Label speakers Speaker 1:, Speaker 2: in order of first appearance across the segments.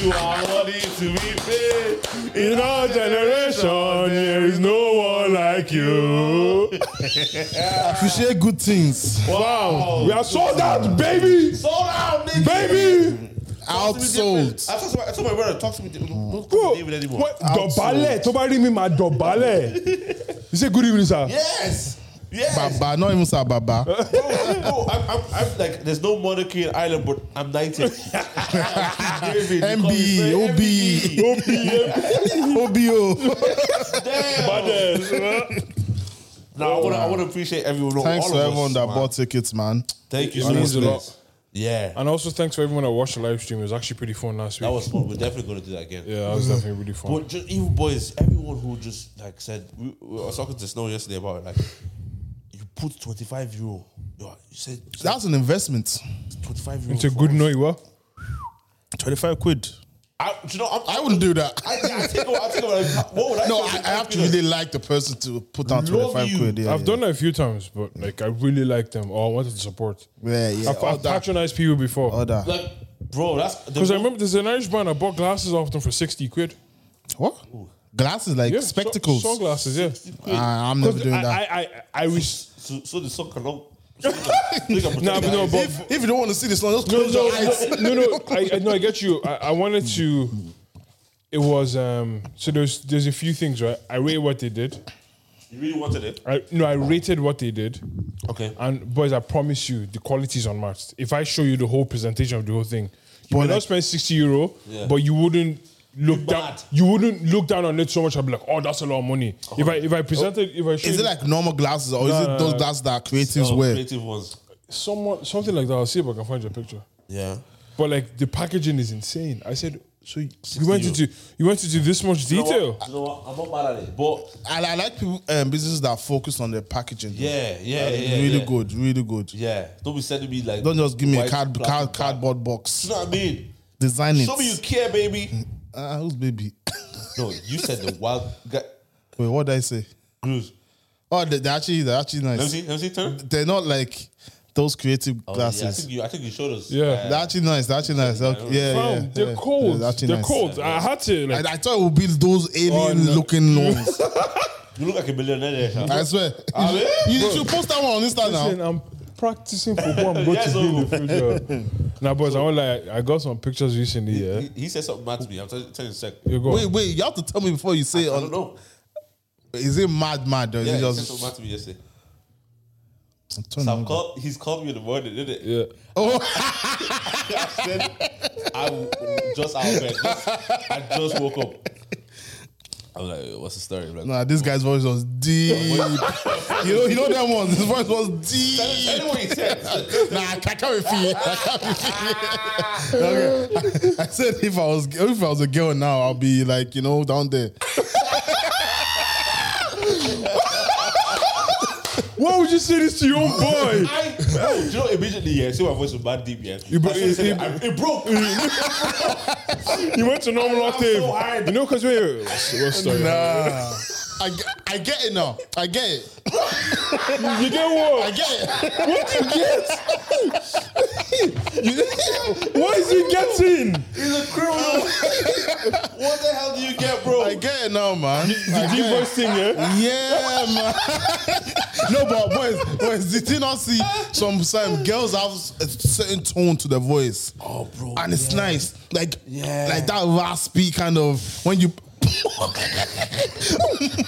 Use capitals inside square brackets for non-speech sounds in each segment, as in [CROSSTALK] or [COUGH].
Speaker 1: you are worthy to be paid. In our generation, there is no one like you.
Speaker 2: If you share good things,
Speaker 1: Wow, we are sold out, baby,
Speaker 3: Sold out, nigga.
Speaker 1: baby.
Speaker 2: outsold.
Speaker 3: I told my, I told my brother, talk to me. Don't don't talk
Speaker 1: Bro,
Speaker 3: to David anymore.
Speaker 1: what? Dọ̀bálẹ̀ tó bá rí mi máa dọ̀bálẹ̀. You say good evening sir.
Speaker 3: Yes. Yes.
Speaker 2: Baba, not even say Baba.
Speaker 3: Bro, bro, I'm, I'm, I'm like, there's no monarchy in Ireland, but I'm knighted. David, you call me
Speaker 2: MBE,
Speaker 3: friend,
Speaker 2: OB.
Speaker 3: MBE.
Speaker 2: OBO.
Speaker 3: Damn. Now I want to I want to appreciate everyone. no,
Speaker 2: Thanks
Speaker 3: all
Speaker 2: to
Speaker 3: of
Speaker 2: everyone
Speaker 3: us,
Speaker 2: that
Speaker 3: man.
Speaker 2: bought tickets, man.
Speaker 3: Thank you
Speaker 4: It
Speaker 3: so
Speaker 4: means
Speaker 3: much.
Speaker 4: a lot.
Speaker 3: Yeah,
Speaker 4: And also thanks for everyone that watched the live stream. It was actually pretty fun last week.
Speaker 3: that was fun. We're definitely gonna do that again.
Speaker 4: yeah, that was definitely really fun.
Speaker 3: But just, even boys, everyone who just like said, we, we, I was talking to Snow yesterday about it. Like, you put twenty five euro. You said you said
Speaker 2: That's an investment.
Speaker 3: 25 euro.
Speaker 4: It's a
Speaker 3: for
Speaker 4: good
Speaker 3: us.
Speaker 4: night, what?
Speaker 2: 25 quid.
Speaker 3: I, do you know, I'm,
Speaker 2: I wouldn't do that.
Speaker 3: I, I think, about- I think about like, what would I
Speaker 2: No,
Speaker 3: do
Speaker 2: I,
Speaker 3: with
Speaker 2: I have to
Speaker 3: 25
Speaker 2: really like the person to put down
Speaker 3: Love
Speaker 2: 25
Speaker 3: you.
Speaker 2: quid. Yeah,
Speaker 4: I've done that a few times, but like I really like them. Oh, I wanted to support.
Speaker 2: Yeah, yeah.
Speaker 4: I've,
Speaker 2: all
Speaker 4: I've
Speaker 2: that.
Speaker 4: patronized people before.
Speaker 2: all that.
Speaker 3: euros? Like, bro, that's the
Speaker 4: Because I
Speaker 3: mo-
Speaker 4: remember there's an Irish brand I bought glasses off them for 60 quid.
Speaker 2: What? Glasses, like
Speaker 4: Yeah, so-
Speaker 2: spectacles.
Speaker 4: sunglasses, yeah.
Speaker 2: Uh, I'm never doing
Speaker 4: I,
Speaker 2: that.
Speaker 4: I, I, I was.
Speaker 3: So, so the sun can
Speaker 4: [LAUGHS]
Speaker 3: long. nah,
Speaker 4: Nah, but no, but
Speaker 2: if, if you don't want to see this one, just
Speaker 4: no,
Speaker 2: close
Speaker 4: no,
Speaker 2: your eyes.
Speaker 4: no, no, I, I, no, I get you. I, I wanted to. It was um. So there's there's a few things right. I rate what they did.
Speaker 3: you really wanted it.
Speaker 4: I no, I rated what they did.
Speaker 3: Okay.
Speaker 4: And boys, I promise you, the quality is unmatched. If I show you the whole presentation of the whole thing, you would not spend sixty euro,
Speaker 3: Yeah.
Speaker 4: but you wouldn't look down.
Speaker 3: mad.
Speaker 4: You wouldn't look down on it so much. I'd be like, oh, that's a lot of money. If I if I presented, if I showed
Speaker 2: [LAUGHS] Is it
Speaker 4: you-
Speaker 2: like normal glasses or is it those glasses that creatives
Speaker 3: Oh,
Speaker 2: wear?
Speaker 3: creative ones.
Speaker 4: someone something like that? I'll see if I can find your picture.
Speaker 3: Yeah.
Speaker 4: But like the packaging is insane. I said, so you went into you went into this much
Speaker 3: You know what?
Speaker 4: detail.
Speaker 3: You know what? I'm not mad at it, but
Speaker 2: And I like people um, businesses that focus on their packaging.
Speaker 3: yeah, yeah, yeah, yeah
Speaker 2: really
Speaker 3: yeah.
Speaker 2: good, really good.
Speaker 3: Yeah, don't be sending me like.
Speaker 2: Don't just give me a
Speaker 3: white
Speaker 2: card,
Speaker 3: plastic
Speaker 2: card,
Speaker 3: bag.
Speaker 2: cardboard
Speaker 3: You
Speaker 2: box.
Speaker 3: know what I mean?
Speaker 2: Design it.
Speaker 3: Some of you care, baby.
Speaker 2: Uh, who's baby? [LAUGHS]
Speaker 3: No, you said the wild guy.
Speaker 2: Wait, what did I say?
Speaker 3: Cruz.
Speaker 2: Oh, they- they're actually they're actually
Speaker 3: Let me
Speaker 2: nice.
Speaker 3: see. Let me see. Turn.
Speaker 2: They're not like those creative
Speaker 3: Oh, yeah, I
Speaker 2: glasses.
Speaker 3: think you. I think you showed us.
Speaker 4: Yeah.
Speaker 2: They're actually nice. They're actually nice. Okay, Yeah,
Speaker 4: Bro,
Speaker 2: yeah,
Speaker 4: they're
Speaker 2: yeah.
Speaker 4: cold.
Speaker 2: They're
Speaker 4: They're,
Speaker 2: actually nice.
Speaker 4: cold. I had to like.
Speaker 2: And I thought it would be those
Speaker 3: Oh,
Speaker 2: alien
Speaker 3: [LAUGHS]
Speaker 2: looking ones.
Speaker 3: You look like a millionaire. There,
Speaker 2: I swear. You [LAUGHS] should- You, should post that one on Instagram.
Speaker 4: Listen, I'm practicing for what I'm going
Speaker 3: Yes,
Speaker 4: to do in the future. Now, boys, I want like I got some pictures recently. Yeah,
Speaker 3: he, he said something mad to me. I'm telling tell you in a sec.
Speaker 4: you go.
Speaker 2: Wait, wait, you have to tell me before you say
Speaker 3: I
Speaker 2: it.
Speaker 3: don't know.
Speaker 2: Is it mad, mad, or is
Speaker 3: Yeah,
Speaker 2: it
Speaker 3: he said
Speaker 2: just.
Speaker 3: something mad to me yesterday.
Speaker 2: I'm trying
Speaker 3: So
Speaker 2: to
Speaker 3: I've
Speaker 2: remember.
Speaker 3: called, he's called me in the morning, didn't it?
Speaker 4: yeah,
Speaker 3: [LAUGHS] I said, I w- just out of bed. Just- I just woke up. I was like, what's the story? I'm like,
Speaker 2: Nah, this guy's voice
Speaker 3: [LAUGHS]
Speaker 2: was deep. you know, you know that one. His voice was deep.
Speaker 3: Tell him what he said.
Speaker 2: Nah, I can't repeat. I can't repeat. okay. I said if I was if I was a girl now, I'll be like you know down there.
Speaker 4: why would you say this to your own
Speaker 3: [LAUGHS]
Speaker 4: boy?
Speaker 3: I, no, do you know, immediately, yeah, see my voice was bad deep, yeah.
Speaker 4: You-
Speaker 3: That's what I said, I- it broke.
Speaker 4: You went to normal
Speaker 3: I'm so
Speaker 4: octave.
Speaker 3: hard.
Speaker 4: you know, because when you what story?
Speaker 2: Nah, I, ge- I get it now. I get it.
Speaker 4: You get what?
Speaker 2: I get it.
Speaker 4: What do you get? You- what is he getting?
Speaker 3: He's a criminal. what the hell do you get, bro?
Speaker 2: [LAUGHS] I get it now, man.
Speaker 4: The
Speaker 2: I
Speaker 4: deep
Speaker 2: get it.
Speaker 4: voice thing, yeah.
Speaker 2: Yeah, man. [LAUGHS] no, but boys, boys, did you not see some some girls have a certain tone to their voice?
Speaker 3: oh, bro.
Speaker 2: and it's nice, like
Speaker 3: Yeah.
Speaker 2: like that raspy kind of when you.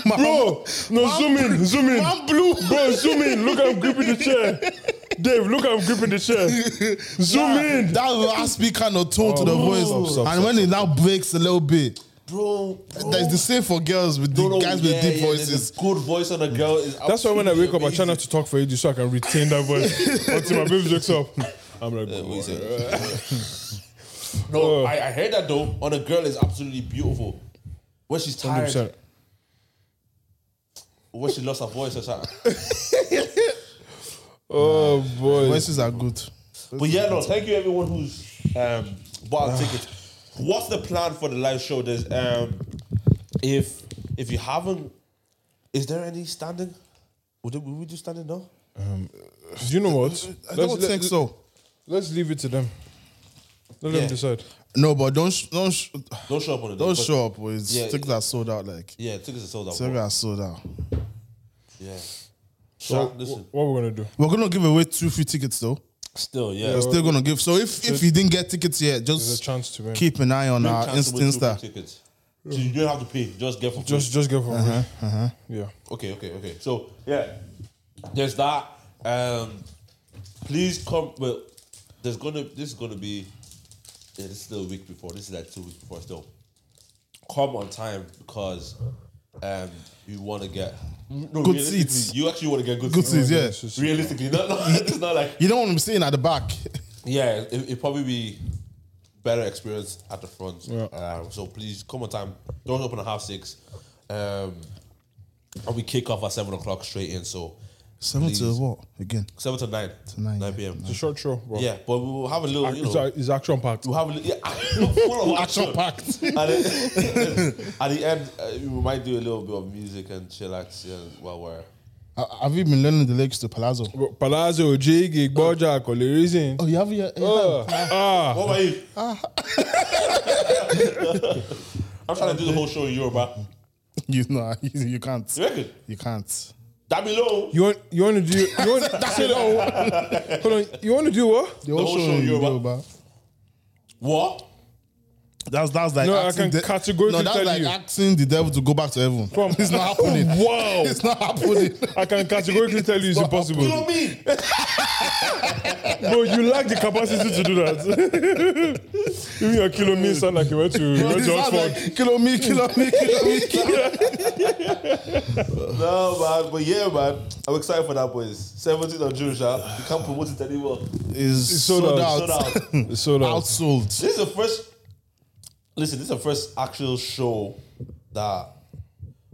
Speaker 2: my,
Speaker 4: Bro, no, zoom in, zoom in.
Speaker 2: I'm blue.
Speaker 4: Bro, zoom in. Look, I'm gripping the chair. Dave, look, I'm gripping the chair. Zoom
Speaker 2: Ah.
Speaker 4: in.
Speaker 2: That raspy kind of tone to the
Speaker 4: Oh,
Speaker 2: voice,
Speaker 4: stop, stop,
Speaker 2: and
Speaker 4: stop,
Speaker 2: when it now breaks a little bit,
Speaker 3: bro, bro.
Speaker 2: that's the same for girls with the
Speaker 3: No, no,
Speaker 2: guys with
Speaker 3: yeah,
Speaker 2: deep
Speaker 3: yeah, there's
Speaker 2: voices.
Speaker 3: A good voice on a girl is
Speaker 4: That's why when I wake up, I try
Speaker 3: amazing.
Speaker 4: not to talk for ages so I can retain that voice until my baby wakes up. I'm like,
Speaker 3: What
Speaker 4: bro,
Speaker 3: you said. [LAUGHS] no,
Speaker 4: Uh.
Speaker 3: I, I heard that though. On a girl is absolutely beautiful. When she's tired,
Speaker 4: 100%.
Speaker 3: when she lost her voice or something.
Speaker 4: Oh boy,
Speaker 2: Voices are good.
Speaker 3: But yeah, no, thank you everyone who's um, bought
Speaker 2: Ah.
Speaker 3: a ticket. What's the plan for the live show? There's um, if if you haven't, is there any standing? Would, it, would we do standing? No.
Speaker 4: do you know what?
Speaker 2: I don't think so.
Speaker 4: Let's leave it to them. Let
Speaker 3: Yeah.
Speaker 4: them decide.
Speaker 2: No, but don't sh- don't sh-
Speaker 3: Don't show up on it.
Speaker 2: don't
Speaker 3: but-
Speaker 2: show up with
Speaker 3: Yeah,
Speaker 2: tickets
Speaker 3: yeah.
Speaker 2: that sold out. Like
Speaker 3: Yeah, tickets are sold out.
Speaker 2: tickets
Speaker 3: bro.
Speaker 2: are sold out.
Speaker 3: Yeah.
Speaker 4: So,
Speaker 3: So,
Speaker 4: wh-
Speaker 3: listen,
Speaker 4: what we're gonna do?
Speaker 2: We're gonna give away two free tickets though.
Speaker 3: still, yeah.
Speaker 2: We're still gonna give. So if if you didn't get tickets yet,
Speaker 4: There's a
Speaker 2: just
Speaker 4: chance to win.
Speaker 2: keep an eye on
Speaker 3: No
Speaker 2: our
Speaker 3: chance to
Speaker 2: Insta.
Speaker 3: win two free
Speaker 2: Insta.
Speaker 3: tickets. So you don't have to pay. Just get for free.
Speaker 4: just, just go for it.
Speaker 2: Uh-huh,
Speaker 4: Yeah.
Speaker 3: Okay, okay, okay. So yeah, there's that. Um, please come. Well, there's gonna. This is gonna be. Yeah, this is the week before. This is like two weeks before. Still, come on time because um, you want to get no,
Speaker 2: Good
Speaker 3: realistically,
Speaker 2: seats.
Speaker 3: You actually want to get good,
Speaker 2: Good seats, yeah.
Speaker 4: This is-
Speaker 3: Realistically, not, not, [LAUGHS] it's not like
Speaker 2: You don't want to be sitting at the back.
Speaker 3: yeah, it, it'd probably be better experience at the front.
Speaker 4: Yeah.
Speaker 3: Uh, so please come on time. Doors open at half six, um, and we kick off at seven o'clock straight in. So
Speaker 2: [LAUGHS] Seven to
Speaker 3: please-
Speaker 2: what again?
Speaker 3: seven to nine, to
Speaker 2: nine,
Speaker 3: nine,
Speaker 2: yeah.
Speaker 3: p.m.
Speaker 4: It's a short show, bro.
Speaker 3: Yeah, but we'll have a little, you
Speaker 4: It's,
Speaker 3: know,
Speaker 4: a, it's action packed.
Speaker 3: we'll have a little, yeah, [LAUGHS] full of action.
Speaker 2: packed.
Speaker 3: At the, [LAUGHS] at the end, uh, we might do a little bit of music and chillax yeah, while we're.
Speaker 2: Ha- Have you been learning the lyrics to Palazzo?
Speaker 4: Bro, Palazzo, Jiggy, Boja,
Speaker 2: [LAUGHS]
Speaker 4: Colorizing.
Speaker 2: Oh, you have your. you
Speaker 4: Uh,
Speaker 2: have-
Speaker 4: ah,
Speaker 3: What about you? [LAUGHS] I'm trying to do the whole show in Yoruba.
Speaker 2: You know, [LAUGHS] you, you can't.
Speaker 3: You reckon?
Speaker 2: You can't.
Speaker 3: Down below.
Speaker 4: you want you want to do you
Speaker 2: [LAUGHS]
Speaker 4: want sit down. Hold on, you want to do what?
Speaker 2: The whole
Speaker 3: whole
Speaker 2: show
Speaker 3: show
Speaker 2: in
Speaker 3: Yoruba.
Speaker 2: Yoruba.
Speaker 3: What?
Speaker 2: That's that's like
Speaker 4: No, I
Speaker 2: asking
Speaker 4: can categorically
Speaker 2: no, that's
Speaker 4: tell
Speaker 2: like
Speaker 4: you.
Speaker 2: asking the devil to go back to heaven.
Speaker 4: From-
Speaker 2: [LAUGHS] it's not happening.
Speaker 4: [LAUGHS] Wow,
Speaker 2: It's not
Speaker 4: [LAUGHS]
Speaker 2: happening. [LAUGHS]
Speaker 4: I can categorically tell you it's
Speaker 3: You know
Speaker 4: impossible,
Speaker 3: what I mean?
Speaker 4: bro. You lack the capacity to do that. [LAUGHS] Even your kilo means sound like you went to you went
Speaker 2: It's
Speaker 4: to
Speaker 2: not
Speaker 4: Oxford.
Speaker 2: like, kill me, kill me, kill me. [LAUGHS]
Speaker 3: No, man. But yeah, man. I'm excited for that, boys. 17th of June, sha. You can't promote it anymore.
Speaker 2: Is
Speaker 4: sold
Speaker 2: sold,
Speaker 4: out.
Speaker 3: Sold
Speaker 2: out.
Speaker 3: out.
Speaker 4: It's sold out.
Speaker 2: Outsold.
Speaker 3: This is the first. Listen, this is the first actual show that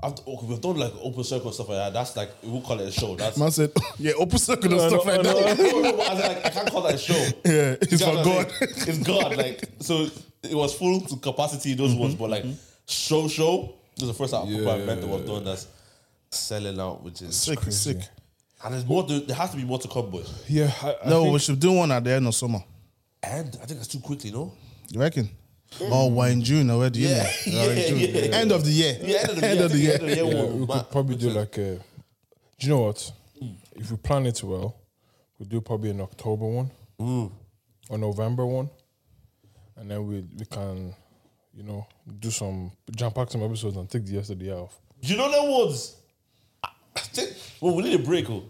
Speaker 3: I've, okay, we've done like open circle and stuff like that. That's like we'll call it a show. That's
Speaker 2: Man said, [LAUGHS] yeah, open circle and
Speaker 4: I know,
Speaker 2: stuff
Speaker 4: I
Speaker 2: like
Speaker 4: know.
Speaker 2: that.
Speaker 3: No, no, no, but [LAUGHS] as in, like, I can't call that a show.
Speaker 2: Yeah,
Speaker 3: You
Speaker 2: it's
Speaker 3: get
Speaker 2: for
Speaker 3: what I'm
Speaker 2: God.
Speaker 3: saying? It's God. Like so, it was full to capacity in those ones, but like show show. This is the first yeah, proper event that we've done that's selling out, which is
Speaker 2: Sick, sick.
Speaker 3: and there's more. To, there has to be more to come, boys.
Speaker 4: Yeah, I, I
Speaker 2: No,
Speaker 4: think-
Speaker 2: we should do one at the end of summer.
Speaker 3: And I think that's too quickly, no?
Speaker 2: You reckon? Oh, we're in June already.
Speaker 3: Yeah,
Speaker 2: innit? [LAUGHS] We're in
Speaker 3: yeah,
Speaker 2: June.
Speaker 3: yeah, yeah.
Speaker 2: [LAUGHS] End of the year.
Speaker 3: Yeah, end of the year. I think end of the year
Speaker 4: Yeah,
Speaker 3: one,
Speaker 4: we
Speaker 3: man.
Speaker 4: could probably do like a. Do you know what? If we plan it well, we do probably an October one, or November one, and then we we can, you know, do some jump pack some episodes and take the yesterday off.
Speaker 3: You know them ones. I think- Well, we need a break. Oh.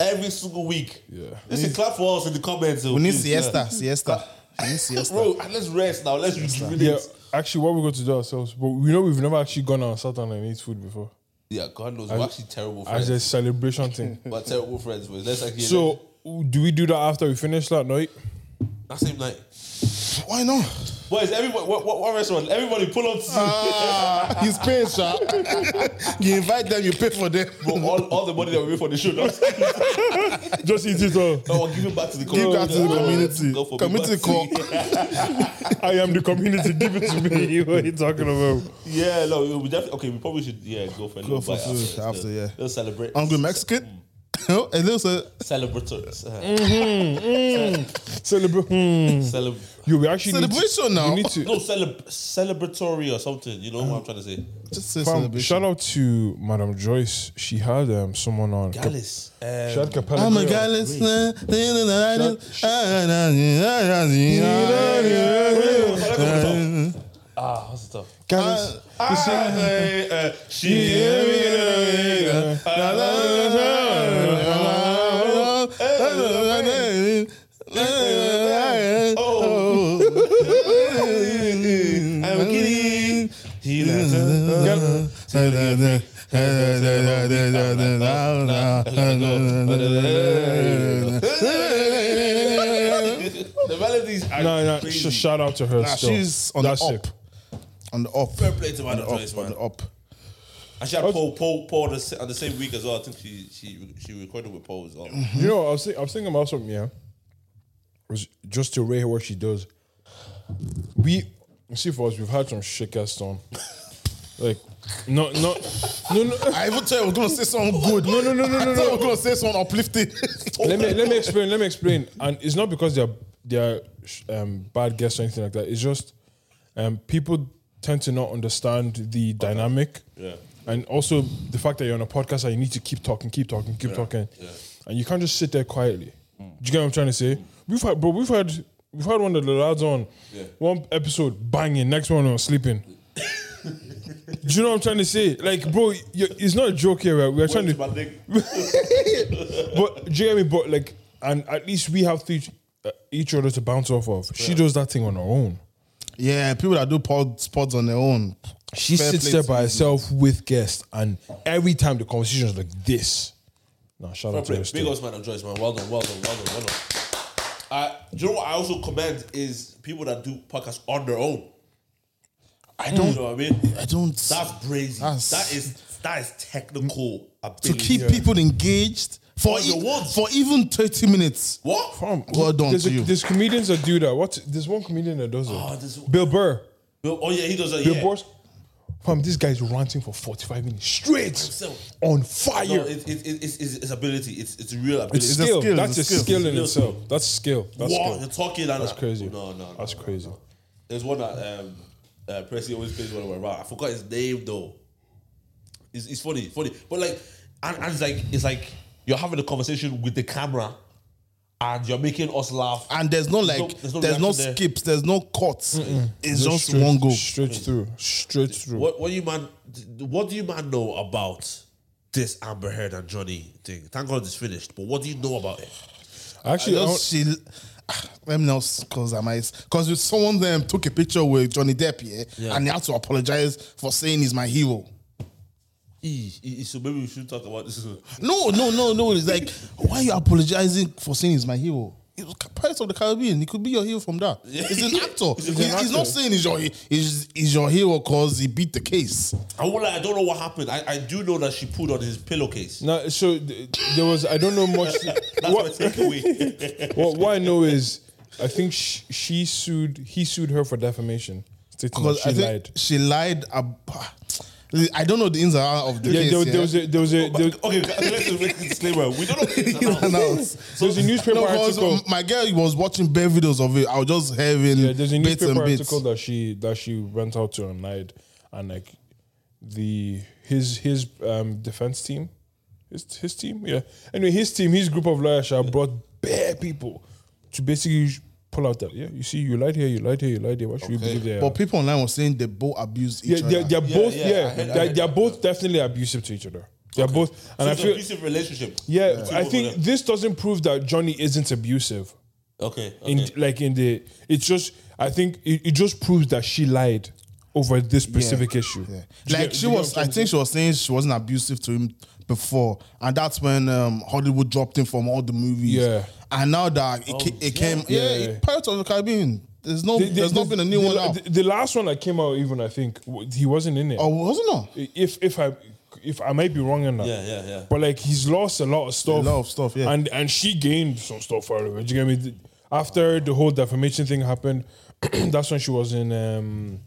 Speaker 3: Every single week.
Speaker 4: Yeah.
Speaker 3: This is clap for us in the comments. oh,
Speaker 2: We need
Speaker 3: please,
Speaker 2: siesta, siesta. We need
Speaker 3: yeah.
Speaker 2: siesta.
Speaker 3: Bro, and let's rest now. Let's rejuvenate.
Speaker 4: Yeah,
Speaker 3: Yeah.
Speaker 4: actually, what we're going to do ourselves, but we know we've never actually gone out and sat down and eat food before.
Speaker 3: God knows. We're actually terrible
Speaker 4: As
Speaker 3: friends.
Speaker 4: a celebration thing.
Speaker 3: We're terrible friends, boys. Let's like, yeah,
Speaker 4: so, do we do that after we finish that night? [LAUGHS]
Speaker 3: that same night.
Speaker 2: Why not?
Speaker 3: Boys, everybody, what, what, what restaurant? Everybody pull up to
Speaker 2: [LAUGHS] Ah, he's paying, sir. you invite them, you pay for them.
Speaker 3: Bro, all, all the money that we made for the show. That's,
Speaker 4: Just eat it
Speaker 2: [LAUGHS]
Speaker 4: all.
Speaker 3: [LAUGHS] no, we're giving back to the
Speaker 2: Give
Speaker 3: community.
Speaker 2: that to the community.
Speaker 3: God forbid,
Speaker 2: Community
Speaker 3: but-
Speaker 2: call.
Speaker 4: I am the community. Give it to me. [LAUGHS] What are you talking about?
Speaker 3: Yeah, no, we we definitely okay. We probably should yeah go for a little
Speaker 2: for
Speaker 3: bite
Speaker 2: food
Speaker 3: after,
Speaker 2: after, yeah.
Speaker 3: Let's celebrate.
Speaker 2: Hungry Mexican. No, a little. sir.
Speaker 3: Celebrate. Uh,
Speaker 4: Celebrate. Mm.
Speaker 3: celeb-
Speaker 4: hmm. Yo, we actually need to,
Speaker 2: Celebration now.
Speaker 4: we
Speaker 2: [LAUGHS]
Speaker 4: need to
Speaker 3: No, celeb- celebratory or something. You know what I'm trying to say?
Speaker 2: Just say
Speaker 4: Fam,
Speaker 2: celebration.
Speaker 4: shout out to Madame Joyce. She had um, someone on. Cap-
Speaker 3: Gallus. Um,
Speaker 4: she had Capella.
Speaker 2: I'm a
Speaker 4: Gray on.
Speaker 2: guy listening. Shout
Speaker 3: ah, what's the stuff?
Speaker 4: Gallus.
Speaker 2: Ah.
Speaker 3: Ah, Oh,
Speaker 2: Mm.
Speaker 3: The melodies are
Speaker 4: No, no,
Speaker 3: crazy.
Speaker 4: sh- shout out to her. still.
Speaker 2: she's on the
Speaker 4: That's
Speaker 2: up.
Speaker 4: it.
Speaker 2: On the up.
Speaker 3: Fair play to Madam
Speaker 2: On the
Speaker 3: Joyce,
Speaker 2: up, On
Speaker 3: man.
Speaker 2: the up.
Speaker 3: And she had Paul, Paul, Paul the, s- on the same week as well. I think she she she recorded with Paul as well.
Speaker 4: You know, I was, think, I was thinking about something, yeah. Was just to rate her what she does. We, you see, for us, we've had some shit cast on. Like, no, no, no, no.
Speaker 2: I even thought I was gonna say something good.
Speaker 4: No, no, no, no,
Speaker 2: I
Speaker 4: no,
Speaker 2: thought
Speaker 4: no.
Speaker 2: I was gonna say something uplifting.
Speaker 4: let me let me explain. Let me explain. And it's not because they're they're um, bad guests or anything like that. It's just um, people tend to not understand the dynamic.
Speaker 3: Yeah.
Speaker 4: And also the fact that you're on a podcast and you need to keep talking, keep talking, keep talking. And you can't just sit there quietly. Do you get what I'm trying to say? We've had bro, we've had we've had one of the lads on one episode banging, next one on sleeping. Do you know what I'm trying to say? Like, bro, you it's not a joke here. Right? We're trying to
Speaker 3: It's my thing.
Speaker 4: but do you get me? But like, and at least we have to each, uh, each other to bounce off of. She does that thing on her own.
Speaker 2: [LAUGHS] Yeah, people that do pod spots on their own.
Speaker 4: She
Speaker 2: Fair
Speaker 4: sits
Speaker 2: play
Speaker 4: there
Speaker 2: to
Speaker 4: by
Speaker 2: you.
Speaker 4: herself with guests, and every time the conversation is like this. Nah, shout out to her.
Speaker 3: Big
Speaker 4: still.
Speaker 3: ups, man, of Joyce, man. Well done, well done, well done, well done. Uh, do you know what I also commend is people that do podcasts on their own. I don't know what I mean.
Speaker 2: I don't.
Speaker 3: That's crazy.
Speaker 2: That's-
Speaker 3: That is that is technical
Speaker 2: to
Speaker 3: ability.
Speaker 2: keep people engaged for
Speaker 3: On your
Speaker 2: e-
Speaker 3: words.
Speaker 2: for even thirty minutes.
Speaker 3: what?
Speaker 4: Fam,
Speaker 2: Well done
Speaker 4: there's
Speaker 2: to
Speaker 4: a-
Speaker 2: you.
Speaker 4: There's comedians that do that. What? There's one comedian that does it.
Speaker 3: Oh, this-
Speaker 4: Bill Burr.
Speaker 3: Bill- oh yeah, he does that.
Speaker 4: Bill
Speaker 3: Yeah.
Speaker 4: Burr's. Fam, this guy's ranting for 45 minutes straight
Speaker 3: Himself.
Speaker 4: on
Speaker 3: No,
Speaker 4: fire.
Speaker 3: it, it, it, it's, it's, it's ability. It's it's real ability.
Speaker 4: it's
Speaker 2: a
Speaker 4: skill.
Speaker 2: skill,
Speaker 4: That's a
Speaker 2: it's a
Speaker 4: skill,
Speaker 2: skill.
Speaker 4: in itself. That's skill.
Speaker 3: what
Speaker 4: That's skill.
Speaker 3: you're talking and
Speaker 4: That's crazy.
Speaker 3: No, no, no
Speaker 4: That's
Speaker 3: no,
Speaker 4: crazy.
Speaker 3: no. There's one that um, uh, Percy always plays when we're around. I forgot his name though. It's, it's funny, funny, but like, and, and it's like it's like you're having a conversation with the camera, and you're making us laugh.
Speaker 2: And there's no like,
Speaker 3: there's
Speaker 2: there's
Speaker 3: no
Speaker 2: no,
Speaker 3: reaction there.
Speaker 2: skips, there's no cuts.
Speaker 4: Just
Speaker 2: It's just
Speaker 4: straight-
Speaker 2: one go.
Speaker 4: Straight through. Straight through.
Speaker 3: What what do you man? What do you man know about this Amber Heard and Johnny thing? Thank God it's finished. But what do you know about it?
Speaker 4: Actually, I
Speaker 2: Just
Speaker 4: don't-
Speaker 2: she, ah, let me know because I might because someone them took a picture with Johnny Depp yeah,
Speaker 3: Yeah.
Speaker 2: and he had to apologize for saying he's my hero.
Speaker 3: E, e- so maybe we should talk about this. [LAUGHS]
Speaker 2: No, no, no, no. It's like why are you apologizing for saying he's my hero? It was Pirates of the Caribbean. He could be your hero from that. He's an actor.
Speaker 3: He's an
Speaker 2: He- he's
Speaker 3: actor.
Speaker 2: not saying he's your he- he's, he's your hero because he beat the case.
Speaker 3: I won't lie, I don't know what happened. I, I do know that she pulled on his pillowcase.
Speaker 4: No, so th- there was. I don't know much.
Speaker 3: [LAUGHS] That's my
Speaker 4: what,
Speaker 3: takeaway. [LAUGHS]
Speaker 4: [LAUGHS] what, what I know is, I think she, she sued. He sued her for defamation. Stating that
Speaker 2: Because
Speaker 4: she
Speaker 2: I think
Speaker 4: lied.
Speaker 2: she lied. About, [SIGHS] I don't know the ins and outs of the
Speaker 4: Yeah,
Speaker 2: case.
Speaker 4: there,
Speaker 2: yeah.
Speaker 4: there was a there was a there was,
Speaker 3: okay, let's just make a disclaimer. We don't know.
Speaker 2: [LAUGHS]
Speaker 3: the [LAUGHS] ins and outs.
Speaker 2: And I was-
Speaker 4: there
Speaker 3: [LAUGHS]
Speaker 4: was a newspaper
Speaker 2: No, 'cause
Speaker 4: article.
Speaker 2: my girl was watching bare videos of it. I was just having
Speaker 4: Yeah, there's a
Speaker 2: bits
Speaker 4: newspaper
Speaker 2: and bits.
Speaker 4: article that she that she went out to and lied, and like the his his um defense team, his his team, yeah. Anyway, his team, his group of lawyers, have brought bare people to basically pull out that yeah. You see, you lied here, you lied here, you lied here. Why should we believe there?
Speaker 2: But people online were saying they both abused each
Speaker 4: yeah,
Speaker 2: other.
Speaker 4: they're, they're both
Speaker 3: yeah,
Speaker 4: yeah,
Speaker 3: I heard- I
Speaker 4: they're,
Speaker 3: heard
Speaker 4: they're
Speaker 3: that.
Speaker 4: both definitely abusive to each other. They're both, and
Speaker 3: So
Speaker 4: I
Speaker 3: it's an
Speaker 4: feel
Speaker 3: abusive relationship.
Speaker 4: yeah,
Speaker 3: Between
Speaker 4: I
Speaker 3: both of
Speaker 4: think
Speaker 3: them.
Speaker 4: this doesn't prove that Johnny isn't abusive.
Speaker 3: Okay. okay.
Speaker 4: In like in the, it's just I think it, it just proves that she lied over this specific issue. Do
Speaker 2: Yeah.
Speaker 4: you
Speaker 2: Like
Speaker 4: get-
Speaker 2: she
Speaker 4: do you get
Speaker 2: was,
Speaker 4: what
Speaker 2: I
Speaker 4: I'm saying?
Speaker 2: think she was saying she wasn't abusive to him before, and that's when um, Hollywood dropped him from all the movies.
Speaker 4: Yeah. Oh,
Speaker 2: and now that it, ca- it came, yeah,
Speaker 4: Yeah, yeah.
Speaker 2: it- Pirates of the Caribbean. There's no,
Speaker 4: The- the-
Speaker 2: there's not
Speaker 4: the-
Speaker 2: been a new
Speaker 4: the,
Speaker 2: one
Speaker 4: la-
Speaker 2: out.
Speaker 4: The, the last one that came out, even I think w- he wasn't in it.
Speaker 2: oh, wasn't there?
Speaker 4: If if I if I might be wrong in that.
Speaker 3: Yeah, yeah, yeah.
Speaker 4: But like he's lost a lot of stuff.
Speaker 2: lot of stuff, yeah.
Speaker 4: And and she gained some stuff out of it. Do you get me? After the whole defamation thing happened, [CLEARS THROAT] that's when she was in um,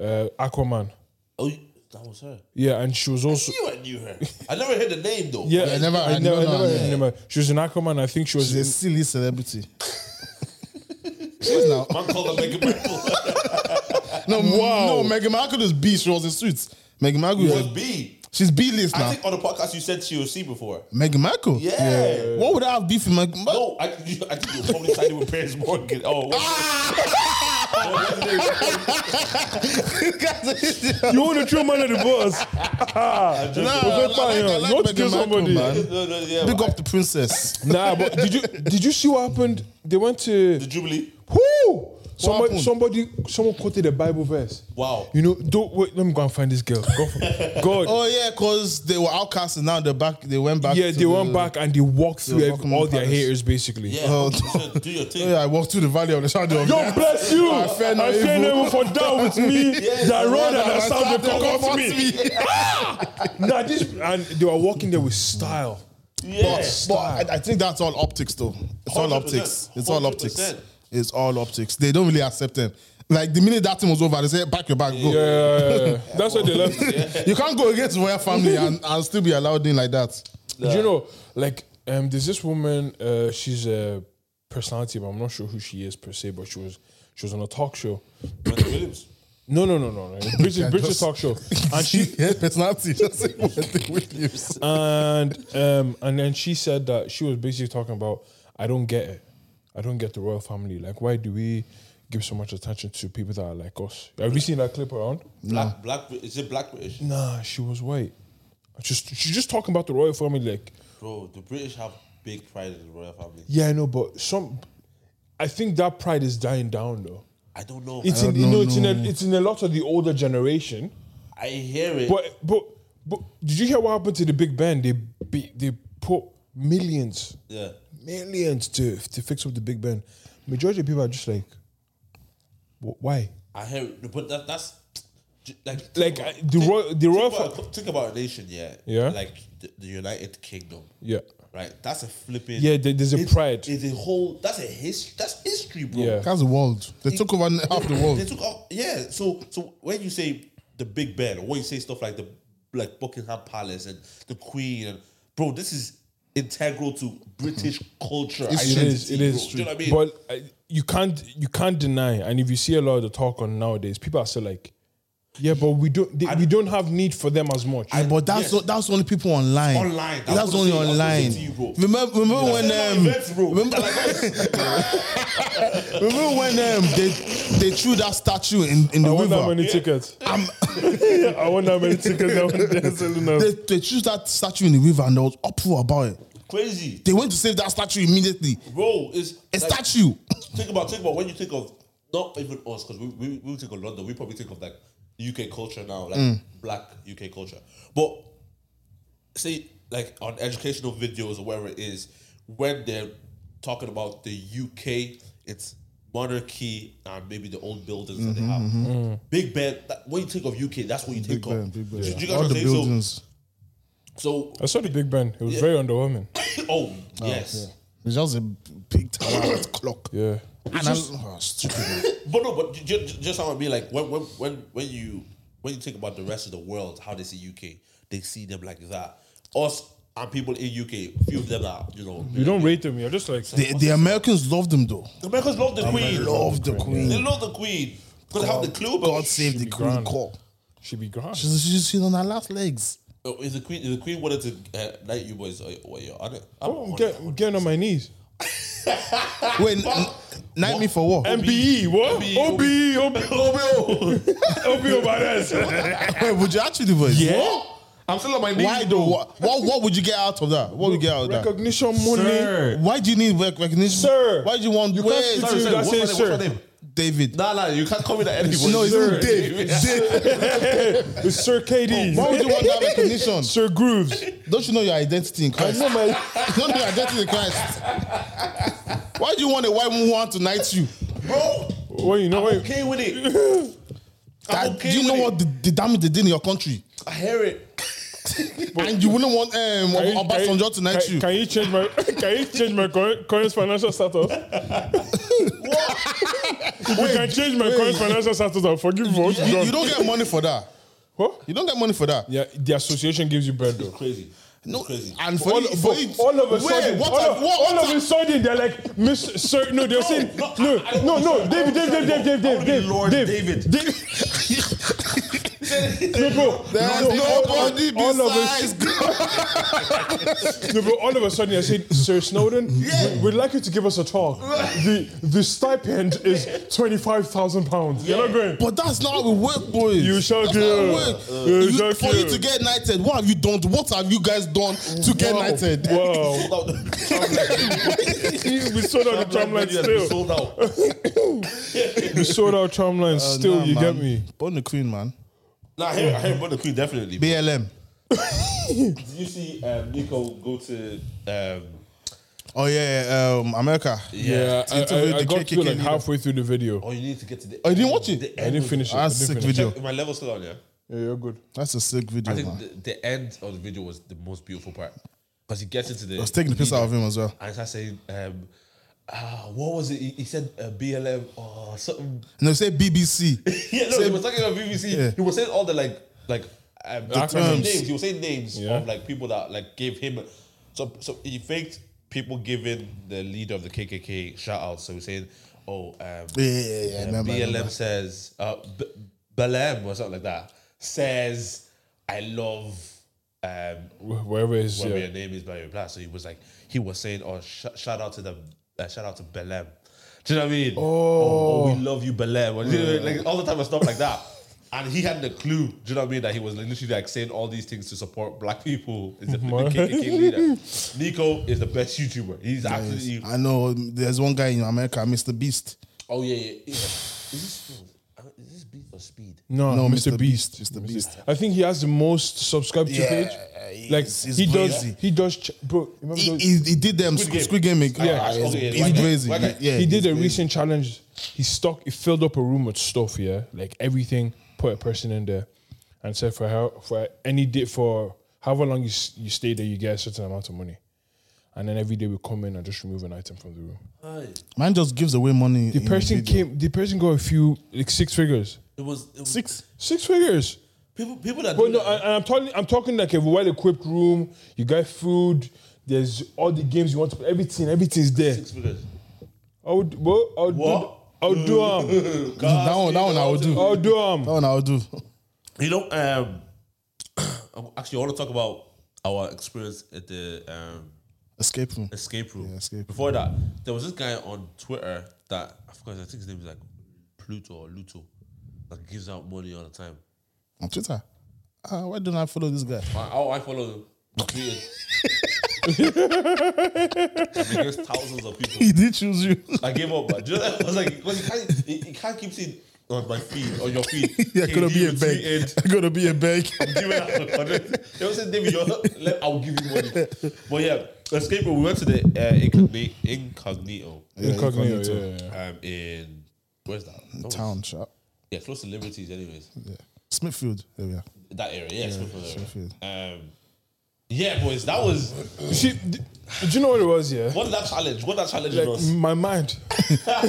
Speaker 4: uh, Aquaman.
Speaker 3: oh, you- that was her.
Speaker 4: Yeah, and she was also
Speaker 3: You I knew her. I never heard the name though.
Speaker 4: yeah.
Speaker 2: I never- I
Speaker 4: never,
Speaker 2: know
Speaker 4: I
Speaker 2: that,
Speaker 4: never
Speaker 2: yeah.
Speaker 4: remember. She was in Aquaman. I think she was.
Speaker 2: She's a
Speaker 4: in-
Speaker 2: silly celebrity. She's now.
Speaker 3: Man called her Megan
Speaker 4: [LAUGHS]
Speaker 3: Markle.
Speaker 2: No, no, Meghan Markle is B. She was in Suits. Meghan Markle,
Speaker 3: was
Speaker 2: is a-
Speaker 3: B.
Speaker 2: she's B list
Speaker 3: I
Speaker 2: now.
Speaker 3: think on the podcast you said she was C before.
Speaker 2: Meghan Markle.
Speaker 3: Yeah.
Speaker 2: What would I have beef with Meghan
Speaker 3: No,
Speaker 2: Markle?
Speaker 3: I, you- I think you probably signed it with Piers Morgan. Oh,
Speaker 4: Ah,
Speaker 3: what?
Speaker 4: you want to throw man at the boss?
Speaker 2: Nah,
Speaker 4: We're
Speaker 2: I
Speaker 4: going
Speaker 2: like-
Speaker 4: fine,
Speaker 2: I
Speaker 4: yeah.
Speaker 2: like
Speaker 4: You want to
Speaker 2: Meghan
Speaker 4: kill
Speaker 2: Markle,
Speaker 4: somebody.
Speaker 2: man.
Speaker 3: no, no, yeah.
Speaker 2: Big up the princess.
Speaker 4: Nah, but did you did you see what happened? They went to
Speaker 3: The Jubilee.
Speaker 4: Who? Somebody,
Speaker 2: happened?
Speaker 4: somebody, someone quoted a Bible verse.
Speaker 3: Wow.
Speaker 4: You know, don't wait. Let me go and find this girl. Go for, [LAUGHS] God.
Speaker 2: Oh yeah, because they were outcasts and now they're back. They went back.
Speaker 4: yeah,
Speaker 2: to
Speaker 4: they went
Speaker 2: the-
Speaker 4: back and they walked through
Speaker 2: walked
Speaker 4: all
Speaker 2: among
Speaker 4: their
Speaker 2: palace.
Speaker 4: haters, basically.
Speaker 3: Yeah.
Speaker 2: Oh,
Speaker 3: so do your
Speaker 4: [LAUGHS]
Speaker 3: thing.
Speaker 2: Yeah, I walked through the valley of the shadow of
Speaker 4: God
Speaker 2: death.
Speaker 4: bless you.
Speaker 2: I fear no
Speaker 4: I fear no
Speaker 2: evil.
Speaker 4: evil for down with [LAUGHS] me. That rod and
Speaker 2: I
Speaker 4: that sound they
Speaker 2: shall
Speaker 4: comfort
Speaker 2: comfort
Speaker 4: me. Nah, this and they were walking there with style.
Speaker 3: Yeah.
Speaker 2: But, but I, I think that's all optics, though. It's all
Speaker 3: 100%,
Speaker 2: optics. It's all optics.
Speaker 3: 100%.
Speaker 2: It's all optics. They don't really accept them. Like the minute that thing was over, they said, "Back your back, go."
Speaker 4: Yeah, that's why they left.
Speaker 2: You can't go against royal family and, and still be allowed in like that.
Speaker 4: Do you know, like, um, there's this woman. Uh, she's a personality, but I'm not sure who she is per se. But she was, She was on a talk show.
Speaker 3: Wendy Williams.
Speaker 4: No, no, no, no, [LAUGHS] no. British, British
Speaker 2: just-
Speaker 4: talk show.
Speaker 3: [LAUGHS]
Speaker 4: And [LAUGHS] she
Speaker 2: [LAUGHS] yeah, personality doesn't [LAUGHS] want to Williams.
Speaker 4: and um, and then she said that she was basically talking about I don't get it. I don't get the royal family. Like, why do we give so much attention to people that are like us? Have you seen that clip around?
Speaker 3: Black, black, is it black British?
Speaker 4: Nah, she was white. I Just she's just talking about the royal family. Like,
Speaker 3: Bro, the British have big pride in the royal family.
Speaker 4: yeah, I know, but some. I think that pride is dying down though.
Speaker 3: I don't know.
Speaker 4: It's in, you know, it's in a, it's in a lot of the older generation.
Speaker 3: I hear it.
Speaker 4: But but but did you hear what happened to the Big Bang? They be- they put millions
Speaker 3: yeah.
Speaker 4: millions to to fix up the Big Ben. Majority of people are just like, "Wh- why?
Speaker 3: I hear it. But that, that's like, think
Speaker 4: Like
Speaker 3: about-
Speaker 4: I, the royal, the royal,
Speaker 3: think,
Speaker 4: fa-
Speaker 3: about, think about a nation, yeah.
Speaker 4: Yeah.
Speaker 3: Like the, the United Kingdom.
Speaker 4: yeah,
Speaker 3: Right? That's a flipping.
Speaker 4: yeah. there- There's a
Speaker 3: It's-
Speaker 4: pride.
Speaker 3: It's a whole. That's a history. That's history, bro.
Speaker 4: Yeah.
Speaker 2: That's the world. They took over half the
Speaker 3: They
Speaker 2: world.
Speaker 3: took off. Yeah. So so when you say the Big Ben, or when you say stuff like the like Buckingham Palace and the Queen, and bro, this is integral to British culture.
Speaker 4: It is. It
Speaker 3: identity,
Speaker 4: is.
Speaker 3: bro. Do you know what I mean?
Speaker 4: But uh, you can't. You can't deny. And if you see a lot of the talk on nowadays, people are still like, "Yeah, but we don't. They, we don't have need for them as much."
Speaker 2: But that's
Speaker 3: Yes.
Speaker 2: that's only people online.
Speaker 3: Online, that's
Speaker 2: That's,
Speaker 3: what I'm
Speaker 2: only
Speaker 3: saying, that's what I'm saying
Speaker 2: online.
Speaker 3: to you, bro.
Speaker 2: remember, remember when
Speaker 3: That's
Speaker 2: um,
Speaker 3: not events, bro.
Speaker 2: remember, [LAUGHS]
Speaker 3: [LAUGHS]
Speaker 2: remember when um, they they threw that statue in, in the
Speaker 4: I want that
Speaker 2: river.
Speaker 4: many tickets. I want that many tickets. I want they're selling us.
Speaker 2: They, they threw that statue in the river and there was uproar about it.
Speaker 3: crazy,
Speaker 2: They went to save that statue immediately.
Speaker 3: bro. Is
Speaker 2: A
Speaker 3: like,
Speaker 2: statue.
Speaker 3: think about think about when you think of not even us because we, we we think of London. We probably think of like UK culture now, like
Speaker 2: Mm.
Speaker 3: black UK culture. But see, like on educational videos or whatever it is, when they're talking about the UK, it's monarchy and maybe the old buildings that
Speaker 2: Mm-hmm,
Speaker 3: they have. Big Ben. That, when you think of UK, that's what you think of. Do you guys
Speaker 2: All the
Speaker 3: understand? So-
Speaker 2: buildings.
Speaker 3: So,
Speaker 4: I saw the Big Ben. It was very underwhelming.
Speaker 3: oh yes,
Speaker 2: It's just a big tower with clock.
Speaker 4: Yeah.
Speaker 2: And I, oh, stupid.
Speaker 3: But no, but just, just how I mean, like when when when when you when you think about the rest of the world, how they see UK, they see them like that. Us and people in UK, few of them are you know.
Speaker 4: You don't rate them. You're just like.
Speaker 2: the, the Americans love them though.
Speaker 3: The Americans love the Queen.
Speaker 2: Love the
Speaker 3: They
Speaker 2: Queen.
Speaker 3: love the Queen because they have the clue. But
Speaker 2: God save the Queen.
Speaker 4: grand.
Speaker 2: Call.
Speaker 4: Should be grand.
Speaker 2: She's, she's, she's on her last legs.
Speaker 3: Oh, if the Queen, if the Queen wanted to uh, knight you boys, uh, what you're on it? I'm
Speaker 4: Oh, I'm,
Speaker 3: on
Speaker 4: get,
Speaker 3: it.
Speaker 4: I'm getting on my knees.
Speaker 2: Wait, n- n- knight me for what?
Speaker 4: MBE, what?
Speaker 3: OBE,
Speaker 4: OBE, OBE,
Speaker 3: [LAUGHS]
Speaker 4: OBE,
Speaker 2: [LAUGHS] Wait, would you actually do it?
Speaker 4: Yeah?
Speaker 5: I'm still on my knees.
Speaker 2: Why though? What, what what would you get out of that? What would you get out of that?
Speaker 4: Recognition money.
Speaker 5: Sir.
Speaker 2: Why do you need rec- recognition?
Speaker 4: Sir.
Speaker 2: Why do you want? You
Speaker 4: can't
Speaker 2: wait,
Speaker 4: speak to you
Speaker 2: sorry,
Speaker 4: that
Speaker 5: What's
Speaker 4: say
Speaker 5: her name?
Speaker 4: sir.
Speaker 5: What's her name?
Speaker 2: David.
Speaker 3: Nah, nah, you can't call me that anymore.
Speaker 2: no, it's
Speaker 4: Sir.
Speaker 2: not Dave. Dave.
Speaker 4: It's Sir KD.
Speaker 2: Why would you want that recognition?
Speaker 4: Sir Grooves.
Speaker 2: Don't you know your identity in Christ? I know my. you [LAUGHS] don't know your identity in Christ. Why do you want a white woman who want to knight you?
Speaker 3: [LAUGHS] bro.
Speaker 4: Well, you know
Speaker 3: I'm
Speaker 4: what?
Speaker 3: okay with it. I'm
Speaker 2: That-
Speaker 3: okay
Speaker 2: do you know
Speaker 3: with
Speaker 2: what
Speaker 3: It.
Speaker 2: the, the damage they did in your country?
Speaker 3: I hear it.
Speaker 2: and you wouldn't want um,
Speaker 4: Can you- can you-
Speaker 2: Obasanjo to knight
Speaker 4: can-
Speaker 2: you.
Speaker 4: Can you change my can you change my current, current financial status? if you can change my current financial status, I'll forgive you for what you've
Speaker 2: you,
Speaker 4: done.
Speaker 2: you don't get money for that.
Speaker 4: What?
Speaker 2: You don't get money for that.
Speaker 4: Yeah, the association gives you bread though.
Speaker 3: Crazy.
Speaker 2: No,
Speaker 3: crazy.
Speaker 2: and for,
Speaker 4: All,
Speaker 2: you- for
Speaker 4: but
Speaker 2: it-
Speaker 4: all of a
Speaker 2: wait,
Speaker 4: sudden,
Speaker 2: what
Speaker 4: all,
Speaker 2: have-
Speaker 4: of, all
Speaker 2: what- what
Speaker 4: of
Speaker 2: have-
Speaker 4: a sudden, they're like, Miss Sir, no, they're saying,
Speaker 3: no,
Speaker 4: no,
Speaker 3: I- I
Speaker 4: no,
Speaker 3: don't
Speaker 4: no,
Speaker 3: want
Speaker 4: David,
Speaker 3: Sir.
Speaker 4: Dave, Dave, Dave, Dave,
Speaker 3: I
Speaker 4: Dave,
Speaker 3: want Lord
Speaker 4: Dave, Dave,
Speaker 3: David.
Speaker 4: no, bro,
Speaker 2: There's
Speaker 4: no, all-
Speaker 2: nobody
Speaker 4: all, all of a
Speaker 2: besides God.
Speaker 4: No, but all of a sudden, I said, Sir Snowden, we- we'd like you to give us a talk. The the stipend is twenty five thousand pounds. You're not going.
Speaker 2: But that's not how we work, boys.
Speaker 4: You shall
Speaker 2: That's not how we
Speaker 4: kill.
Speaker 2: work.
Speaker 4: Uh,
Speaker 2: You-
Speaker 4: you shall
Speaker 2: for you
Speaker 4: kill.
Speaker 2: to get knighted, what have you done? What have you guys done to get knighted? [LAUGHS]
Speaker 4: Wow,
Speaker 3: Sold out the-
Speaker 4: we sold out the tram line
Speaker 3: Sold out the-
Speaker 4: still.
Speaker 3: Sold out.
Speaker 4: We sold out tram lines still.
Speaker 2: Uh, Nah,
Speaker 4: you
Speaker 2: man.
Speaker 4: get me?
Speaker 2: Born the Queen, man.
Speaker 3: Nah, I hear, I hear about the Queen definitely. Did
Speaker 2: BLM.
Speaker 3: you see um, Nico go to um,
Speaker 2: Oh yeah, yeah, um, America.
Speaker 4: Yeah, I,
Speaker 2: Interview
Speaker 4: I, I
Speaker 2: the
Speaker 4: got to
Speaker 2: KKK
Speaker 4: like
Speaker 2: leader.
Speaker 4: halfway through the video.
Speaker 3: Oh, you need to get to the.
Speaker 2: Oh, you didn't watch it?
Speaker 3: The
Speaker 4: I
Speaker 3: end
Speaker 4: didn't finish it. I
Speaker 2: That's
Speaker 4: didn't
Speaker 2: sick
Speaker 4: finish
Speaker 2: video.
Speaker 4: it.
Speaker 3: My level's still on, yeah.
Speaker 4: Yeah, you're good.
Speaker 2: That's a sick video,
Speaker 3: I think
Speaker 2: man.
Speaker 3: the, the end of the video was the most beautiful part because he gets into the. I
Speaker 2: It's taking the piss out of him as well.
Speaker 3: And he starts saying, um, ah, what was it? He, he said uh, BLM or something.
Speaker 2: No, say [LAUGHS] BBC.
Speaker 3: [LAUGHS] Yeah, no, he was talking about BBC.
Speaker 2: Yeah.
Speaker 3: He was saying all the like, like um, the
Speaker 4: terms.
Speaker 3: names. He was saying names
Speaker 4: Yeah.
Speaker 3: of like people that like gave him. So so he faked people giving the leader of the KKK shout out. So he's saying, oh, um,
Speaker 2: Yeah, yeah, yeah. I remember, I
Speaker 3: BLM
Speaker 2: remember.
Speaker 3: says, uh, B- Belem or something like that says, I love um,
Speaker 4: Wh- Wherever it is,
Speaker 3: whatever
Speaker 4: yeah.
Speaker 3: your name is, Barry Black. So he was like, he was saying, oh, sh- shout out to the, uh, shout out to Belem. Do you know what I mean? Oh, oh, we love you, Belem. Or, you know, like all the time and stuff like that. And he had the clue. Do you know what I mean? That he was literally like saying all these things to support black people. Is the, the KKK
Speaker 2: [LAUGHS]
Speaker 3: leader. Nico is the best YouTuber. He's absolutely.
Speaker 2: I know um, there's one guy in America, Mr. Beast.
Speaker 3: Oh yeah, yeah. yeah. Is this uh, is this beat or speed?
Speaker 4: No,
Speaker 2: No,
Speaker 4: Mr.
Speaker 2: Mr.
Speaker 4: Beast.
Speaker 2: Beast, Mr. Beast.
Speaker 4: I think he has the most subscribed to
Speaker 2: Yeah,
Speaker 4: page.
Speaker 2: he's-
Speaker 4: Like
Speaker 2: he's
Speaker 4: he does,
Speaker 2: crazy.
Speaker 4: he does, ch- bro. Remember
Speaker 2: He,
Speaker 4: those-
Speaker 2: he, he did them
Speaker 3: Squid Game.
Speaker 2: Squid, Game.
Speaker 4: Yeah.
Speaker 2: Ah, he's,
Speaker 3: Okay,
Speaker 2: he's
Speaker 3: like that.
Speaker 2: crazy.
Speaker 3: Like that.
Speaker 2: yeah,
Speaker 4: he did
Speaker 2: he's
Speaker 4: a
Speaker 2: crazy.
Speaker 4: recent challenge. He stuck, he filled up a room with stuff, yeah, like everything. Put a person in there, and said for how for any day for however long you s- you stay there, you get a certain amount of money, and then every day we come in and just remove an item from the room.
Speaker 2: Man just gives away money.
Speaker 4: The person came, the person got a few like six figures,
Speaker 3: It was, it was
Speaker 2: six. uh,
Speaker 4: six figures.
Speaker 3: people. People that
Speaker 4: But
Speaker 3: do
Speaker 4: no,
Speaker 3: that-
Speaker 4: and and I'm talking. I'm talking like a well-equipped room. You got food. There's all the games you want to play. Everything, everything's there.
Speaker 3: six figures.
Speaker 4: I would, well, I would
Speaker 3: What?
Speaker 4: do. I
Speaker 3: [LAUGHS]
Speaker 4: would do them.
Speaker 2: [LAUGHS] um, That one, that one I will do.
Speaker 4: I would do um, them.
Speaker 2: That one I will do. [LAUGHS]
Speaker 3: You know, um, [COUGHS] I'm- actually, I want to talk about our experience at the um,
Speaker 2: Escape room.
Speaker 3: escape room.
Speaker 2: Yeah, escape room.
Speaker 3: Before that, there was this guy on Twitter that I forgot. I think his name is like Pluto or Luto that gives out money all the time.
Speaker 2: On Twitter. Ah, why don't I follow this guy? [LAUGHS]
Speaker 3: I, I, I follow him. He gives thousands of people.
Speaker 2: He did choose you. [LAUGHS]
Speaker 3: I gave up. Man. Just, I was like, well, you, can't, you, you can't keep seeing on my feed, on your feed.
Speaker 2: [LAUGHS] yeah,
Speaker 3: KD
Speaker 2: gonna be a
Speaker 3: retweeted,
Speaker 2: beg. [LAUGHS] Gonna be a beg.
Speaker 3: [LAUGHS] giving out a hundred. They was saying, David, you're not, let, I'll give you money. But yeah, escape room. We went to the uh, incognito, incognito
Speaker 4: Incognito, yeah, yeah.
Speaker 3: um, in where's that? That was-
Speaker 2: Town shop.
Speaker 3: Yeah, close to Liberties, anyways.
Speaker 2: Yeah. Smithfield. There we are.
Speaker 3: That area, yeah, Smithfield area. [LAUGHS]
Speaker 2: Smithfield.
Speaker 3: Um, yeah, boys, that was
Speaker 4: You See, d- do you know what it was? Yeah,
Speaker 3: what that challenge. What that challenge
Speaker 4: like
Speaker 3: was.
Speaker 4: my mind.
Speaker 2: Ah,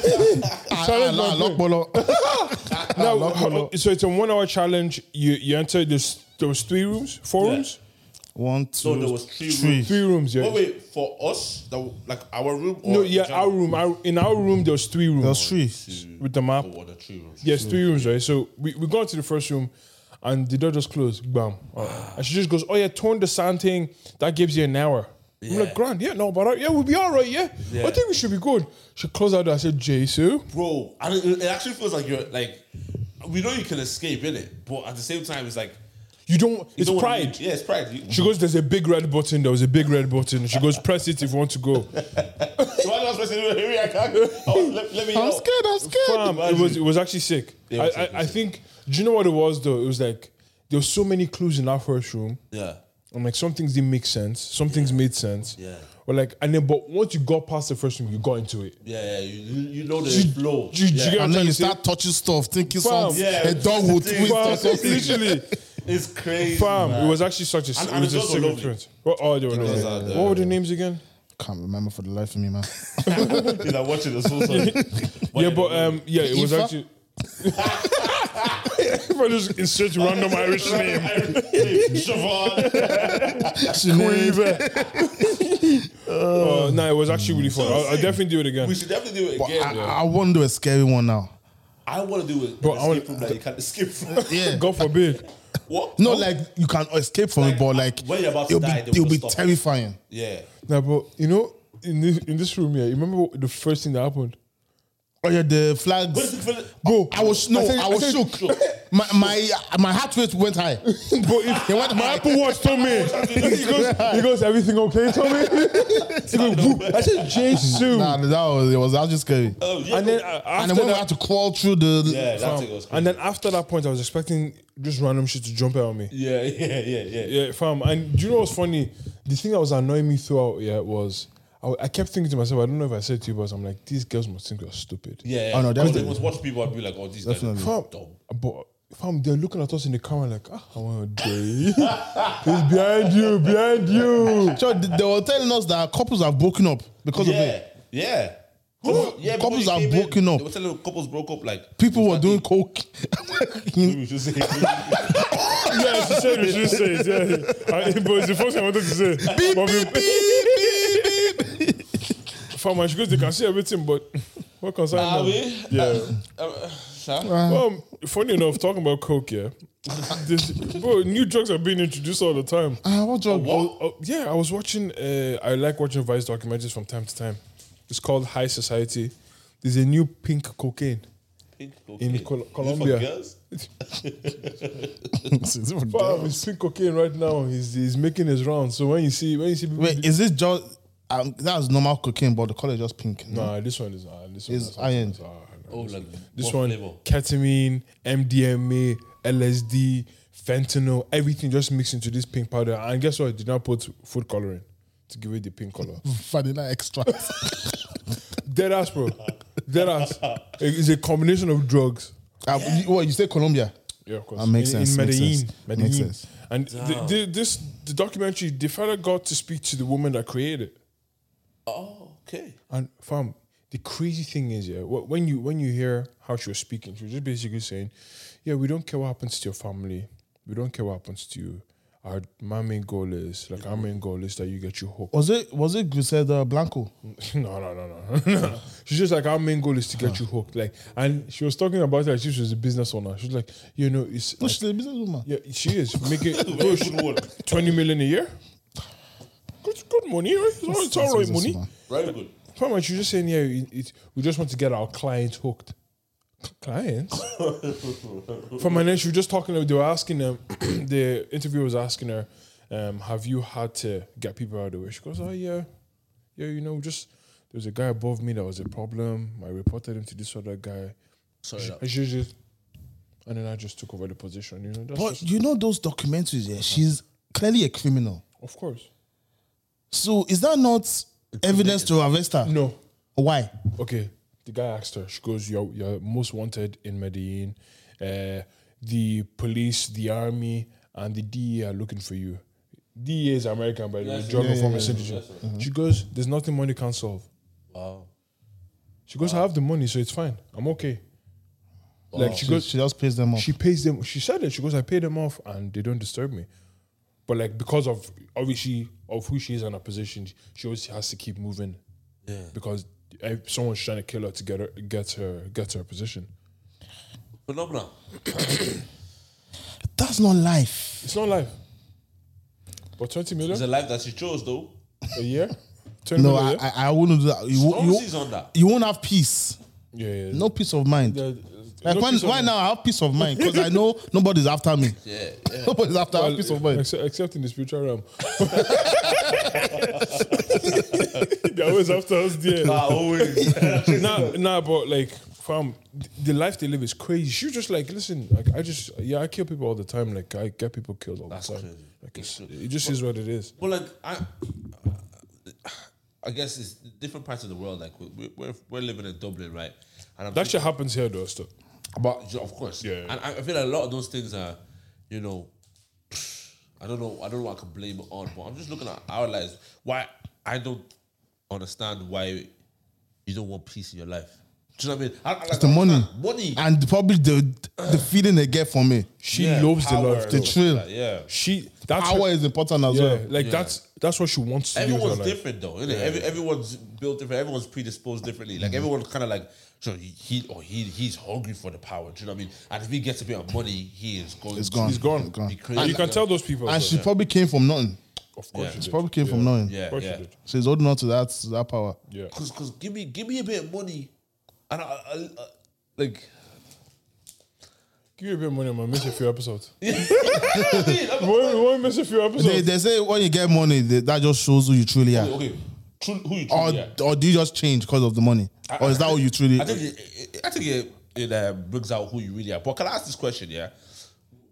Speaker 2: ah,
Speaker 4: Challenge
Speaker 2: ah,
Speaker 4: my brain.
Speaker 2: Lokbolo.
Speaker 4: Now,
Speaker 2: lock
Speaker 4: how-
Speaker 2: one up.
Speaker 4: so it's a one-hour challenge. You you enter this. There was three rooms, four
Speaker 3: Yeah.
Speaker 4: rooms,
Speaker 2: [LAUGHS] One, two,
Speaker 3: No, there was three
Speaker 2: three.
Speaker 3: rooms.
Speaker 4: three rooms. Yeah.
Speaker 3: Wait, wait, for us, that, like our room. Or
Speaker 4: no, yeah,
Speaker 3: general?
Speaker 4: our room. Our, in our room, there was three rooms
Speaker 2: There was three.
Speaker 4: with the map.
Speaker 3: Oh, what the three rooms.
Speaker 4: Yes, three rooms, right? So we, we gone to the first room and the door just closed. Bam. Uh, and she just goes, Oh, yeah, torn the sand thing. That gives you an hour. I'm
Speaker 3: Yeah.
Speaker 4: like, Grand, yeah, no, but uh, yeah, we'll be all right, yeah?
Speaker 3: Yeah.
Speaker 4: I think we should be good. She closed out. I said, Jesu.
Speaker 3: bro. And it, it actually feels like you're like, we know you can escape in it, but at the same time, it's like
Speaker 4: You don't,
Speaker 3: you
Speaker 4: it's
Speaker 3: don't wanna
Speaker 4: pride.
Speaker 3: leave. yeah, it's pride. You,
Speaker 4: She goes, There's a big red button. There was a big red button. She goes, Press it if you want to
Speaker 3: [LAUGHS]
Speaker 4: go.
Speaker 3: why not supposed to do it? Here I
Speaker 4: [LAUGHS]
Speaker 3: can't. Oh, let, let me.
Speaker 2: I'm
Speaker 3: out.
Speaker 2: scared. I'm scared.
Speaker 4: Fam, it was it was actually sick.
Speaker 3: It
Speaker 4: I,
Speaker 3: was sick, it
Speaker 4: I, I
Speaker 3: was
Speaker 4: think, do you know what it was though? It was like, there was so many clues in our first room.
Speaker 3: Yeah,
Speaker 4: I'm like, some things didn't make sense. Some things made sense.
Speaker 3: Yeah.
Speaker 4: But like, and then, but once you got past the first room, you got into it.
Speaker 3: yeah, yeah. You, you you know the
Speaker 4: You-
Speaker 3: flow.
Speaker 4: you- you
Speaker 3: yeah.
Speaker 4: get-
Speaker 2: And
Speaker 4: I'm trying
Speaker 2: then you
Speaker 4: to say-
Speaker 2: start touching stuff, thinking
Speaker 4: Fam.
Speaker 2: something.
Speaker 3: Yeah,
Speaker 2: a dog will
Speaker 3: it's the
Speaker 2: twist or
Speaker 4: Fam,
Speaker 2: something.
Speaker 4: literally,
Speaker 3: it's crazy.
Speaker 4: fam,
Speaker 3: man.
Speaker 4: it was actually such a,
Speaker 3: And-
Speaker 4: it
Speaker 3: and
Speaker 4: was
Speaker 3: the
Speaker 4: a
Speaker 3: girls were
Speaker 4: sick
Speaker 3: lovely. uh,
Speaker 4: experience. What, oh, they were lovely.
Speaker 3: girls are-
Speaker 4: What were the names again?
Speaker 2: Can't remember for the life of
Speaker 3: [LAUGHS]
Speaker 2: me, man.
Speaker 3: He's like watching the so sorry.
Speaker 4: [LAUGHS] yeah, but um, yeah, it was
Speaker 2: Aoife?
Speaker 4: actually. [LAUGHS] if I just insert random
Speaker 3: [LAUGHS]
Speaker 4: Irish name,
Speaker 3: Siobhan. eh?
Speaker 2: Sinead.
Speaker 4: uh, no, it was actually really fun. I'll, I'll definitely do it again.
Speaker 3: We should definitely do it
Speaker 2: But
Speaker 3: again.
Speaker 2: I, I want to do a scary one now.
Speaker 3: I, want to do it.
Speaker 4: Bro,
Speaker 3: an
Speaker 4: I wanna-
Speaker 3: escape from that you can't escape
Speaker 4: [LAUGHS]
Speaker 3: from.
Speaker 2: Yeah.
Speaker 4: God forbid.
Speaker 3: what?
Speaker 2: No, like you can escape from it, but like
Speaker 3: when you're about to
Speaker 2: it'll
Speaker 3: die, they
Speaker 2: be, it'll
Speaker 3: will
Speaker 2: be
Speaker 3: stop.
Speaker 2: terrifying.
Speaker 3: Yeah.
Speaker 4: Nah, but you know, in this in this room, yeah, you remember the first thing that happened?
Speaker 2: Oh yeah, the flags.
Speaker 3: What is it for?
Speaker 2: Bro, I was no,
Speaker 4: I
Speaker 2: I,
Speaker 4: said- I
Speaker 2: was
Speaker 4: said-
Speaker 2: shook. [LAUGHS] My my my heart rate
Speaker 3: [LAUGHS]
Speaker 2: went
Speaker 4: [LAUGHS]
Speaker 2: high.
Speaker 4: but if,
Speaker 2: They went
Speaker 4: my
Speaker 2: high.
Speaker 4: Apple Watch told me. he, goes, he goes, everything okay, Tommy? [LAUGHS] he goes, "Whoop." I said, Jesus.
Speaker 2: Nah, that was it was that was just scary.
Speaker 3: Oh, yeah.
Speaker 4: and then uh,
Speaker 2: and
Speaker 4: after
Speaker 2: then when we
Speaker 4: that,
Speaker 2: had to crawl through the
Speaker 3: yeah, that thing was
Speaker 4: fam,
Speaker 3: crazy.
Speaker 4: and then after that point, I was expecting just random shit to jump out on me.
Speaker 3: yeah, [LAUGHS] yeah, yeah, yeah.
Speaker 4: Yeah, fam. And do you know what's funny? The thing that was annoying me throughout, yeah, was I, I kept thinking to myself, I don't know if I said to you, but I'm like, these girls must think you're stupid.
Speaker 3: Yeah.
Speaker 2: Oh, no,
Speaker 3: Or
Speaker 2: definitely.
Speaker 3: They must watch people and be like, oh, these guys are
Speaker 4: Fam,
Speaker 3: dumb.
Speaker 4: but fam, they're looking at us in the camera like, ah, I want to die. [LAUGHS] He's behind you, behind you.
Speaker 2: [LAUGHS] So th- they were telling us that couples have broken up because of
Speaker 3: Yeah,
Speaker 2: it.
Speaker 3: yeah. Couple- yeah before
Speaker 2: Couples
Speaker 3: you
Speaker 2: are
Speaker 3: came in,
Speaker 2: broken up.
Speaker 3: They were telling couples broke up like
Speaker 2: People were doing coke.
Speaker 3: we should say- [LAUGHS]
Speaker 4: Yeah, she said we should say it. [LAUGHS] Yeah. I, but it's the first thing I wanted to say. Beep, beep, beep, beep, beam. she goes, they can see everything, but We're concerned.
Speaker 3: Are
Speaker 4: now.
Speaker 3: we?
Speaker 4: Yeah.
Speaker 3: Uh, uh, huh?
Speaker 4: well, funny enough, talking about coke, yeah. this, bro, new drugs are being introduced all the time.
Speaker 2: Ah, what drug? [LAUGHS]
Speaker 4: Oh, oh, yeah, I was watching. Uh, I like watching Vice documentaries from time to time. It's called High Society. There's a new pink cocaine.
Speaker 3: Pink
Speaker 4: In
Speaker 3: cocaine.
Speaker 4: Col-
Speaker 3: Is it for
Speaker 4: Colombia.
Speaker 3: girls?
Speaker 4: Fam, it's pink cocaine right now. He's, he's making his rounds. So when you see when you see people,
Speaker 2: Wait, is this just um, that was normal cocaine, but the color is just pink?
Speaker 4: nah, this one is uh, this one
Speaker 2: It's
Speaker 4: is something
Speaker 2: iron.
Speaker 4: that's, uh,
Speaker 3: Oh, like
Speaker 4: This
Speaker 3: what
Speaker 4: one,
Speaker 3: flavor?
Speaker 4: ketamine, MDMA, LSD, fentanyl, everything just mixed into this pink powder. And guess what? It did not put food coloring to give it the pink color.
Speaker 2: vanilla [LAUGHS] extract.
Speaker 4: Dead ass, bro. Dead ass. It's a combination of drugs.
Speaker 2: Uh, you- What you say, Colombia?
Speaker 4: Yeah, of course.
Speaker 2: That makes
Speaker 4: in,
Speaker 2: sense,
Speaker 4: In
Speaker 2: makes
Speaker 4: Medellin,
Speaker 2: sense, makes
Speaker 4: Medellin.
Speaker 2: sense.
Speaker 4: And the, the, this the documentary, the fella got to speak to the woman that created it.
Speaker 3: Oh, okay.
Speaker 4: And fam, the crazy thing is, yeah, wh- when you when you hear how she was speaking, she was just basically saying, "Yeah, we don't care what happens to your family. We don't care what happens to you. Our my main goal is like our main goal is that you get your hope."
Speaker 2: Was it was it Griselda Blanco?
Speaker 4: [LAUGHS] no, no, no, [LAUGHS] no. She's just like our main goal is to get you hooked. Like, and she was talking about it like she was a business owner. She was like, you know, it's
Speaker 2: No,
Speaker 4: like-
Speaker 2: she's a businesswoman.
Speaker 4: yeah, she is making bro, she- twenty million a year. Good, good money, right? It's all, it's all right money.
Speaker 2: Businesswoman.
Speaker 3: Very good.
Speaker 4: Pretty much, you're just saying, yeah, it, it, we just want to get our clients hooked. Clients? From my she was just talking, they were asking them, [CLEARS THROAT] the interviewer was asking her, um, have you had to get people out of the way? She goes, oh, yeah. Yeah, you know, just, there was a guy above me that was a problem. I reported him to this other guy.
Speaker 3: Sorry,
Speaker 4: And she just, and then I just took over the position, you know? That's
Speaker 2: But
Speaker 4: just,
Speaker 2: you know those documentaries. Yeah, she's clearly a criminal.
Speaker 4: of course.
Speaker 2: So is that not evidence to arrest her?
Speaker 4: No,
Speaker 2: Why?
Speaker 4: okay, the guy asked her, she goes, You're, you're most wanted in Medellin. Uh, the police, the army, and the DEA are looking for you. DEA is American, by the way,
Speaker 3: Yes,
Speaker 4: drug
Speaker 3: yeah,
Speaker 4: enforcement institution. She goes, There's nothing money can solve.
Speaker 3: Wow.
Speaker 4: She goes, I have the money, so it's fine. I'm okay. Like, she
Speaker 2: She,
Speaker 4: goes,
Speaker 2: she just pays them off.
Speaker 4: she pays them. She said it. She goes, I pay them off, and they don't disturb me. But like because of obviously of who she is and her position, she always has to keep moving.
Speaker 3: Yeah.
Speaker 4: Because eh, someone's trying to kill her to get her get her get her position.
Speaker 3: Phenomenal.
Speaker 2: That's not life.
Speaker 4: It's not life. But twenty
Speaker 3: It's
Speaker 4: million
Speaker 3: a life that she chose, though.
Speaker 4: a year. Twenty
Speaker 2: No,
Speaker 4: million.
Speaker 2: I, I, I wouldn't do that. You, won't- you,
Speaker 3: Stormzy's on that.
Speaker 2: you won't have peace.
Speaker 4: yeah, yeah, yeah.
Speaker 2: No uh, peace of mind.
Speaker 4: The-
Speaker 2: Like
Speaker 4: no
Speaker 2: when,
Speaker 4: peace of
Speaker 2: why
Speaker 4: mind.
Speaker 2: now I have peace of mind because I [LAUGHS] know nobody's after me.
Speaker 3: Yeah,
Speaker 4: [LAUGHS]
Speaker 3: yeah.
Speaker 2: Nobody's after I have
Speaker 4: Well,
Speaker 2: peace of mind.
Speaker 4: Except, except in the spiritual realm. [LAUGHS] They're always after us, dear.
Speaker 3: Nah, always.
Speaker 4: nah, nah, but like, fam, th- the life they live is crazy. She was just like, listen, like, I just, yeah, I kill people all the time. Like, I get people killed all
Speaker 3: That's
Speaker 4: the time.
Speaker 3: crazy.
Speaker 4: Like, it's, it just is what it is.
Speaker 3: [LAUGHS] But like I, I guess it's different parts of the world. Like we- we're we're living in Dublin, right? And I'm
Speaker 4: That shit happens here, though. Still,
Speaker 3: but of course,
Speaker 4: Yeah.
Speaker 3: And I I feel like a lot of those things are, you know, [SNIFFS] I don't know, I don't know what I can blame it on, but I'm just looking at our lives. Why I don't understand why you don't want peace in your life. Do you know what I mean? I, I, like,
Speaker 2: the money.
Speaker 3: money.
Speaker 2: And probably the the feeling they get from it.
Speaker 4: she
Speaker 3: Yeah,
Speaker 4: loves the
Speaker 3: power,
Speaker 4: life.
Speaker 2: The
Speaker 4: Though.
Speaker 2: thrill.
Speaker 3: Like, yeah.
Speaker 4: She that's
Speaker 2: Power
Speaker 4: her-
Speaker 2: is important as
Speaker 4: yeah,
Speaker 2: well.
Speaker 4: like
Speaker 3: Yeah.
Speaker 4: that's that's what she wants to
Speaker 3: Everyone's
Speaker 4: do. with her life.
Speaker 3: different though, isn't it? Every, everyone's built different. Everyone's predisposed differently.
Speaker 2: Mm-hmm.
Speaker 3: Like everyone's kind of like, so he- he or he he's hungry for the power. Do you know what I mean? And if he gets a bit of money, he is going.
Speaker 2: It's
Speaker 3: to
Speaker 2: gone.
Speaker 4: He's gone.
Speaker 2: It's gone.
Speaker 3: Be crazy.
Speaker 4: And you can tell those people.
Speaker 2: And
Speaker 4: so,
Speaker 2: she probably came from nothing.
Speaker 4: of course,
Speaker 3: Yeah.
Speaker 4: she
Speaker 3: She
Speaker 4: did.
Speaker 2: She probably came from
Speaker 4: Yeah.
Speaker 2: nothing.
Speaker 4: Of
Speaker 3: Yeah,
Speaker 4: course,
Speaker 3: yeah.
Speaker 4: she did.
Speaker 2: She's holding on to that to that power.
Speaker 4: Yeah.
Speaker 3: Cause, cause give me give me a bit of money, and I, I, I like. [LAUGHS]
Speaker 4: Give you a bit of money, man. Miss a few episodes.
Speaker 3: You know what I mean? I'm-
Speaker 4: Why, why miss a few episodes?
Speaker 2: They, they say when you get money, they, that just shows who you truly are.
Speaker 3: okay, true, who you
Speaker 2: Or,
Speaker 3: truly are.
Speaker 2: or do you just change because of the money? Or is that what you truly
Speaker 3: I think it, it- I think it, it uh, brings out who you really are. But can I ask this question? Yeah,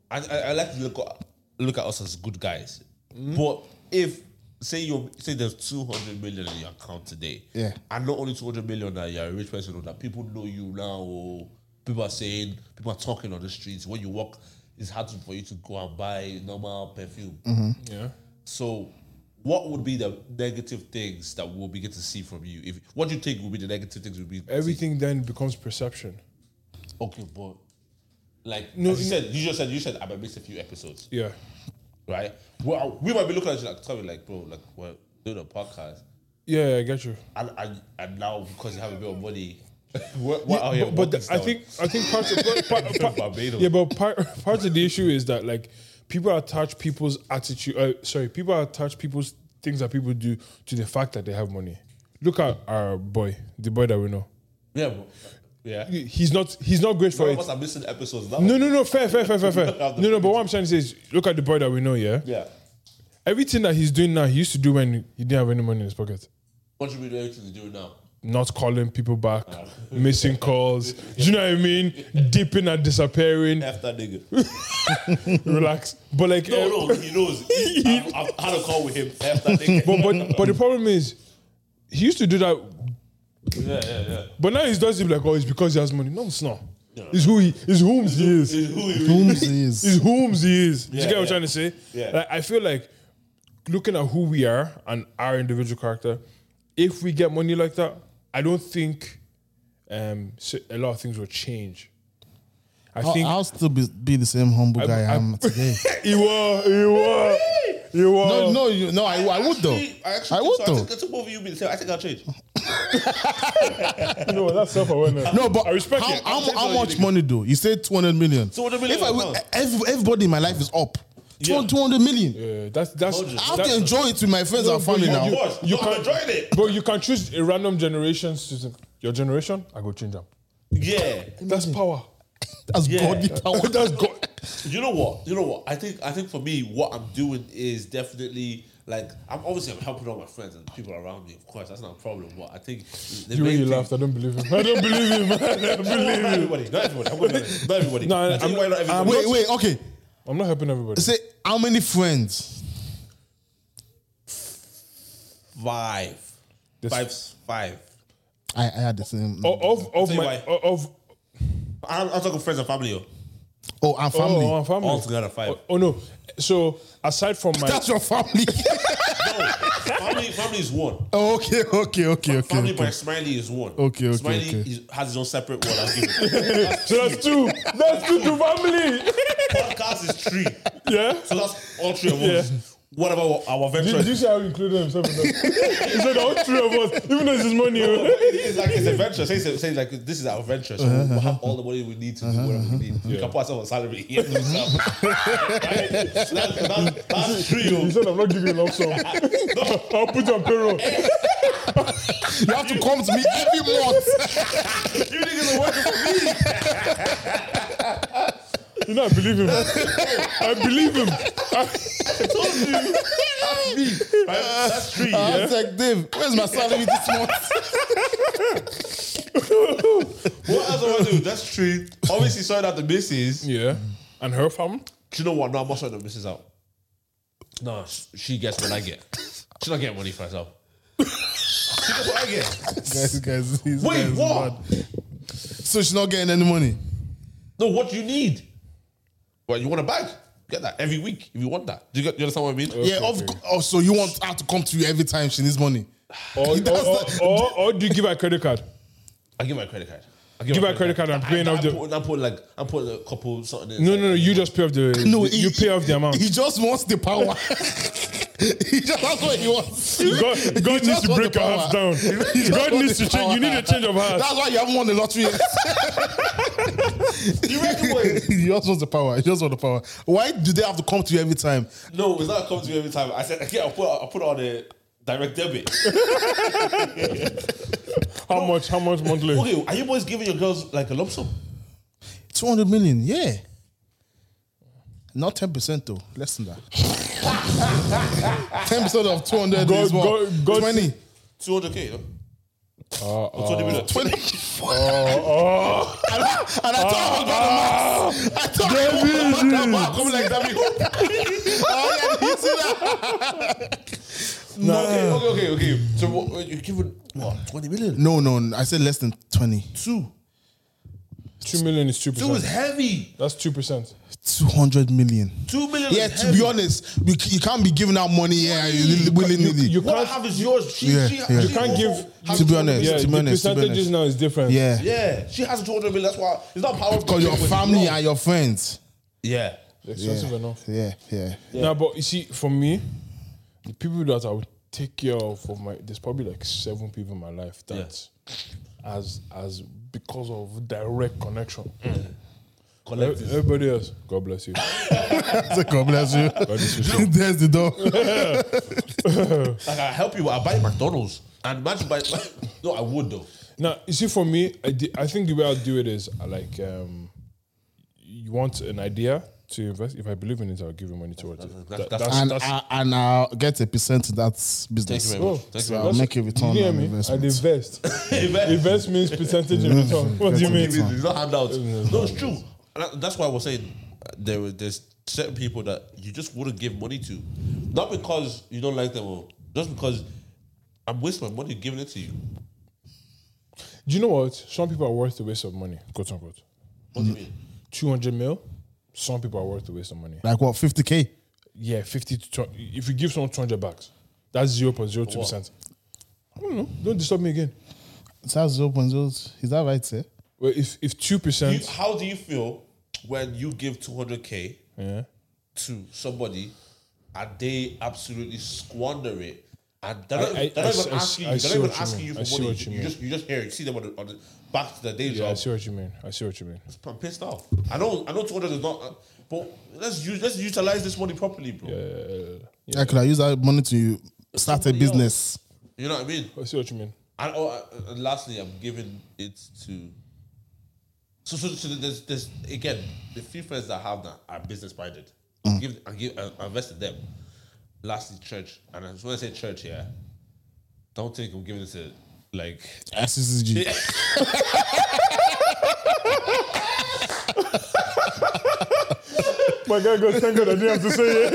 Speaker 3: I, I, I like to look at, look at us as good guys.
Speaker 2: Mm-hmm.
Speaker 3: But if say you say there's two hundred million in your account today,
Speaker 2: Yeah.
Speaker 3: and not only two hundred million that you're a rich person or that people know you now, or people are saying people are talking on the streets when you walk, it's hard to- for you to go and buy normal perfume.
Speaker 2: Mm-hmm.
Speaker 4: yeah.
Speaker 3: So, what would be the negative things that we'll begin to see from you? If what do you think would be the negative things would be
Speaker 4: Everything then becomes perception.
Speaker 3: Okay, but like
Speaker 4: No,
Speaker 3: as you
Speaker 4: no.
Speaker 3: said, you just said you said I might miss a few episodes,
Speaker 4: Yeah.
Speaker 3: right? Well, we might be looking at you like, Tommy, like, bro, like we're doing a podcast,
Speaker 4: Yeah, I get you.
Speaker 3: and and, and now because you have a bit of money, [LAUGHS] What, what, oh, yeah,
Speaker 4: but, but
Speaker 3: Walking
Speaker 4: I
Speaker 3: Stone.
Speaker 4: think I think part
Speaker 3: [LAUGHS]
Speaker 4: of part, part,
Speaker 3: From
Speaker 4: part-
Speaker 3: Barbados.
Speaker 4: yeah, but part part of the issue is that like people attach people's attitude. Uh, sorry, people attach people's things that people do to the fact that they have money. Look at our boy, the boy that we know.
Speaker 3: yeah, but- yeah.
Speaker 4: He's not he's not great for
Speaker 3: Some
Speaker 4: it.
Speaker 3: of us are missing episodes now.
Speaker 4: No, no, no, fair, fair, fair, fair, fair.
Speaker 3: Have the
Speaker 4: No, no, but what I'm trying to say is, look at the boy that we know, yeah.
Speaker 3: Yeah.
Speaker 4: Everything that he's doing now, he used to do when he didn't have any money in his pocket.
Speaker 3: What should we actually do now?
Speaker 4: Not calling people
Speaker 3: [LAUGHS]
Speaker 4: back, missing calls. Do you know what I mean? Dipping and disappearing.
Speaker 3: F that
Speaker 4: [LAUGHS]
Speaker 3: nigga.
Speaker 4: Relax. But like, eh,
Speaker 3: No, no, he knows.
Speaker 4: [LAUGHS]
Speaker 3: I've, I've had a call with him. F that nigga.
Speaker 4: but but but the problem is, he used to do that,
Speaker 3: yeah, yeah, yeah.
Speaker 4: but now he does it like, oh, it's because he has money. No, it's not. It's who he, it's whom he is.
Speaker 3: Is who he [LAUGHS] really
Speaker 2: Booms is.
Speaker 4: is whom's he is. Do you
Speaker 3: Yeah,
Speaker 4: get what I'm
Speaker 3: yeah.
Speaker 4: trying to say?
Speaker 3: Yeah.
Speaker 4: Like I feel like looking at who we are and our individual character, if we get money like that, I don't think um s- a lot of things will change. I
Speaker 2: I'll,
Speaker 4: think
Speaker 2: I'll still be, be the same humble guy I
Speaker 4: [LAUGHS]
Speaker 2: am today.
Speaker 4: you were, you were, you were.
Speaker 2: no, no, you, no, I, I would though.
Speaker 3: Actually, I, actually
Speaker 2: I would
Speaker 3: think so. I
Speaker 2: though.
Speaker 3: think I took over you being the same. I think I'll change.
Speaker 4: you know what, that's self-awareness.
Speaker 2: No, but
Speaker 4: I respect
Speaker 2: how,
Speaker 4: it.
Speaker 2: How,
Speaker 3: I'll
Speaker 2: how
Speaker 3: take
Speaker 2: much
Speaker 3: it.
Speaker 2: money though? You said 200 million.
Speaker 3: 200 million,
Speaker 2: If I will,
Speaker 3: huh?
Speaker 2: every, everybody in my life is up. 200,
Speaker 3: Yeah.
Speaker 2: 200 million.
Speaker 4: Yeah, that's that's.
Speaker 3: Hold you.
Speaker 2: I have
Speaker 4: that's
Speaker 2: to enjoy it with my friends and
Speaker 4: but
Speaker 2: family
Speaker 4: you-
Speaker 2: now.
Speaker 4: you-
Speaker 3: Boss, you
Speaker 4: can't-
Speaker 3: can join it.
Speaker 4: Bro, you can choose a random generation. to- Your generation, I go change them.
Speaker 3: Yeah.
Speaker 4: That's power.
Speaker 2: That's
Speaker 3: Yeah.
Speaker 2: godly
Speaker 4: [LAUGHS]
Speaker 2: power.
Speaker 4: That's
Speaker 2: [LAUGHS]
Speaker 4: God.
Speaker 3: You know what? You know what? I think I think for me, what I'm doing is definitely like I'm obviously I'm helping all my friends and people around me. Of course, that's not a problem. But I think the
Speaker 4: You
Speaker 3: main
Speaker 4: really
Speaker 3: thing-
Speaker 4: laughed. I don't believe him. [LAUGHS] I don't believe him. I
Speaker 3: [LAUGHS]
Speaker 4: don't
Speaker 3: Not
Speaker 4: believe him.
Speaker 3: everybody, not everybody. I'm gonna be honest, Not everybody.
Speaker 4: No,
Speaker 3: I tell you
Speaker 4: I'm-
Speaker 3: why not everybody.
Speaker 2: Wait, wait, okay.
Speaker 4: I'm not helping everybody.
Speaker 2: Say how many friends?
Speaker 3: five,
Speaker 4: This-
Speaker 3: five, five.
Speaker 2: I, I had the same.
Speaker 4: O- of of
Speaker 3: Say
Speaker 4: my
Speaker 3: why.
Speaker 4: of- of
Speaker 3: I'm, I'm talking friends and family. yo.
Speaker 2: oh, and family.
Speaker 4: oh, our family.
Speaker 3: All together, five.
Speaker 4: Oh, oh, no! So aside from my
Speaker 2: That's your family. [LAUGHS]
Speaker 3: family, family is one.
Speaker 2: oh, okay, okay, okay, okay.
Speaker 3: family
Speaker 2: okay.
Speaker 3: by Smiley is one.
Speaker 2: Okay, okay,
Speaker 3: Smiley
Speaker 2: okay.
Speaker 3: Is, has his own separate one. I'll give it. [LAUGHS]
Speaker 4: so that's two. That's two to family.
Speaker 3: Podcast is three.
Speaker 4: Yeah.
Speaker 3: So that's all three of us.
Speaker 4: Yeah.
Speaker 3: What about our, our venture?
Speaker 4: Did you see how he included himself? In that? he said all three of us, even though it's his money. oh."
Speaker 3: It's like it's adventure. Say, say, say like this is our venture. So
Speaker 2: Uh-huh,
Speaker 3: we'll have all the money we need to do whatever we need. We can put ourselves on salary. [LAUGHS] Yeah, right? So that's, that's, that's three. oh. yo.
Speaker 4: He said, "I'm not giving you a
Speaker 3: [LAUGHS]
Speaker 4: lump sum. I'll put you on payroll."
Speaker 2: You have to come to me every
Speaker 4: [LAUGHS]
Speaker 2: month.
Speaker 3: You niggas are working for me.
Speaker 4: You know, I believe him. I believe
Speaker 3: [LAUGHS]
Speaker 4: him. [LAUGHS]
Speaker 3: Right? That's three.
Speaker 2: I
Speaker 3: Yeah.
Speaker 2: was like, Dave, where's my salary this month? [LAUGHS]
Speaker 3: What else am I do? That's three. Obviously, sorry that the missus.
Speaker 4: Yeah, and her fam.
Speaker 3: Do you know what? No, I'm not sorting the missus out. No, sh- she gets what I get. She's not getting money for herself. she gets what I get.
Speaker 2: guys, guys, these
Speaker 3: Wait,
Speaker 2: guys
Speaker 3: what?
Speaker 2: mad. So she's not getting any money.
Speaker 3: No, what do you need? Well, you want a bag? Get that every week if you want that. Do you, get, you understand what I mean?
Speaker 2: yeah, of course. Oh, so you want her to come to you every time she needs money?
Speaker 4: Or,
Speaker 2: [LAUGHS]
Speaker 4: or, or, or, or do you give her a credit card?
Speaker 3: I give my credit card. I
Speaker 4: Give her a credit card and paying
Speaker 3: I,
Speaker 4: off the.
Speaker 3: I'm putting, I'm putting like I'm putting a couple something. In
Speaker 4: No, no, no. You just pay off the. No, you pay off the amount.
Speaker 2: He just wants the power. [LAUGHS] he just that's what he wants.
Speaker 4: God, God needs
Speaker 2: just
Speaker 4: to
Speaker 2: want
Speaker 4: break
Speaker 2: the
Speaker 4: your hearts down.
Speaker 2: power. [LAUGHS] He just
Speaker 4: God
Speaker 2: want
Speaker 4: needs
Speaker 2: the
Speaker 4: to change. You need a
Speaker 2: power.
Speaker 4: change of hearts.
Speaker 2: That's why you haven't won the lottery. yet.
Speaker 3: You reckon what?
Speaker 2: [LAUGHS] he just wants the power. He just wants the power. Why do they have to come to you every time?
Speaker 3: No, it's not coming to me every time. I said, okay, I'll put I'll put on a direct debit.
Speaker 4: How much? How much monthly?
Speaker 3: okay, are you boys giving your girls like a lump sum?
Speaker 2: Two hundred million, yeah. Not ten percent though, less than that. [LAUGHS] Ten percent of two hundred
Speaker 4: God-
Speaker 2: is what
Speaker 4: God- God-
Speaker 2: [LAUGHS] twenty.
Speaker 3: Two hundred k.
Speaker 4: Uh, uh,
Speaker 3: Twenty million.
Speaker 2: Twenty.
Speaker 3: [LAUGHS]
Speaker 2: and, I, and I thought I was gonna max. I thought I was gonna max.
Speaker 3: Come like that. me-
Speaker 2: Oh, yeah, you see that?
Speaker 3: Okay, okay, okay, okay. So what, what you're giving what twenty million?
Speaker 2: [LAUGHS] No, no, no, I said less than twenty.
Speaker 3: Two.
Speaker 4: two million is two
Speaker 3: Two is
Speaker 4: percent.
Speaker 3: heavy.
Speaker 4: That's two percent.
Speaker 2: Two hundred million.
Speaker 3: Two million.
Speaker 2: Yeah,
Speaker 3: is
Speaker 2: to
Speaker 3: heavy.
Speaker 2: be honest, we, c- you can't be giving out money yeah, willy
Speaker 4: You,
Speaker 2: nilly.
Speaker 4: you
Speaker 3: what I
Speaker 4: can't.
Speaker 3: have is yours. She,
Speaker 2: Yeah,
Speaker 3: she,
Speaker 2: yeah.
Speaker 3: she
Speaker 2: You
Speaker 4: can't give-
Speaker 3: has
Speaker 2: To be
Speaker 3: 200
Speaker 2: honest,
Speaker 4: Yeah,
Speaker 2: to be
Speaker 4: the
Speaker 2: honest, to be
Speaker 4: percentages
Speaker 2: honest.
Speaker 4: now is different.
Speaker 2: Yeah,
Speaker 3: Yeah, she has two hundred million. That's why it's not powerful.
Speaker 2: because your family and your friends.
Speaker 3: Yeah.
Speaker 4: It's expensive enough.
Speaker 2: Yeah, yeah.
Speaker 4: Now, but you see, for me, the people that I would take care of for my there's probably like seven people in my life that, as as because of direct connection.
Speaker 3: Collect this.
Speaker 4: Everybody else, God bless you.
Speaker 2: [LAUGHS] God bless you. There's the [LAUGHS] door.
Speaker 3: Like I help you, I buy McDonald's. And imagine buy [LAUGHS] No, I would though.
Speaker 4: Now, you see, for me, I, di- I think the way I'll do it is I like um, you want an idea to invest. If I believe in it, I'll give you money towards it.
Speaker 3: that's-
Speaker 4: That-
Speaker 3: that's-
Speaker 4: that's-
Speaker 2: and
Speaker 4: that's-
Speaker 2: I, and I'll get a percent to that business.
Speaker 3: Thank you very much. Thank you
Speaker 2: so
Speaker 3: very
Speaker 2: I'll
Speaker 4: that's-
Speaker 2: make a return
Speaker 4: you hear
Speaker 2: on
Speaker 4: me?
Speaker 2: investment.
Speaker 3: [LAUGHS]
Speaker 4: And invest.
Speaker 3: Invest.
Speaker 4: invest means percentage in return. What do you
Speaker 2: Invest.
Speaker 4: mean?
Speaker 3: It's not handouts. No, it's true. And that- That's why I was saying uh, there were there's certain people that you just wouldn't give money to, not because you don't like them or just because I'm wasting my money giving it to you.
Speaker 4: Do you know what? Some people are worth the waste of money, quote unquote.
Speaker 3: What do you mean?
Speaker 4: 200 mil, some people are worth the waste of money.
Speaker 2: Like what, 50k?
Speaker 4: Yeah, 50 to 20. If you give someone 200 bucks, that's 0.02%. I don't know. Don't disturb me again.
Speaker 2: It's at 0.0. Is that right, eh? sir?
Speaker 4: Well, if, if 2%.
Speaker 3: You- how do you feel when you give 200k
Speaker 4: yeah.
Speaker 3: to somebody and they absolutely squander it? And they're
Speaker 4: I-
Speaker 3: not,
Speaker 4: I-
Speaker 3: they're
Speaker 4: I
Speaker 3: not
Speaker 4: s-
Speaker 3: even
Speaker 4: I s-
Speaker 3: asking
Speaker 4: I
Speaker 3: you. They're
Speaker 4: see
Speaker 3: not even
Speaker 4: what you
Speaker 3: asking
Speaker 4: mean.
Speaker 3: you
Speaker 4: I
Speaker 3: for
Speaker 4: see
Speaker 3: money.
Speaker 4: what you
Speaker 3: You,
Speaker 4: mean.
Speaker 3: just you just hear it. See them on the, on the back to the day
Speaker 4: Yeah, I
Speaker 3: job.
Speaker 4: see what you mean. I see what you mean.
Speaker 3: I'm pissed off. I know I know 200 is not, uh, but let's use let's utilize this money properly, bro.
Speaker 4: Uh, yeah,
Speaker 2: I could have used that money to start a
Speaker 3: Somebody
Speaker 2: business.
Speaker 3: You know what I mean?
Speaker 4: I see what you mean.
Speaker 3: And, oh, uh, and lastly, I'm giving it to. So, so, so there's, there's again the few friends that I have that are business minded. Give I give I I invest in them. Lastly, church, and I just want to say church here. Don't think I'm giving it to like
Speaker 2: SCCG.
Speaker 4: My guy goes, thank God I didn't have [LAUGHS] to say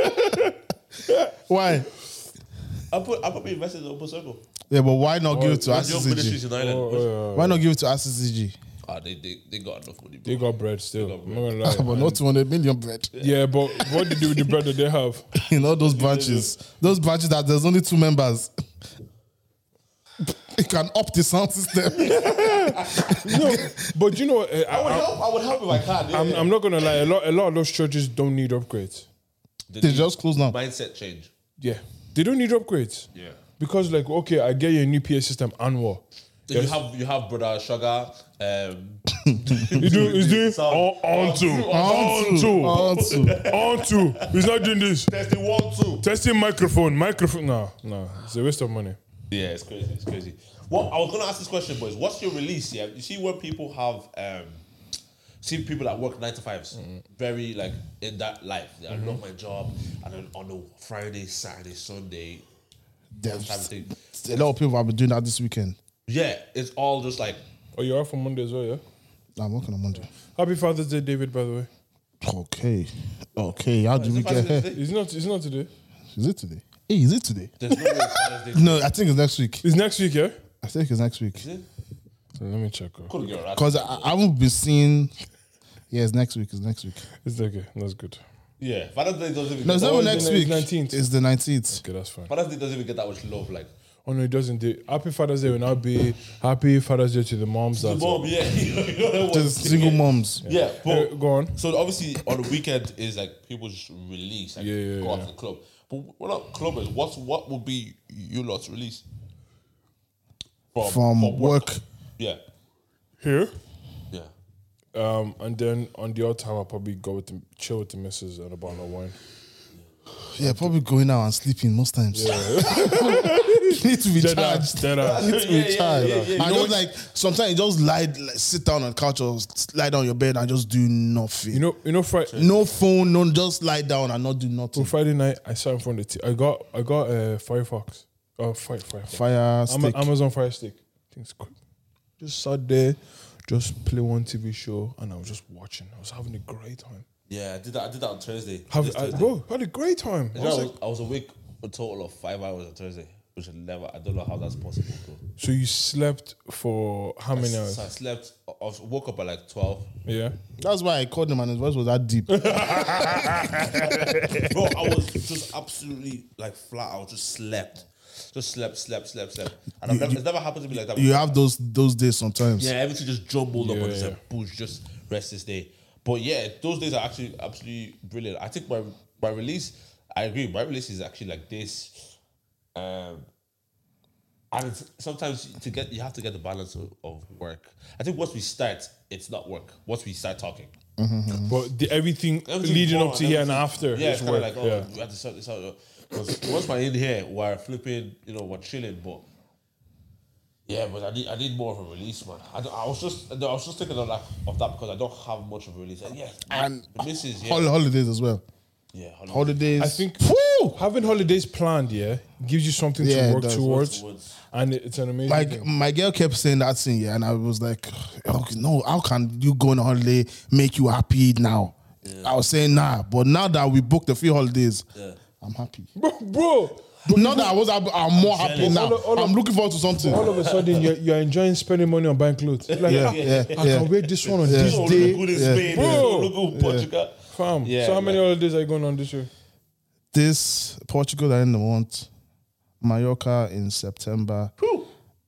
Speaker 4: it.
Speaker 2: Why?
Speaker 3: I put I probably invested in Open Circle.
Speaker 2: Yeah, but why not give it to
Speaker 3: Your ministries
Speaker 2: SCCG?
Speaker 3: in Ireland.
Speaker 4: Oh,
Speaker 2: Why not give it to SCCG?
Speaker 3: Ah, they, they they got enough money. Bro.
Speaker 4: They got bread still. I'm not gonna [LAUGHS] lie.
Speaker 2: [LAUGHS] But not 200 million [LAUGHS] bread
Speaker 4: yeah, but what do you do with the bread that they have?
Speaker 2: in all those branches. Those branches that there's only two members. [LAUGHS] You can up the sound system.
Speaker 4: [LAUGHS]
Speaker 2: [LAUGHS]
Speaker 4: No, but you know, uh,
Speaker 3: I would
Speaker 4: I,
Speaker 3: help. I would help if I can. Yeah,
Speaker 4: am
Speaker 3: yeah.
Speaker 4: I'm not gonna lie. A lot, a lot of those churches don't need upgrades.
Speaker 2: They just close now.
Speaker 3: mindset change.
Speaker 4: Yeah, they don't need upgrades.
Speaker 3: Yeah.
Speaker 4: Because like, okay, I get you a new PA system, Anwar.
Speaker 3: You have you have brother Sugar. Um,
Speaker 4: He's [LAUGHS] doing, he's doing
Speaker 3: Sound.
Speaker 4: on, Oh, on to, on
Speaker 2: Onto,
Speaker 4: to,
Speaker 2: onto.
Speaker 4: [LAUGHS] on to. He's not doing this.
Speaker 3: there's the one too.
Speaker 4: Testing microphone, microphone. Nah, nah, it's a waste of money.
Speaker 3: Yeah, it's crazy. It's crazy. Well, I was gonna ask this question, boys. What's your release? Yeah, you see when people have um, see people that work nine to 5s
Speaker 2: Mm-hmm.
Speaker 3: very like in that life. Yeah, I love my job, and then on a Friday, Saturday, Sunday,
Speaker 2: There's
Speaker 3: type of thing.
Speaker 2: a lot of people have been doing that this weekend.
Speaker 3: Yeah, it's all just like
Speaker 4: Oh, you're off on Monday as well, yeah.
Speaker 2: I'm working on Monday.
Speaker 4: Happy Father's Day, David. By the way,
Speaker 2: Okay. Okay. How do we
Speaker 3: Father's
Speaker 2: get
Speaker 3: Day
Speaker 2: here?
Speaker 3: today?
Speaker 4: it's not. It's not today.
Speaker 2: Is it today? Hey, is it today?
Speaker 3: there's no way it's Father's Day.
Speaker 2: No, I think it's next week.
Speaker 4: It's next week, yeah.
Speaker 2: I think it's next week.
Speaker 4: So let me check. oh.
Speaker 3: Couldn't get around.
Speaker 2: Because I, I haven't been seeing. Yeah, it's next week. It's next week.
Speaker 4: It's okay. That's good.
Speaker 3: Yeah, Father's Day doesn't even.
Speaker 2: No, it's not
Speaker 4: Oh,
Speaker 2: even
Speaker 4: it's
Speaker 2: next
Speaker 4: the-
Speaker 2: week.
Speaker 4: it's 19th.
Speaker 2: It's the 19th.
Speaker 4: Okay, that's fine.
Speaker 3: Father's Day doesn't even get that much love. Like
Speaker 4: Oh no, it doesn't. The Happy Father's Day will now be Happy Father's Day to the moms.
Speaker 3: the
Speaker 4: That's
Speaker 3: mom, yeah, [LAUGHS] you know what I'm
Speaker 2: Just single
Speaker 3: saying?
Speaker 2: moms.
Speaker 3: Yeah,
Speaker 4: Uh,
Speaker 3: but
Speaker 4: go on.
Speaker 3: So obviously on the weekend is like people just release, like
Speaker 4: Yeah, yeah,
Speaker 3: go out
Speaker 4: yeah.
Speaker 3: to the club. But we're not clubbers. What's what would be you lot's release from
Speaker 2: From work.
Speaker 3: Yeah,
Speaker 4: Here.
Speaker 3: yeah.
Speaker 4: Um, and then on the odd time, I'll probably go with the, chill with the missus and a bottle of wine.
Speaker 2: Yeah, probably going out and sleeping most times.
Speaker 3: [LAUGHS]
Speaker 2: [LAUGHS] Need to be
Speaker 4: Dead ass,
Speaker 2: charged.
Speaker 4: dead
Speaker 2: [LAUGHS]
Speaker 4: ass.
Speaker 2: Need to
Speaker 3: Yeah,
Speaker 2: be
Speaker 3: yeah,
Speaker 2: charged.
Speaker 3: yeah, yeah, yeah.
Speaker 2: And
Speaker 3: You know
Speaker 2: just like sometimes you just lie, like, sit down on the couch or s- lie down on your bed and just do nothing.
Speaker 4: You know, you know, Friday,
Speaker 2: no phone, no, just lie down and not do nothing.
Speaker 4: Friday night, I sat in front of the. T- I got, I got uh, Firefox. Oh, fire, Firefox.
Speaker 2: Fire
Speaker 4: Ama-
Speaker 2: stick.
Speaker 4: Amazon Fire Stick. Things quick. Just sat there, just play one TV show, and I was just watching. I was having a great time.
Speaker 3: Yeah, I did that. I did that on Thursday.
Speaker 4: Have,
Speaker 3: This
Speaker 4: I,
Speaker 3: Thursday.
Speaker 4: bro, had a great time. I
Speaker 3: You know, I,
Speaker 4: was
Speaker 3: was
Speaker 4: like,
Speaker 3: I was awake a total of five hours on Thursday, which I never. I don't know how that's possible. Bro.
Speaker 4: so you slept for how many hours?
Speaker 3: So I slept. I was- woke up at like twelve.
Speaker 4: Yeah.
Speaker 2: That's why I called him and his voice was that deep. That's
Speaker 3: [LAUGHS] Bro, I was just absolutely like flat. I was just slept, just slept, slept, slept, slept. And I've never, it's never happened to me like that.
Speaker 2: you have those those days sometimes.
Speaker 3: Yeah, everything just jumbled up and it's
Speaker 4: Yeah.
Speaker 3: like, boosh, just rest this day. But yeah, those days are actually absolutely brilliant. I think my my release, I agree, my release is actually like this. Um, and it's, sometimes to get you have to get the balance of, of work. I think once we start, it's not work. Once we start talking,
Speaker 2: Mm.
Speaker 4: But the, everything,
Speaker 3: Everything
Speaker 4: leading
Speaker 3: before
Speaker 4: up to
Speaker 3: and
Speaker 4: here and
Speaker 3: everything-
Speaker 4: after
Speaker 3: Yeah,
Speaker 4: is
Speaker 3: it's kind
Speaker 4: work.
Speaker 3: of like, oh,
Speaker 4: yeah.
Speaker 3: we have to sort this out. Because once we're in here, we're flipping, you know, we're chilling, but. Yeah, but I need I need more of a release, man. I, don't- I was just I was just thinking of that of that because I don't have much of a release. Yeah,
Speaker 2: And
Speaker 3: the missus, yeah,
Speaker 2: Hol- holidays as well.
Speaker 3: yeah, holiday.
Speaker 2: Holidays.
Speaker 4: I think
Speaker 2: Whew!
Speaker 4: having holidays planned, yeah, gives you something
Speaker 2: Yeah, it
Speaker 4: to work
Speaker 2: does.
Speaker 4: towards,
Speaker 3: Towards-
Speaker 4: and it- it's an amazing
Speaker 2: Like
Speaker 4: thing.
Speaker 2: my girl kept saying that thing, yeah, and I was like, "Oh, no, how can you go on a holiday make you happy now? I was saying nah, but now that we booked a few holidays, I'm happy.
Speaker 4: Bro, bro,
Speaker 2: Not that I was, I'm, I'm more happy
Speaker 3: jealous.
Speaker 2: now.
Speaker 4: All of- all of-
Speaker 2: I'm looking forward to something.
Speaker 4: all of a sudden you're, you're enjoying spending money on buying clothes. You're Like,
Speaker 2: Yeah,
Speaker 4: ah,
Speaker 2: yeah,
Speaker 4: I
Speaker 2: yeah.
Speaker 4: can wear this one on
Speaker 3: You
Speaker 4: this
Speaker 3: don't
Speaker 4: day,
Speaker 3: look good in
Speaker 2: yeah.
Speaker 3: Spain. You
Speaker 4: Bro.
Speaker 3: don't look good in Portugal.
Speaker 4: fam.
Speaker 3: Yeah,
Speaker 4: so how many
Speaker 3: like-
Speaker 4: holidays are you going on this year?
Speaker 2: this Portugal that I didn't want, Mallorca in September,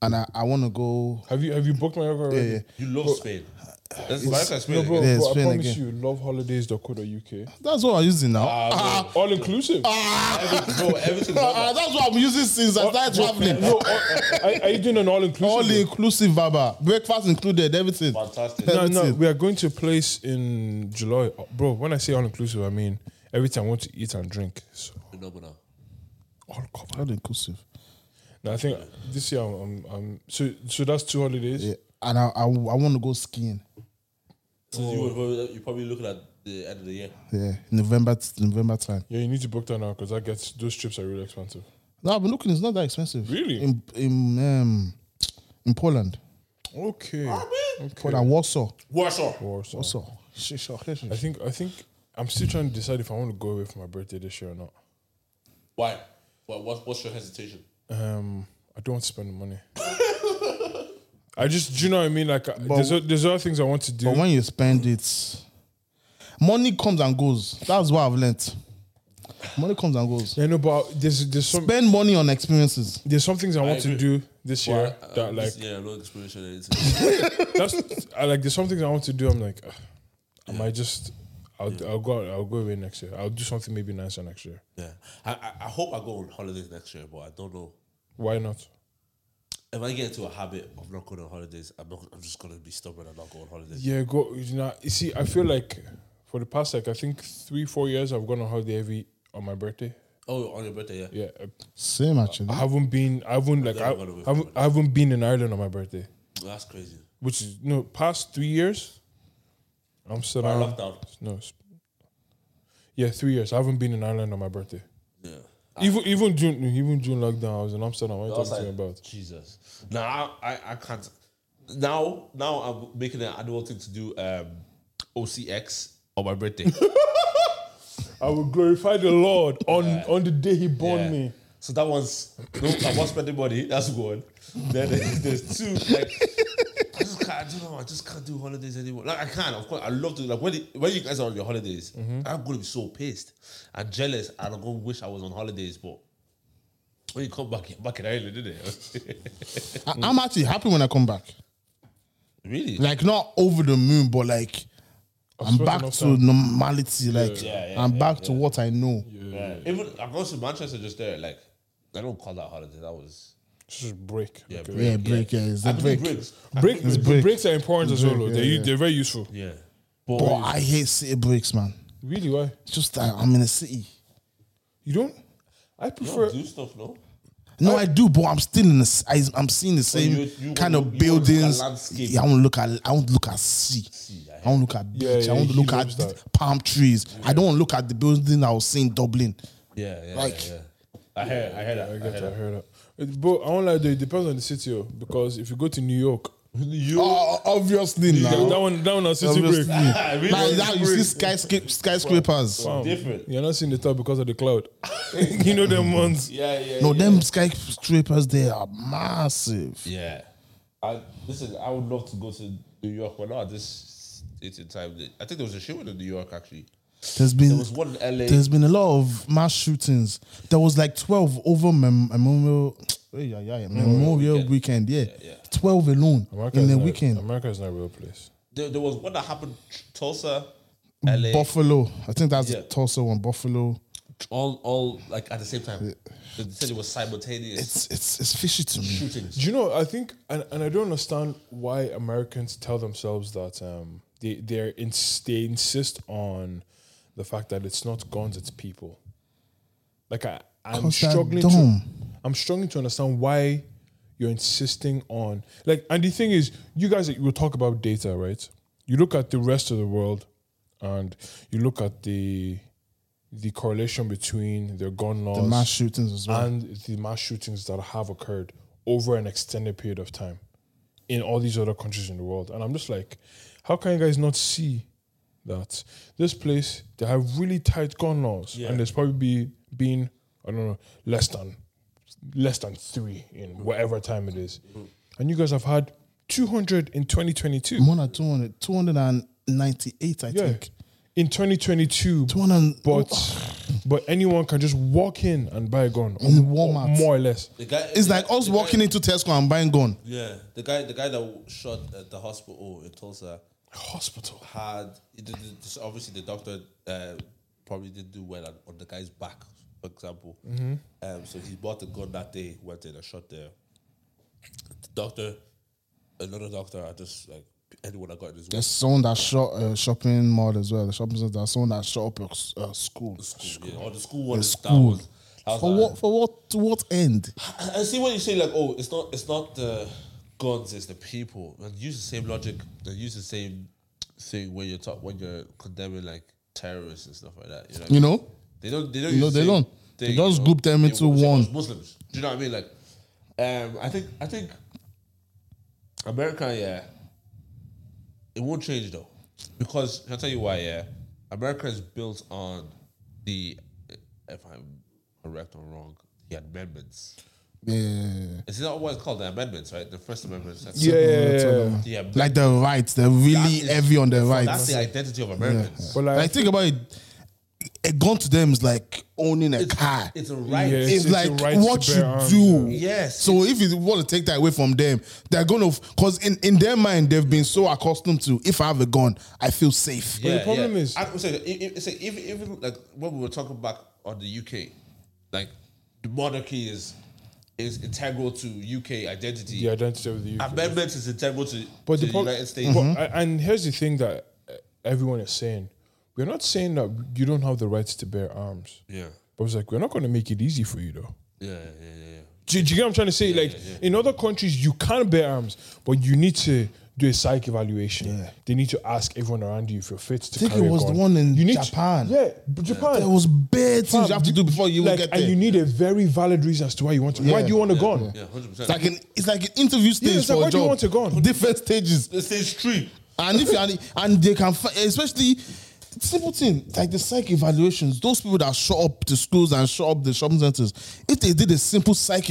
Speaker 2: and I, I want to go.
Speaker 4: Have you have you booked my already?
Speaker 2: Yeah, yeah.
Speaker 3: You love Spain.
Speaker 2: uh,
Speaker 3: That's Mallorca is Spain.
Speaker 4: No, bro,
Speaker 3: again.
Speaker 2: Yeah,
Speaker 4: bro, I
Speaker 2: Spain
Speaker 4: promise
Speaker 2: again.
Speaker 4: you, loveholidays.co.uk.
Speaker 2: That's what I'm using now. [LAUGHS]
Speaker 3: Ah,
Speaker 2: Ah,
Speaker 4: All inclusive.
Speaker 3: Bro, everything.
Speaker 2: [LAUGHS] ah, that's what I'm using since I started traveling.
Speaker 4: No, all- are, are you doing an all
Speaker 2: All
Speaker 4: inclusive?
Speaker 2: inclusive, Baba. Breakfast included, everything.
Speaker 3: Fantastic.
Speaker 4: No,
Speaker 2: That's
Speaker 4: no,
Speaker 2: it.
Speaker 4: we are going to a place in July, Uh, bro. When I say all inclusive, I mean everything I want to eat and drink. So
Speaker 3: Phenomenal.
Speaker 2: All covered. All inclusive.
Speaker 4: no, I think this year I'm, I'm, I'm so so that's two holidays.
Speaker 2: Yeah. And I, I, want to go skiing.
Speaker 3: So you were probably, you're probably looking at the end of the year.
Speaker 2: Yeah, November November time.
Speaker 4: Yeah, you need to book that now because that gets those trips are really expensive.
Speaker 2: No, I've been looking. It's not that expensive.
Speaker 4: Really?
Speaker 2: In in um in Poland,
Speaker 4: Okay. okay.
Speaker 2: Poland Warsaw,
Speaker 3: Warsaw.
Speaker 4: Warsaw.
Speaker 2: Warsaw. Oh, Shit, shit, shit, shit.
Speaker 4: I think I think I'm still trying to decide if I want to go away for my birthday this year or not.
Speaker 3: Why? What, what, what's your hesitation?
Speaker 4: Um, I don't want to spend the
Speaker 2: [LAUGHS]
Speaker 4: money. I just, do you know what I mean? Like, uh, there's, o- there's other things I want to do.
Speaker 2: But when you spend it, money comes and goes. That's what I've learnt. Money comes and goes.
Speaker 4: yeah, no, but there's there's some
Speaker 2: Spend money on experiences.
Speaker 4: there's some things I want to
Speaker 3: agree.
Speaker 4: do this year
Speaker 3: Why?
Speaker 4: that
Speaker 3: Um,
Speaker 4: like
Speaker 3: this- yeah, no explanation. or anything.
Speaker 4: that's I, like there's some things I want to do. I'm like, "Ugh, I might just I'll I'll go out, I'll go away next year. I'll do something maybe nicer next year.
Speaker 3: [LAUGHS] yeah, I, I, I hope I go on holidays next year, but I don't know.
Speaker 4: Why not?
Speaker 3: If I get into a habit of not going on holidays, I'm not. I'm just gonna be stubborn and not go on holidays.
Speaker 4: Yeah, go. You know, you see, I feel like for the past like I think three four years I've gone on holiday every on my birthday.
Speaker 3: Oh, on your birthday, yeah.
Speaker 4: Yeah, I-
Speaker 2: Same actually.
Speaker 4: I haven't been. I haven't like I,
Speaker 3: never gone away for
Speaker 4: haven't, I haven't been in Ireland on my birthday,
Speaker 3: That's crazy.
Speaker 4: which is no past three years. Amsterdam.
Speaker 3: lockdown.
Speaker 4: No. it's- Yeah, three years. I haven't been in Ireland on my birthday.
Speaker 3: Yeah.
Speaker 4: Even even June even June lockdown, I was in Amsterdam. What are you
Speaker 3: I was
Speaker 4: talking to me
Speaker 3: like,
Speaker 4: about?
Speaker 3: Jesus. Now I, I, I can't. Now now I'm making an annual thing to do um, OCX on my birthday.
Speaker 4: I will glorify the Lord on on the day He born
Speaker 3: Yeah.
Speaker 4: me.
Speaker 3: So that one's no, I won't spend the money. That's one. Then there's, there's two. Like I just can't. I don't know. I just can't do holidays anymore. Like I can, of course. I love to. Like when it, when you guys are on your holidays,
Speaker 2: Mm-hmm.
Speaker 3: I'm gonna be so pissed and jealous, and I'm gonna wish I was on holidays. But when you come back, you're back in Ireland, didn't it? [LAUGHS]
Speaker 2: I, I'm actually happy when I come back.
Speaker 3: really?
Speaker 2: Like not over the moon, but like I'm
Speaker 4: spent
Speaker 2: back
Speaker 4: enough
Speaker 2: to
Speaker 4: time.
Speaker 2: normality. Like
Speaker 3: Yeah, yeah,
Speaker 2: I'm
Speaker 3: yeah,
Speaker 2: back to what I know.
Speaker 3: yeah. Even I go to Manchester just there. Like I don't call that holiday. That was
Speaker 4: Just break.
Speaker 3: yeah,
Speaker 4: Okay.
Speaker 3: break.
Speaker 2: Yeah, break. Yeah, it's
Speaker 3: I
Speaker 2: a
Speaker 3: could do
Speaker 2: break.
Speaker 3: breaks.
Speaker 4: Break,
Speaker 2: It's
Speaker 4: the
Speaker 2: break.
Speaker 4: breaks are important as well.
Speaker 2: break,
Speaker 4: though. They're,
Speaker 2: yeah,
Speaker 4: u-
Speaker 2: yeah.
Speaker 4: they're very useful.
Speaker 3: Yeah.
Speaker 2: But I hate city breaks, man.
Speaker 4: Really, why?
Speaker 2: It's just that I'm in a city.
Speaker 4: You don't? I
Speaker 3: You
Speaker 4: prefer.
Speaker 3: don't do stuff, no.
Speaker 2: No, I do, but I'm still in. The, I, I'm seeing the same
Speaker 3: you- you
Speaker 2: kind
Speaker 3: want-
Speaker 2: of
Speaker 3: you want to look at
Speaker 2: buildings.
Speaker 3: landscape.
Speaker 2: Yeah, I want to look at. I want to look at sea. I want to look at beach.
Speaker 4: Yeah, yeah,
Speaker 2: I want to
Speaker 4: he
Speaker 2: look
Speaker 4: loves
Speaker 2: at
Speaker 4: that.
Speaker 2: palm trees. I don't want to look at the building I was seeing in Dublin.
Speaker 3: Yeah, yeah,
Speaker 2: Like-
Speaker 3: yeah. I heard, I heard that.
Speaker 4: I
Speaker 3: I
Speaker 4: get
Speaker 3: heard
Speaker 4: that. I
Speaker 3: that.
Speaker 4: heard that. It- But I won't lie, though, it depends on the city, oh, because if you go to New York,
Speaker 2: Oh, obviously
Speaker 4: that
Speaker 2: now.
Speaker 4: one, that one, has city
Speaker 2: Obviously.
Speaker 4: break.
Speaker 2: [LAUGHS] Like
Speaker 3: really?
Speaker 2: that, you see skyscra- skyscrapers.
Speaker 4: Fam,
Speaker 3: Different.
Speaker 4: You're not seeing the top because of the cloud. [LAUGHS] you know them ones.
Speaker 3: Yeah, yeah.
Speaker 2: No,
Speaker 3: yeah.
Speaker 2: them skyscrapers they are massive.
Speaker 3: Yeah. I listen. I would love to go to New York, but not at this it's in time. I think there was a shooting in New York actually.
Speaker 2: There's been
Speaker 3: There was one in LA.
Speaker 2: There's been a lot of mass shootings. There was like 12 over mem- memorial, eh, yeah, yeah, yeah, memorial weekend. Yeah.
Speaker 3: yeah.
Speaker 2: 12 alone
Speaker 4: America
Speaker 2: in
Speaker 4: is
Speaker 2: the
Speaker 4: not-
Speaker 2: weekend.
Speaker 4: America is not a real place.
Speaker 3: There, there was one that happened Tulsa, LA.
Speaker 2: Mm, Buffalo. I think that's
Speaker 3: Yeah.
Speaker 2: Tulsa one. Buffalo.
Speaker 3: all all like at the same time. They said it was simultaneous
Speaker 2: It's it's it's fishy to me.
Speaker 3: shootings.
Speaker 4: Do you know? I think, and, and I don't understand why Americans tell themselves that um, they they're ins- they insist on the fact that it's not guns, it's people. Like I, I'm
Speaker 2: 'Cause they're
Speaker 4: struggling.
Speaker 2: dumb.
Speaker 4: To, I'm struggling to understand why you're insisting on like. And the thing is, you guys will talk about data, right? You look at the rest of the world, and you look at the the correlation between their gun laws,
Speaker 2: The mass shootings as well.
Speaker 4: and the mass shootings that have occurred over an extended period of time in all these other countries in the world. And I'm just like, how can you guys not see that this place they have really tight gun laws,
Speaker 3: Yeah.
Speaker 4: and there's probably be, been I don't know less than less than three in whatever time it is, and you guys have had 200 in 2022.
Speaker 2: More than 200, 298, I
Speaker 4: Yeah.
Speaker 2: think.
Speaker 4: In 2022,
Speaker 2: 200
Speaker 4: but but anyone can just walk in and buy a gun
Speaker 2: In Walmart.
Speaker 4: more or less.
Speaker 3: The guy,
Speaker 2: It's
Speaker 3: the-
Speaker 2: like us
Speaker 3: the
Speaker 2: walking
Speaker 3: guy,
Speaker 2: into Tesco and buying gun.
Speaker 3: Yeah, the guy, the guy that shot at the hospital in Tulsa
Speaker 4: Hospital.
Speaker 3: had the- the- this- obviously the doctor uh, probably didn't do well on, on the guy's back, for example.
Speaker 2: Mm-hmm.
Speaker 3: Um, so he bought the gun that day, went in and shot there. The doctor, another doctor, I just like anyone I got in his way.
Speaker 2: There's someone that shot a shopping mall as well. The shopping center. There's someone that shot up a s- a school.
Speaker 3: School, yeah, or the school one.
Speaker 2: The
Speaker 3: is-
Speaker 2: school.
Speaker 3: That was, that was
Speaker 2: For
Speaker 3: like-
Speaker 2: what? For what? To what end?
Speaker 3: I I see what you say. Like, oh, it's not, it's not the guns, it's the people. And use the same logic. And use the same thing when you're talk, when you're condemning like terrorists and stuff like that. You know, what I
Speaker 2: You
Speaker 3: mean?
Speaker 2: know?
Speaker 3: they don't, they don't.
Speaker 2: No,
Speaker 3: use the
Speaker 2: they
Speaker 3: same
Speaker 2: don't. They just group them
Speaker 3: They
Speaker 2: into
Speaker 3: was- it
Speaker 2: one.
Speaker 3: was Muslims. Do you know what I mean? Like, um, I think, I think, America, yeah, it won't change though, because I'll tell you why. Yeah, America is built on the, if I'm correct or wrong, the amendments.
Speaker 2: Yeah.
Speaker 3: Is that what it's called? The amendments, right? The First Amendment. That's
Speaker 4: Yeah, yeah, yeah, yeah.
Speaker 3: The amendment.
Speaker 2: Like the rights, they're really
Speaker 3: is-
Speaker 2: heavy on their
Speaker 3: That's
Speaker 2: rights.
Speaker 3: the identity of Americans.
Speaker 4: But
Speaker 2: Like,
Speaker 4: like,
Speaker 2: think about it. A gun to them is like owning a car.
Speaker 3: It's a right.
Speaker 4: Yeah.
Speaker 2: It's,
Speaker 4: It's
Speaker 2: like
Speaker 4: your right to
Speaker 2: what you
Speaker 4: bear arms,
Speaker 2: do.
Speaker 3: Yes.
Speaker 2: So if you want to take that away from them, they're gonna because in, in their mind they've been so accustomed to if I have a gun, I feel safe.
Speaker 3: Yeah,
Speaker 4: the problem
Speaker 3: yeah.
Speaker 4: is-
Speaker 3: I would say, that if, if, say even, even like when we were talking back on the UK, like the monarchy is is integral to UK identity.
Speaker 4: the identity of the UK.
Speaker 3: Amendments is integral to,
Speaker 4: But
Speaker 3: to
Speaker 4: the
Speaker 3: the
Speaker 4: prob-
Speaker 3: United States.
Speaker 4: But,
Speaker 2: Mm-hmm.
Speaker 4: I- and here's the thing that uh, everyone is saying: we're not saying that you don't have the rights to bear arms.
Speaker 3: Yeah.
Speaker 4: But it's like we're not going to make it easy for you, though.
Speaker 3: Yeah, yeah, yeah, yeah, yeah.
Speaker 4: Do, do you get what I'm trying to say? like in other countries, you can bear arms, but you need to do a psych evaluation. They need to ask everyone around you if you're fit to
Speaker 2: think
Speaker 4: carry
Speaker 2: it
Speaker 4: a
Speaker 2: was the
Speaker 4: gun.
Speaker 2: one in
Speaker 4: you need to-
Speaker 2: Japan.
Speaker 4: yeah, but Japan.
Speaker 2: There was bad things you
Speaker 4: Fam,
Speaker 2: have to do before you even
Speaker 4: like,
Speaker 2: get
Speaker 4: and
Speaker 2: there.
Speaker 4: you need a very valid reason as to why you want. To, why do you want a gun?
Speaker 3: Yeah, hundred
Speaker 2: it's
Speaker 3: percent.
Speaker 2: like an it's like an interview stage
Speaker 4: it's
Speaker 2: for
Speaker 4: like,
Speaker 2: a
Speaker 4: why do you
Speaker 2: job.
Speaker 4: want a gun?
Speaker 2: Different stages,
Speaker 3: It's stage three.
Speaker 2: and if you and, and they can fi- especially simple thing like the psych evaluations. Those people that shut up the schools and shut up the shopping centers, if they did a simple psych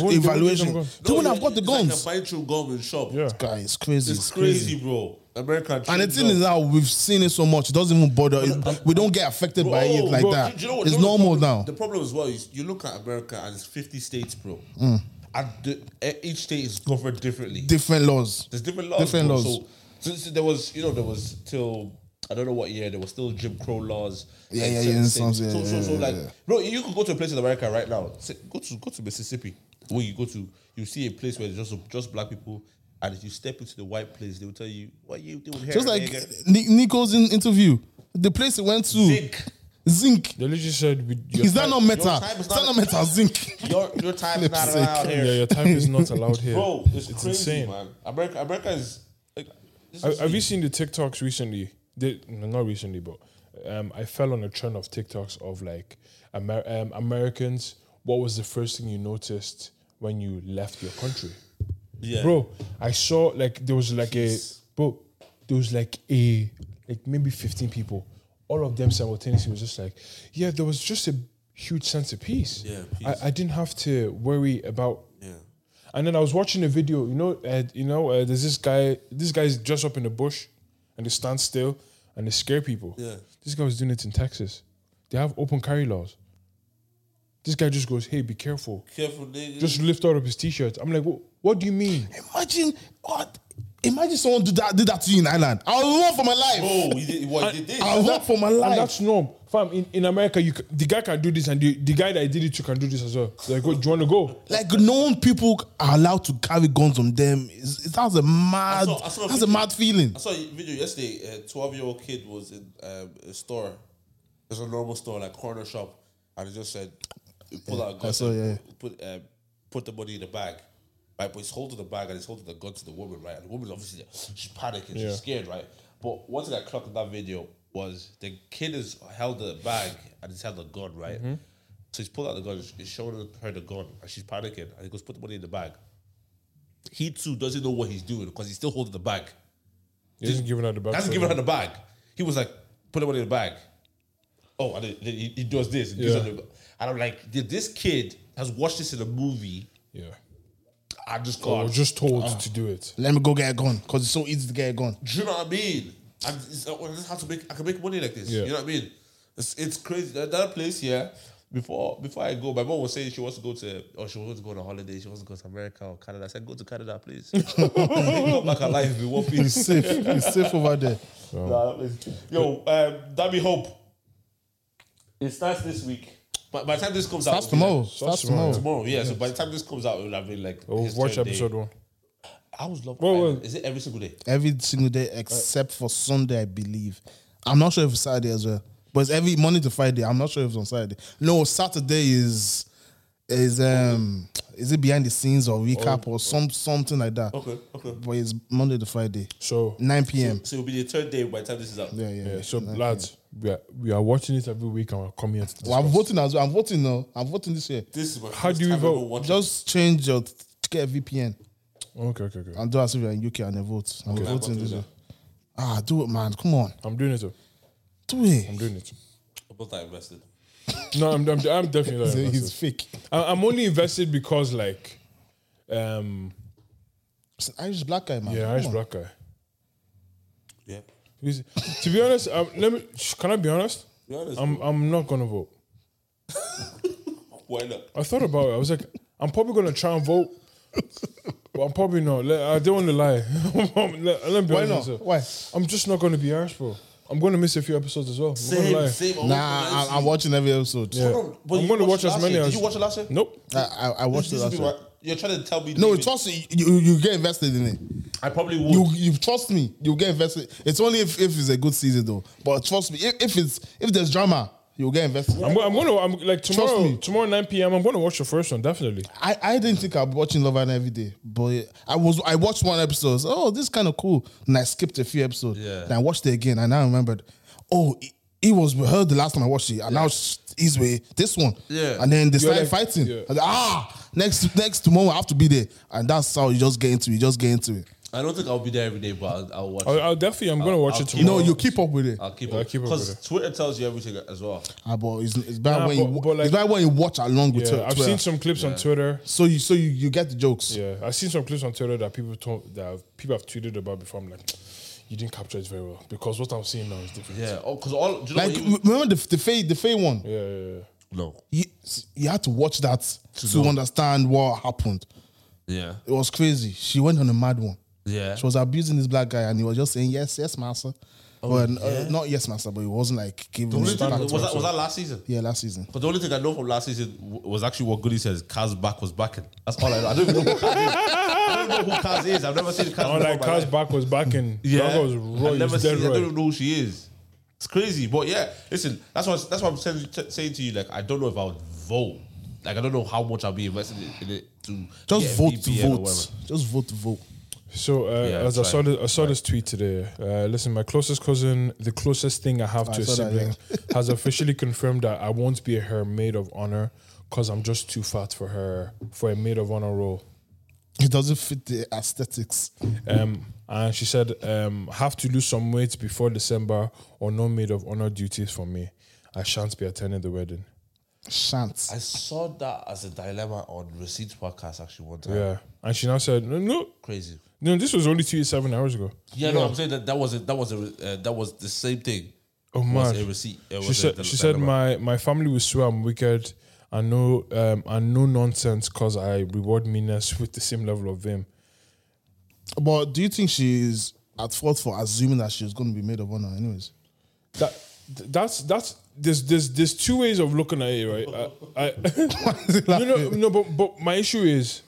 Speaker 4: won't- they won't give them
Speaker 2: evaluation,
Speaker 4: guns.
Speaker 2: they wouldn't
Speaker 3: No,
Speaker 2: have got the
Speaker 3: it's
Speaker 2: guns.
Speaker 3: Like a buy through gum in shop.
Speaker 4: Yeah.
Speaker 2: Guy, it's crazy.
Speaker 3: It's crazy, bro. America.
Speaker 2: And the
Speaker 3: changed
Speaker 2: thing
Speaker 3: up.
Speaker 2: is now we've seen it so much, it doesn't even bother. It, we don't get affected by it
Speaker 3: Bro,
Speaker 2: like
Speaker 3: bro,
Speaker 2: that.
Speaker 3: do you know what-
Speaker 2: it's
Speaker 3: do you know what
Speaker 2: normal
Speaker 3: the problem-
Speaker 2: now.
Speaker 3: The problem as well is you look at America and it's 50 states, bro.
Speaker 2: Mm.
Speaker 3: And the, e- each state is governed differently.
Speaker 2: Different laws.
Speaker 3: There's different laws.
Speaker 2: different
Speaker 3: bro.
Speaker 2: laws.
Speaker 3: So, so- so there was, you know, there was till, I don't know what year, there was still Jim Crow laws.
Speaker 2: Yeah,
Speaker 3: and
Speaker 2: yeah,
Speaker 3: certain
Speaker 2: yeah, in
Speaker 3: states.
Speaker 2: some-
Speaker 3: So,
Speaker 2: yeah,
Speaker 3: so, so,
Speaker 2: yeah,
Speaker 3: like,
Speaker 2: yeah.
Speaker 3: bro, you could go to a place in America right now. Say, go to go to Mississippi. Where you go to, you see a place where there's just, just black people. And if you step into the white place, they will tell you, what you doing here?
Speaker 2: Just like
Speaker 3: nigga?"
Speaker 2: Ni- Nico's in interview, the place he went to, zinc.
Speaker 3: Zinc.
Speaker 4: They literally said, we- your
Speaker 2: Is that
Speaker 4: type-
Speaker 2: not meta? Is
Speaker 3: Your time is
Speaker 2: that
Speaker 3: not-
Speaker 2: not meta? Zinc.
Speaker 3: Your, your time is
Speaker 2: [LAUGHS]
Speaker 3: not
Speaker 2: Flip's sake.
Speaker 3: allowed here.
Speaker 4: Yeah, your type is not allowed here.
Speaker 3: Bro, it's, crazy,
Speaker 4: insane.
Speaker 3: man. America, America is. Like, this
Speaker 4: Have,
Speaker 3: is-
Speaker 4: have you seen the TikToks recently? They, no, not recently, but um, I fell on a trend of TikToks of like Amer- um, Americans. What was the first thing you noticed when you left your country,
Speaker 3: yeah.
Speaker 4: bro? I saw like there was like a bro, there was like a like maybe fifteen people. All of them simultaneously was just like, yeah, there was just a huge sense of peace.
Speaker 3: Yeah,
Speaker 4: I,
Speaker 3: peace.
Speaker 4: I didn't have to worry about
Speaker 3: Yeah.
Speaker 4: and then I was watching a video, you know, uh, you know, uh, there's this guy. This guy's dressed up in the bush, and they stand still and they scare people.
Speaker 3: Yeah.
Speaker 4: This guy was doing it in Texas. They have open carry laws. This guy just goes, "Hey, be careful."
Speaker 3: Careful, nigga.
Speaker 4: Just lift out of his t-shirt. I'm like, "Wha- "What do you mean?"
Speaker 2: Imagine what Imagine someone do that did that to you in Ireland. I'll run for my life.
Speaker 3: Oh, he did, what, he did this.
Speaker 2: I'll run for my
Speaker 4: And
Speaker 2: life.
Speaker 4: that's norm. Fam, in, in America, you c- the guy can do this, and the, the guy that did it to can do this as well. Like, oh, do you want to go?
Speaker 2: Like known people are allowed to carry guns on them. It's, it, that's a mad.
Speaker 3: I saw- I saw a
Speaker 2: that's a
Speaker 3: video.
Speaker 2: mad feeling.
Speaker 3: I saw a video yesterday. A 12 year old kid was in um, a store. It's a normal store, like corner shop. And he just said, pull out a gun.
Speaker 2: I saw,
Speaker 3: said,
Speaker 2: yeah.
Speaker 3: Put, um, put the money in the bag. Right, but he's holding the bag and he's holding the gun to the woman, right? And the woman's obviously she's panicking,
Speaker 4: Yeah.
Speaker 3: she's scared, right? But one thing I clocked in that video was the kid has held the bag and he's held a gun, right?
Speaker 2: Mm-hmm.
Speaker 3: So he's pulled out the gun, he's showing her the gun, and she's panicking, and he goes, "Put the money in the bag." He too doesn't know what he's doing because he's still holding the bag.
Speaker 4: He isn't giving out the back.
Speaker 3: That's
Speaker 4: for
Speaker 3: giving her
Speaker 4: them.
Speaker 3: the bag. He was like, put the money in the bag. Oh, and then then he, he does this. And, gives
Speaker 4: Yeah.
Speaker 3: her the- and I'm like, did this kid has watched this in a movie.
Speaker 4: Yeah.
Speaker 3: I just
Speaker 4: I
Speaker 3: got.
Speaker 4: was just told to do it.
Speaker 2: Let me go get a gun because it's so easy to get a gun.
Speaker 3: do you know what I mean? I'm, it's, uh, well, this is how to make. I can make money like this.
Speaker 4: Yeah.
Speaker 3: You know what I mean? It's it's crazy. That, that place here. Before before I go, my mom was saying she wants to go to or she wants to go on a holiday. She wants to go to America or Canada. I said, go to Canada, please. [LAUGHS] Come back alive, be one
Speaker 2: It's
Speaker 3: piece.
Speaker 2: safe. it's safe over there.
Speaker 3: Nah, that was- Yo, um, Dabby Hope. It starts this week. By, by the time this comes out,
Speaker 2: That's
Speaker 3: it'll be
Speaker 2: tomorrow.
Speaker 4: Starts
Speaker 2: That's
Speaker 4: tomorrow.
Speaker 2: tomorrow.
Speaker 3: Tomorrow, yeah. So by the time this comes out, it'll have been like.
Speaker 4: Oh,
Speaker 3: his
Speaker 4: watch
Speaker 3: third day.
Speaker 4: episode one.
Speaker 3: I was Love
Speaker 4: Wait,
Speaker 3: Island.
Speaker 4: wait.
Speaker 3: Is it every single day?
Speaker 2: Every single day except for Sunday, I believe. I'm not sure if it's Saturday as well, but it's every Monday to Friday. I'm not sure if it's on Saturday. No, Saturday is is um is it behind the scenes or recap or some something like that.
Speaker 3: Okay, okay.
Speaker 2: But it's Monday to Friday,
Speaker 4: So,
Speaker 2: 9 p.m.
Speaker 3: So it'll be the third day by the time this is out.
Speaker 2: Yeah, yeah.
Speaker 4: yeah,
Speaker 2: yeah.
Speaker 4: so lads, we are, we are watching it every week and we're coming here to
Speaker 2: Well, I'm
Speaker 4: discuss.
Speaker 2: voting as well. I'm voting now. I'm voting this year.
Speaker 3: This is my
Speaker 4: How
Speaker 3: first
Speaker 4: do you
Speaker 3: time
Speaker 4: vote?
Speaker 3: ever watching-
Speaker 2: Just change your t- get a VPN
Speaker 4: Okay, okay, okay.
Speaker 2: and do as if you're in UK and then vote. I'm
Speaker 3: I'm
Speaker 2: voting
Speaker 3: gonna
Speaker 2: this
Speaker 3: do
Speaker 2: year. Ah, do it, man. Come on,
Speaker 4: I'm doing it. though.
Speaker 2: do it.
Speaker 4: I'm doing it.
Speaker 3: I'm not that invested.
Speaker 4: No, I'm, I'm, I'm definitely
Speaker 2: [LAUGHS]
Speaker 4: not
Speaker 2: He's-
Speaker 4: invested.
Speaker 2: He's fake.
Speaker 4: I- I'm only invested because, like, um,
Speaker 2: It's an Irish black guy, man.
Speaker 4: yeah,
Speaker 2: Come
Speaker 4: Irish
Speaker 2: on.
Speaker 4: black guy.
Speaker 3: Yeah.
Speaker 4: Because- To be honest, um, let me. sh- Can I be honest?
Speaker 3: Be honest,
Speaker 4: I'm. I'm not gonna vote.
Speaker 3: Why not?
Speaker 4: I thought about it. I was like, I'm probably gonna try and vote, but I'm probably not. Like, I don't want to lie. [LAUGHS] I'm- let, let me be honest
Speaker 2: Why not?
Speaker 4: with myself.
Speaker 2: Why?
Speaker 4: I'm just not gonna be Irish, bro. I'm gonna miss a few episodes as well. I'm
Speaker 3: Same,
Speaker 4: gonna lie.
Speaker 3: same. I
Speaker 2: Nah,
Speaker 3: watched
Speaker 2: I,
Speaker 3: last
Speaker 2: I'm
Speaker 3: year.
Speaker 2: watching every episode.
Speaker 4: Yeah.
Speaker 3: Hold on, but
Speaker 4: I'm
Speaker 3: you
Speaker 4: gonna
Speaker 3: watched
Speaker 4: watch
Speaker 3: last
Speaker 4: as many
Speaker 3: year.
Speaker 4: as.
Speaker 3: Did you watch it last year?
Speaker 4: Nope.
Speaker 2: I, I, I watched
Speaker 3: This
Speaker 2: it
Speaker 3: is
Speaker 2: last
Speaker 3: what-
Speaker 2: year.
Speaker 3: You're trying to tell me.
Speaker 2: No,
Speaker 3: David,
Speaker 2: trust you, you. You get invested in it.
Speaker 3: I probably would.
Speaker 2: You you trust me. You get invested. It's only if, if it's a good season though. But trust me, if, if it's if there's drama, you'll get invested.
Speaker 4: I'm, go- I'm gonna. I'm like tomorrow.
Speaker 2: me.
Speaker 4: Tomorrow 9 p.m. I'm gonna watch the first one definitely.
Speaker 2: I, I didn't think I'd be watching Love Island every day, but I was I watched one episode. so, oh, this is kind of cool. And I skipped a few episodes.
Speaker 3: Yeah.
Speaker 2: And I watched it again, and I remembered. Oh, he, he was with her the last time I watched it, and now sh- he's with this one.
Speaker 3: Yeah.
Speaker 2: And then they
Speaker 4: You're
Speaker 2: started
Speaker 4: like-
Speaker 2: fighting.
Speaker 4: yeah.
Speaker 2: And, ah, next next tomorrow I have to be there, and that's how you just get into it. You just get into it.
Speaker 3: I don't think I'll be there every day, but I'll, I'll watch.
Speaker 4: I'll,
Speaker 3: it.
Speaker 4: I'll definitely. I'm gonna watch
Speaker 3: I'll
Speaker 4: it
Speaker 3: keep-
Speaker 4: tomorrow.
Speaker 2: No, you keep up with it.
Speaker 3: I'll keep
Speaker 4: I'll
Speaker 3: up
Speaker 4: keep up with
Speaker 3: because Twitter tells you everything as well.
Speaker 2: Ah, but it's, it's bad
Speaker 4: Nah,
Speaker 2: when
Speaker 4: but-
Speaker 2: you
Speaker 4: but like-
Speaker 2: it's bad when you watch along with
Speaker 4: Yeah,
Speaker 2: her.
Speaker 4: I've seen some clips on Twitter.
Speaker 2: so you so you, you get the jokes.
Speaker 4: Yeah, I've seen some clips on Twitter that people told, that have- people have tweeted about before. I'm like, you didn't capture it very well because what I'm seeing now is different.
Speaker 3: Yeah, oh, because all do you know
Speaker 2: Like
Speaker 3: what he was-
Speaker 2: remember the the Faye the Faye one.
Speaker 4: yeah, yeah. yeah.
Speaker 3: no,
Speaker 2: you, you had to watch that to,
Speaker 3: know.
Speaker 2: understand what happened.
Speaker 3: yeah,
Speaker 2: It was crazy. She went on a mad one.
Speaker 3: yeah.
Speaker 2: She was abusing this black guy, and he was just saying yes, yes, master.
Speaker 3: Oh,
Speaker 2: but uh, not yes, master. But he wasn't like
Speaker 3: The
Speaker 2: giving.
Speaker 3: only
Speaker 2: it
Speaker 3: thing-
Speaker 2: back
Speaker 3: was
Speaker 2: to her.
Speaker 3: that was that last season?
Speaker 2: yeah, last season.
Speaker 3: But the only thing I know from last season w- was actually what Goody says. Kaz back was backing. That's all I know. I don't even know who Kaz is. I don't know who Kaz is. I've never seen Kaz.
Speaker 4: Oh,
Speaker 3: before
Speaker 4: like
Speaker 3: in my
Speaker 4: Kaz
Speaker 3: life.
Speaker 4: back was back in.
Speaker 3: Yeah,
Speaker 4: that was raw.
Speaker 3: I've
Speaker 4: he
Speaker 3: never
Speaker 4: was
Speaker 3: seen.
Speaker 4: dead
Speaker 3: I don't
Speaker 4: raw.
Speaker 3: even know who she is. It's crazy, but yeah. Listen, that's what that's what I'm saying, t- saying to you. Like, I don't know if I would vote. Like, I don't know how much I'll be invested in, in it to
Speaker 2: Just
Speaker 3: get a
Speaker 2: vote to
Speaker 3: VPN or whatever.
Speaker 2: vote. Just vote to vote.
Speaker 4: So uh,
Speaker 3: Yeah,
Speaker 4: as I
Speaker 3: that's
Speaker 4: saw,
Speaker 3: right.
Speaker 4: this, I saw this tweet today. Uh, listen, my closest cousin, the closest thing I have to a
Speaker 2: saw that,
Speaker 4: sibling,
Speaker 2: [LAUGHS]
Speaker 4: has officially confirmed that I won't be her maid of honor because I'm just too fat for her for a maid of honor role.
Speaker 2: It doesn't fit the aesthetics.
Speaker 4: Um, and she said, um, have to lose some weight before December or no maid of honor duties for me. I shan't be attending the wedding.
Speaker 2: Shan't.
Speaker 3: I saw that as a dilemma on Receipts podcast actually one time.
Speaker 4: Yeah. And she now said, no, no,
Speaker 3: Crazy.
Speaker 4: no this was only 27 hours ago.
Speaker 3: Yeah, no, I'm saying that that was a, that was a, uh, that was the same thing.
Speaker 4: Oh,
Speaker 3: Was
Speaker 4: man.
Speaker 3: a receipt. uh,
Speaker 4: She
Speaker 3: was a
Speaker 4: said,
Speaker 3: dile-
Speaker 4: she said
Speaker 3: dilemma.
Speaker 4: my, my family will swear I'm wicked and no, um, and no nonsense because I reward meanness with the same level of vim.
Speaker 2: But do you think she's at fault for assuming that she's going to be made of honor, anyways?
Speaker 4: That th- that's that's there's there's there's two ways of looking at it, right? I, I, [LAUGHS] no, no, no, but but my issue is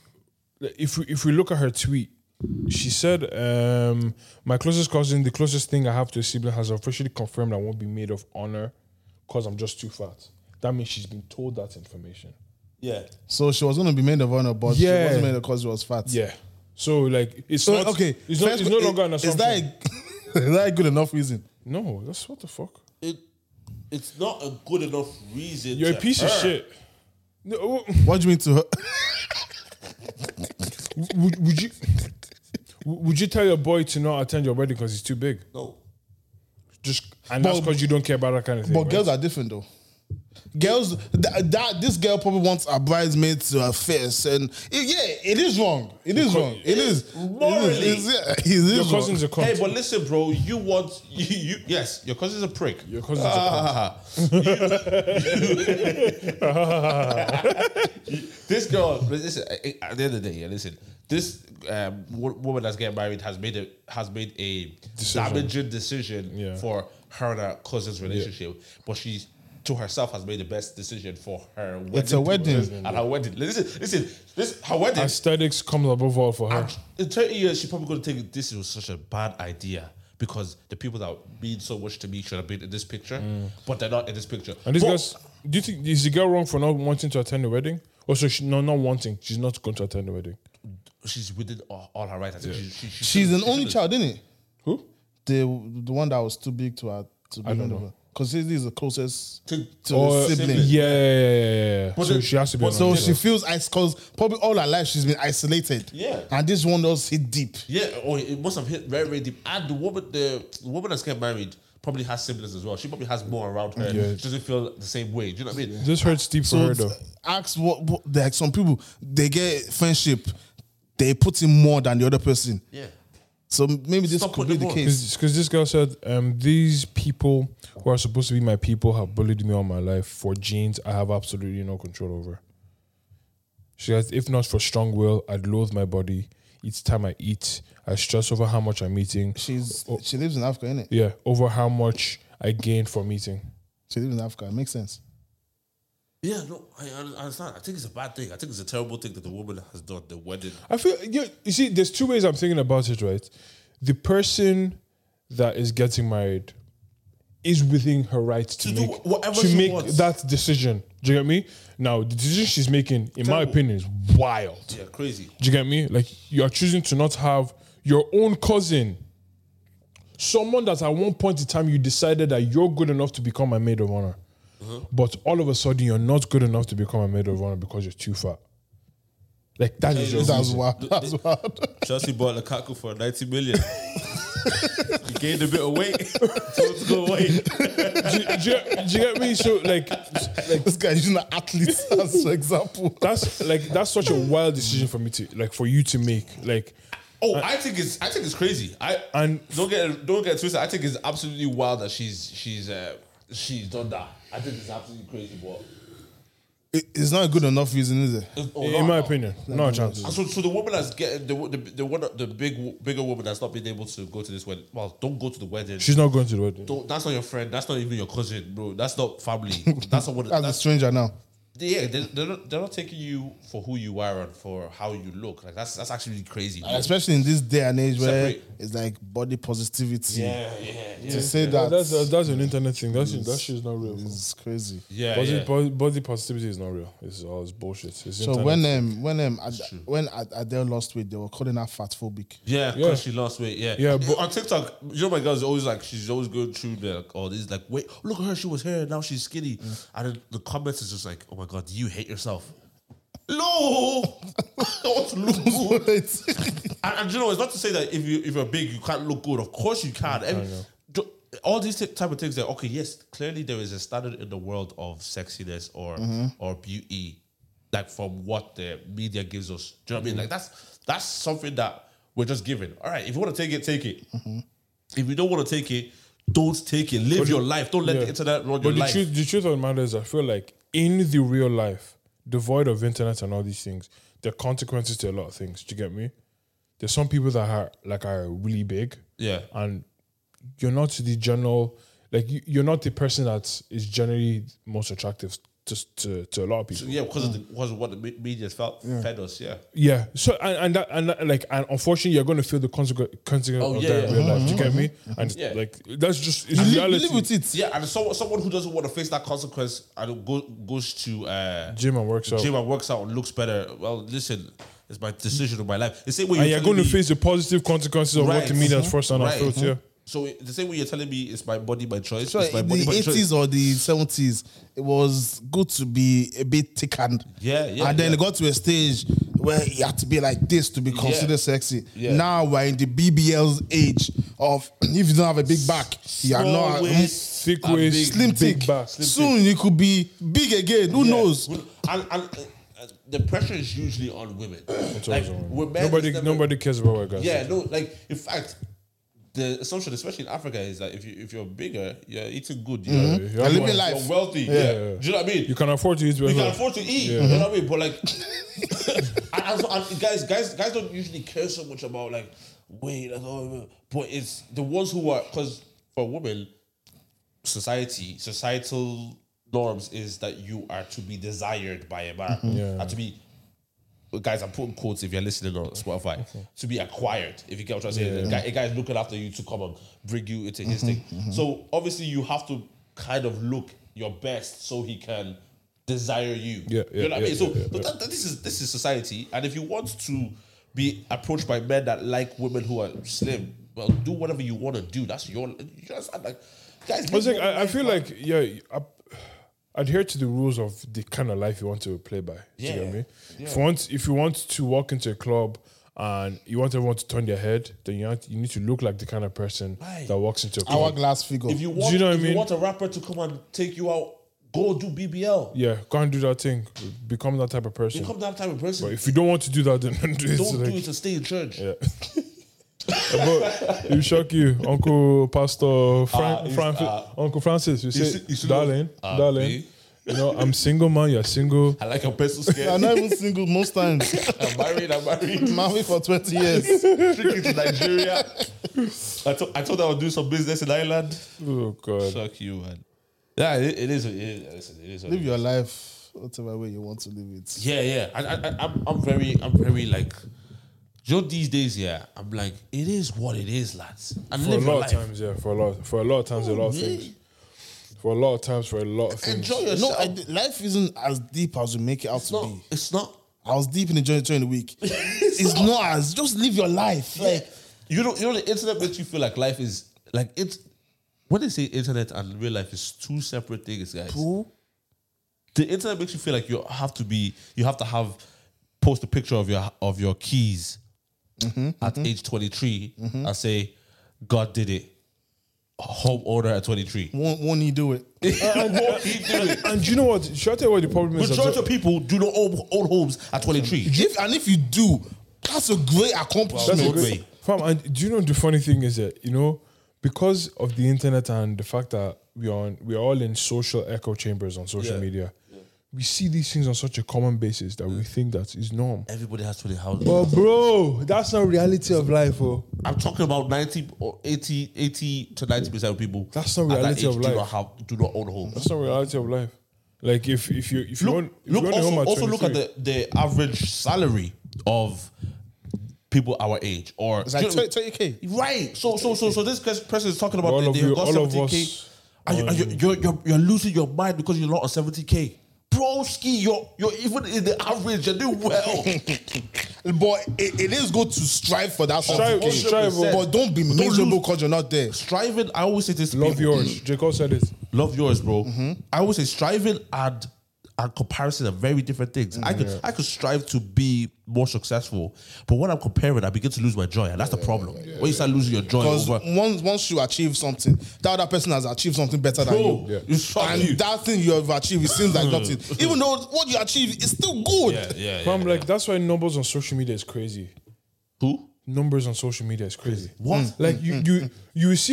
Speaker 4: like, if we if we look at her tweet, she said, um, "My closest cousin, the closest thing I have to a sibling, has officially confirmed I won't be made of honor because I'm just too fat." That means she's been told that information.
Speaker 3: Yeah.
Speaker 2: So she was going to be made of honor, but she
Speaker 4: Yeah.
Speaker 2: wasn't made because she was fat.
Speaker 4: Yeah. So like it's
Speaker 2: So,
Speaker 4: not
Speaker 2: okay.
Speaker 4: It's, not,
Speaker 2: first
Speaker 4: it's no
Speaker 2: que-
Speaker 4: longer an
Speaker 2: is-
Speaker 4: assumption.
Speaker 2: Is that, a, [LAUGHS] is that a good enough reason?
Speaker 4: no, that's what the fuck.
Speaker 3: It, it's not a good enough reason.
Speaker 4: You're a
Speaker 3: to
Speaker 4: piece of
Speaker 3: her.
Speaker 4: shit. No,
Speaker 2: What do you mean to her?
Speaker 4: would, would you [LAUGHS] would you tell your boy to not attend your wedding because he's too big?
Speaker 3: No.
Speaker 4: Just and that's
Speaker 2: But-
Speaker 4: because you don't care about that kind of thing.
Speaker 2: But
Speaker 4: right?
Speaker 2: girls are different though. Girls, that, that this girl probably wants a bridesmaid to her face, and it- yeah, it is wrong. It is wrong. It is
Speaker 3: Morally.
Speaker 2: It is, yeah, it is
Speaker 4: your
Speaker 2: wrong.
Speaker 4: cousin's a cunt.
Speaker 3: Hey, but listen, bro. You want you, you yes, your cousin's a prick.
Speaker 4: your cousin's a cunt.
Speaker 3: Ah. [LAUGHS] this girl, listen. I- I- At the end of the day, yeah, listen. This um, wo- woman that's getting married has made a has made a
Speaker 4: Decision.
Speaker 3: damaging decision
Speaker 4: Yeah.
Speaker 3: for her and her cousin's relationship, but she's to herself has made the best decision for her wedding.
Speaker 2: It's a wedding.
Speaker 3: and her wedding. Listen, listen, this her wedding.
Speaker 4: Aesthetics comes above all for
Speaker 2: Ah,
Speaker 4: her.
Speaker 3: And in 30 years, she probably going to think this was such a bad idea because the people that mean so much to me should have been in this picture, but they're not in this picture.
Speaker 4: And this
Speaker 3: But-
Speaker 4: guy's do you think is the girl wrong for not wanting to attend the wedding? Also, she no not wanting. She's not going to attend the wedding.
Speaker 3: she's within all, all her rights. I think she, she, she
Speaker 2: She's
Speaker 3: should-
Speaker 2: an
Speaker 3: she
Speaker 2: only
Speaker 3: should-
Speaker 2: child, isn't it?
Speaker 4: Who?
Speaker 2: The the one that was too big to her to be
Speaker 4: don't
Speaker 2: made of
Speaker 4: know.
Speaker 2: her. Because this is the closest to,
Speaker 3: To-
Speaker 2: the
Speaker 4: Or-
Speaker 2: sibling.
Speaker 4: Yeah, yeah, yeah, yeah, yeah.
Speaker 3: But
Speaker 4: so
Speaker 3: the-
Speaker 4: she has to be.
Speaker 3: but
Speaker 4: an
Speaker 3: so
Speaker 2: So
Speaker 4: only
Speaker 2: she
Speaker 4: child.
Speaker 2: feels ice because probably all her life she's been isolated.
Speaker 3: Yeah.
Speaker 2: And this one does hit deep.
Speaker 3: Yeah, or it must have hit very, very deep. And the woman, the, the woman that's getting married probably has siblings as well. She probably has more around her.
Speaker 4: Yeah.
Speaker 3: She doesn't feel the same way. Do you know what I mean?
Speaker 4: This hurts deep for
Speaker 2: So
Speaker 4: her though.
Speaker 2: ask what, what like some people they get friendship, they put in more than the other person.
Speaker 3: Yeah.
Speaker 2: So maybe this
Speaker 3: Stop
Speaker 2: could be
Speaker 3: putting
Speaker 2: the
Speaker 3: more.
Speaker 2: case.
Speaker 4: Because this girl said, um, these people who are supposed to be my people have bullied me all my life for genes I have absolutely no control over. She says, if not for strong will, I'd loathe my body. Each time I eat, I stress over how much I'm eating.
Speaker 2: She's she lives in Africa, innit?
Speaker 4: Yeah, over how much I gain from eating.
Speaker 2: She lives in Africa. It makes sense.
Speaker 3: Yeah, no, I I understand. I think it's a bad thing. I think it's a terrible thing that the woman has done, the wedding.
Speaker 4: I feel you, you see, there's two ways I'm thinking about it, right? The person that is getting married is within her rights to,
Speaker 3: To do
Speaker 4: make
Speaker 3: whatever
Speaker 4: to
Speaker 3: she
Speaker 4: make
Speaker 3: wants.
Speaker 4: that decision. Do you get me? Now, the decision she's making, in my
Speaker 3: Terrible.
Speaker 4: opinion, is wild.
Speaker 3: Yeah, crazy.
Speaker 4: Do you get me? Like you are choosing to not have your own cousin, someone that at one point in time you decided that you're good enough to become a maid of honor,
Speaker 3: Mm-hmm.
Speaker 4: but all of a sudden you're not good enough to become a maid of honor because you're too fat. Like that is your
Speaker 2: That's
Speaker 4: reason.
Speaker 2: wild. That's wild.
Speaker 3: Chelsea bought Lukaku for 90 million. [LAUGHS] he gained a bit of weight. [LAUGHS] Told to go away.
Speaker 4: do, you- do you, do you get me? So like,
Speaker 2: [LAUGHS] this guy is an athlete [LAUGHS] as for example.
Speaker 4: that's like that's such a wild decision for me to like for you to make. Like,
Speaker 3: Oh, I think it's I think it's crazy. I
Speaker 4: And-
Speaker 3: don't get don't get twisted. I think it's absolutely wild that she's she's uh, she's done that. I think it's absolutely crazy, but
Speaker 2: It- it's not a good enough reason, is it?
Speaker 3: Oh,
Speaker 4: in
Speaker 3: no,
Speaker 4: my
Speaker 3: no.
Speaker 4: opinion, no chance.
Speaker 3: And So, so the woman that's getting the the, the one the big bigger woman that's not been able to go to this wedding. Well, don't go to the wedding.
Speaker 4: She's not going to the wedding.
Speaker 3: don't, that's not your friend. That's not even your cousin, bro. That's not family. That's
Speaker 2: [LAUGHS]
Speaker 3: not what.
Speaker 2: As a
Speaker 3: That's,
Speaker 2: stranger now.
Speaker 3: yeah, they're, they're, not, they're not taking you for who you are and for how you look. Like that's that's actually crazy.
Speaker 2: And especially in this day and age where
Speaker 3: Separate.
Speaker 2: it's like body positivity.
Speaker 3: yeah, yeah, yeah.
Speaker 2: To say that
Speaker 4: That's, that's that's an internet thing. That's that shit's not real.
Speaker 2: is crazy.
Speaker 3: Yeah,
Speaker 4: Body,
Speaker 3: yeah.
Speaker 4: body, body positivity is not real. It's all it's bullshit. It's
Speaker 2: So
Speaker 4: internet.
Speaker 2: when um when um Ad- when Ad- Adele lost weight, they were calling her fat phobic.
Speaker 3: Yeah,
Speaker 4: Yeah.
Speaker 3: because she lost weight. Yeah,
Speaker 4: Yeah, but-
Speaker 3: on TikTok, you know my girl's always like she's always going through the like, all these like wait look at her she was here now she's skinny and then the comments is just like oh my god do you hate yourself? No, [LAUGHS] I want to
Speaker 2: [LAUGHS]
Speaker 3: look good. And, and you know it's not to say that if you if you're big you can't look good. Of course you can. Every- do- all these t- type of things. That okay, yes, clearly there is a standard in the world of sexiness or
Speaker 4: Mm-hmm.
Speaker 3: or beauty, like from what the media gives us. Do you know what I mean? Like that's that's something that we're just given. All right, if you want to take it, take it.
Speaker 4: Mm-hmm.
Speaker 3: If you don't want to take it, don't take it. Live your life. Don't let
Speaker 4: yeah.
Speaker 3: the internet run your
Speaker 4: but the
Speaker 3: life.
Speaker 4: truth, the truth of the matter is, I feel like in the real life, devoid of internet and all these things, there are consequences to a lot of things. Do you get me? there's some people that are like are really big,
Speaker 3: Yeah.
Speaker 4: and you're not the general like you, you're not the person that is generally most attractive to to, to a lot of people.
Speaker 3: Yeah, because of, the,
Speaker 4: Mm.
Speaker 3: because of what the me- media felt fed us. Yeah,
Speaker 4: Yeah. So and and, that, and that, like and unfortunately you're going to feel the consequence, consequence
Speaker 3: Oh,
Speaker 4: of
Speaker 3: yeah,
Speaker 4: that in
Speaker 3: yeah. Mm-hmm.
Speaker 4: real life. Do you get me? And it's
Speaker 3: Yeah.
Speaker 4: like that's just it's
Speaker 2: You live,
Speaker 4: reality.
Speaker 2: you live with it.
Speaker 3: yeah, and someone someone who doesn't want to face that consequence and go, goes to uh,
Speaker 4: Gym and works out.
Speaker 3: gym and works out and looks better. Well, listen, it's my decision of my life. The same way
Speaker 4: and
Speaker 3: you're
Speaker 4: you're
Speaker 3: telling
Speaker 4: going to
Speaker 3: me-
Speaker 4: Ah, face the positive consequences of what
Speaker 3: Right. Mm-hmm.
Speaker 4: to me that's first and I
Speaker 3: Right. Mm-hmm.
Speaker 4: felt. Yeah.
Speaker 3: So the same way you're telling me it's my body, my choice.
Speaker 2: So
Speaker 3: it's my
Speaker 2: in
Speaker 3: body,
Speaker 2: the
Speaker 3: my choice.
Speaker 2: eighties or the seventies, it was good to be a bit thickened.
Speaker 3: Yeah, yeah,
Speaker 2: And then
Speaker 3: yeah.
Speaker 2: it got to a stage where you had to be like this to be considered sexy.
Speaker 3: Yeah.
Speaker 2: Now we're in the BBL's age of [CLEARS THROAT] if you don't have a big back, you're
Speaker 3: Small
Speaker 2: not
Speaker 3: waist,
Speaker 4: Thick
Speaker 3: and
Speaker 4: waist,
Speaker 3: big-
Speaker 2: slim
Speaker 4: big
Speaker 2: thick.
Speaker 4: back.
Speaker 2: Soon you could be big again. Who
Speaker 3: Yeah.
Speaker 2: knows?
Speaker 3: And, and uh, the pressure is usually on women.
Speaker 4: It's
Speaker 3: like,
Speaker 4: always on.
Speaker 3: we're men,
Speaker 4: nobody
Speaker 3: it's never-
Speaker 4: nobody cares about what guys.
Speaker 3: Yeah,
Speaker 4: do.
Speaker 3: no, like in fact, the assumption, especially in Africa, is that if you if you're bigger, you're eating good. You're,
Speaker 4: You
Speaker 2: I
Speaker 4: have
Speaker 2: live
Speaker 4: one-
Speaker 2: in life.
Speaker 3: you're wealthy. Yeah.
Speaker 4: Mm-hmm. yeah.
Speaker 3: Do you know what I mean?
Speaker 4: You can afford to eat
Speaker 3: You
Speaker 4: well.
Speaker 3: can afford to eat. You know what I mean? But like, and, [LAUGHS] and so- and guys, guys, guys don't usually care so much about like weight. and all, But it's the ones who are because for women, society, societal norms is that you are to be desired by a man
Speaker 4: Yeah.
Speaker 3: and to be. but Guys, I'm putting quotes if you're listening on Spotify to be acquired. If you get what I'm saying, a, guy, a guy's looking after you to come and bring you into
Speaker 4: Mm-hmm,
Speaker 3: his thing. So obviously, you have to kind of look your best so he can desire you.
Speaker 4: Yeah,
Speaker 3: you know
Speaker 4: yeah,
Speaker 3: what
Speaker 4: yeah,
Speaker 3: I mean. So,
Speaker 4: yeah, yeah.
Speaker 3: so that, that- this is this is society, and if you want to be approached by men that like women who are slim, well, do whatever you want to do. That's your. You understand? Like, guys,
Speaker 4: I was like, I, I feel like yeah, I- adhere to the rules of the kind of life you want to play by. Do you know what I
Speaker 3: Yeah.
Speaker 4: mean? If you want, if you want to walk into a club and you want everyone to turn their head, then you have, you need to look like the kind of person
Speaker 3: Right.
Speaker 4: that walks into a club.
Speaker 2: Hourglass figure.
Speaker 3: if you want,
Speaker 4: you know what
Speaker 3: if
Speaker 4: I
Speaker 3: you
Speaker 4: mean?
Speaker 3: want a rapper to come and take you out, go do BBL.
Speaker 4: yeah, go and do that thing. Become that type of person.
Speaker 3: Become that type of person.
Speaker 4: but if you don't want to do that, then [LAUGHS] don't do it.
Speaker 3: Don't
Speaker 4: Like,
Speaker 3: do it to stay in church.
Speaker 4: but you shock you, Uncle
Speaker 3: [LAUGHS]
Speaker 4: Pastor Frank,
Speaker 3: Ah, is-
Speaker 4: Francis,
Speaker 3: ah.
Speaker 4: Uncle Francis. You
Speaker 3: You
Speaker 4: say,
Speaker 3: see- you see-
Speaker 4: darling,
Speaker 3: Ah,
Speaker 4: darling.
Speaker 3: me?
Speaker 4: You know, I'm single, man. You're single.
Speaker 3: I like a pencil scale.
Speaker 2: I'm not even
Speaker 3: [LAUGHS]
Speaker 2: single most times.
Speaker 3: I'm married. I'm married.
Speaker 2: Married for 20 years.
Speaker 3: Trick into Nigeria. [LAUGHS] I, to- I told I would do some business in Ireland.
Speaker 4: Oh God.
Speaker 3: Fuck you, man. Yeah, it, it is. It is. Listen, it is what it
Speaker 2: Live your life whatever way you want to live it.
Speaker 3: Yeah, yeah. I, I, I- I'm, I'm very, I'm very like, you know, these days, yeah. I'm like, it is what it is, lads. And
Speaker 4: For a
Speaker 3: live your
Speaker 4: lot
Speaker 3: life.
Speaker 4: of
Speaker 3: Oh,
Speaker 4: times, yeah. For a lot, for a lot of times, a lot of
Speaker 3: really?
Speaker 4: things. For a lot of times, for a lot of things.
Speaker 3: Enjoy
Speaker 2: No,
Speaker 3: yourself.
Speaker 2: I, life isn't as deep as you make it out
Speaker 3: it's
Speaker 2: to
Speaker 3: not.
Speaker 2: be.
Speaker 3: It's [LAUGHS] not.
Speaker 2: I was deep in the journey during the week. it's not. as just live your life. Like
Speaker 3: You know, you know, the internet makes you feel like life is like it's. When they say internet and real life is two separate things, guys.
Speaker 2: who?
Speaker 3: the internet makes you feel like you have to be you have to have post a picture of your of your keys
Speaker 4: Mm-hmm,
Speaker 3: at age 23 and say god did it homeowner at 23
Speaker 2: won't, won't he do it?
Speaker 4: And you know what? Should I tell you what the problem is?
Speaker 3: majority of
Speaker 4: That's
Speaker 3: people do not own, own homes at 23
Speaker 2: If and if you do, that's a great accomplishment.
Speaker 4: a
Speaker 3: Well,
Speaker 4: good,
Speaker 3: Way.
Speaker 4: fam, and do you know the funny thing is that you know because of the internet and the fact that we are on, we are all in social echo chambers on social
Speaker 3: Yeah.
Speaker 4: media, we see these things on such a common basis that we think that is norm.
Speaker 3: everybody has 20 houses
Speaker 4: But bro, that's not reality of life, oh.
Speaker 3: i'm talking about 90 or 80 80 to 90 percent of people
Speaker 4: That's not
Speaker 3: at that
Speaker 4: reality
Speaker 3: age
Speaker 4: of
Speaker 3: do not
Speaker 4: life.
Speaker 3: have do not own homes
Speaker 4: That's not reality of life. Like if if you if you
Speaker 3: look,
Speaker 4: want if
Speaker 3: look
Speaker 4: you want a home
Speaker 3: also,
Speaker 4: at
Speaker 3: also look at
Speaker 4: 23,
Speaker 3: the, the average salary of people our age or
Speaker 2: It's like twenty twenty k.
Speaker 3: right so so so so this pers- person is talking about
Speaker 4: All
Speaker 3: they,
Speaker 4: of
Speaker 3: they
Speaker 4: you-
Speaker 3: got
Speaker 4: all of
Speaker 3: 70k
Speaker 4: us
Speaker 3: and, you, and you, you're, you're, you're losing your mind because you're not on 70k bro ski you're you're even in the average you're doing well
Speaker 2: [LAUGHS] But it, it is good to strive for that.
Speaker 4: Strive-
Speaker 2: 70K.
Speaker 4: strive, oh.
Speaker 2: but don't be miserable because you're not there.
Speaker 3: striving i always say this to
Speaker 4: love
Speaker 3: people.
Speaker 4: yours. Jacob said it.
Speaker 3: love yours bro
Speaker 2: Mm-hmm.
Speaker 3: i always say striving and and comparison are very different things i could i could strive to be more successful but when i'm comparing i begin to lose my joy and that's the problem when you start losing your joy
Speaker 2: Because
Speaker 3: over
Speaker 2: once once you achieve something, that other person has achieved something better than
Speaker 3: Bro,
Speaker 2: you.
Speaker 3: Yeah. it's fuck
Speaker 2: and
Speaker 3: you.
Speaker 2: that thing you have achieved, it seems like nothing. Even though what you achieve is still good.
Speaker 3: yeah
Speaker 4: Fam, like that's why numbers on social media is crazy.
Speaker 3: who
Speaker 4: numbers on social media is crazy.
Speaker 2: Hmm.
Speaker 3: What?
Speaker 4: Like you, you, you see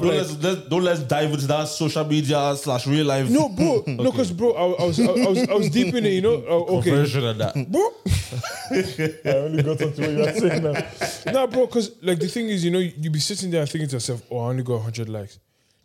Speaker 3: Hmm, Oh, don't,
Speaker 4: like-
Speaker 3: let's, let's, don't let's dive into that social media slash real life
Speaker 4: no, bro,
Speaker 3: [LAUGHS]
Speaker 4: no, because bro, I, I was, I, was, I was deep in it, you know. Uh, okay,
Speaker 3: version of
Speaker 4: [LAUGHS]
Speaker 3: that. [LAUGHS]
Speaker 4: bro.
Speaker 1: I only got up to what you were saying now.
Speaker 4: nah, bro, because like the thing is, you know, you be sitting there and thinking to yourself, "Oh, I only got 100 likes."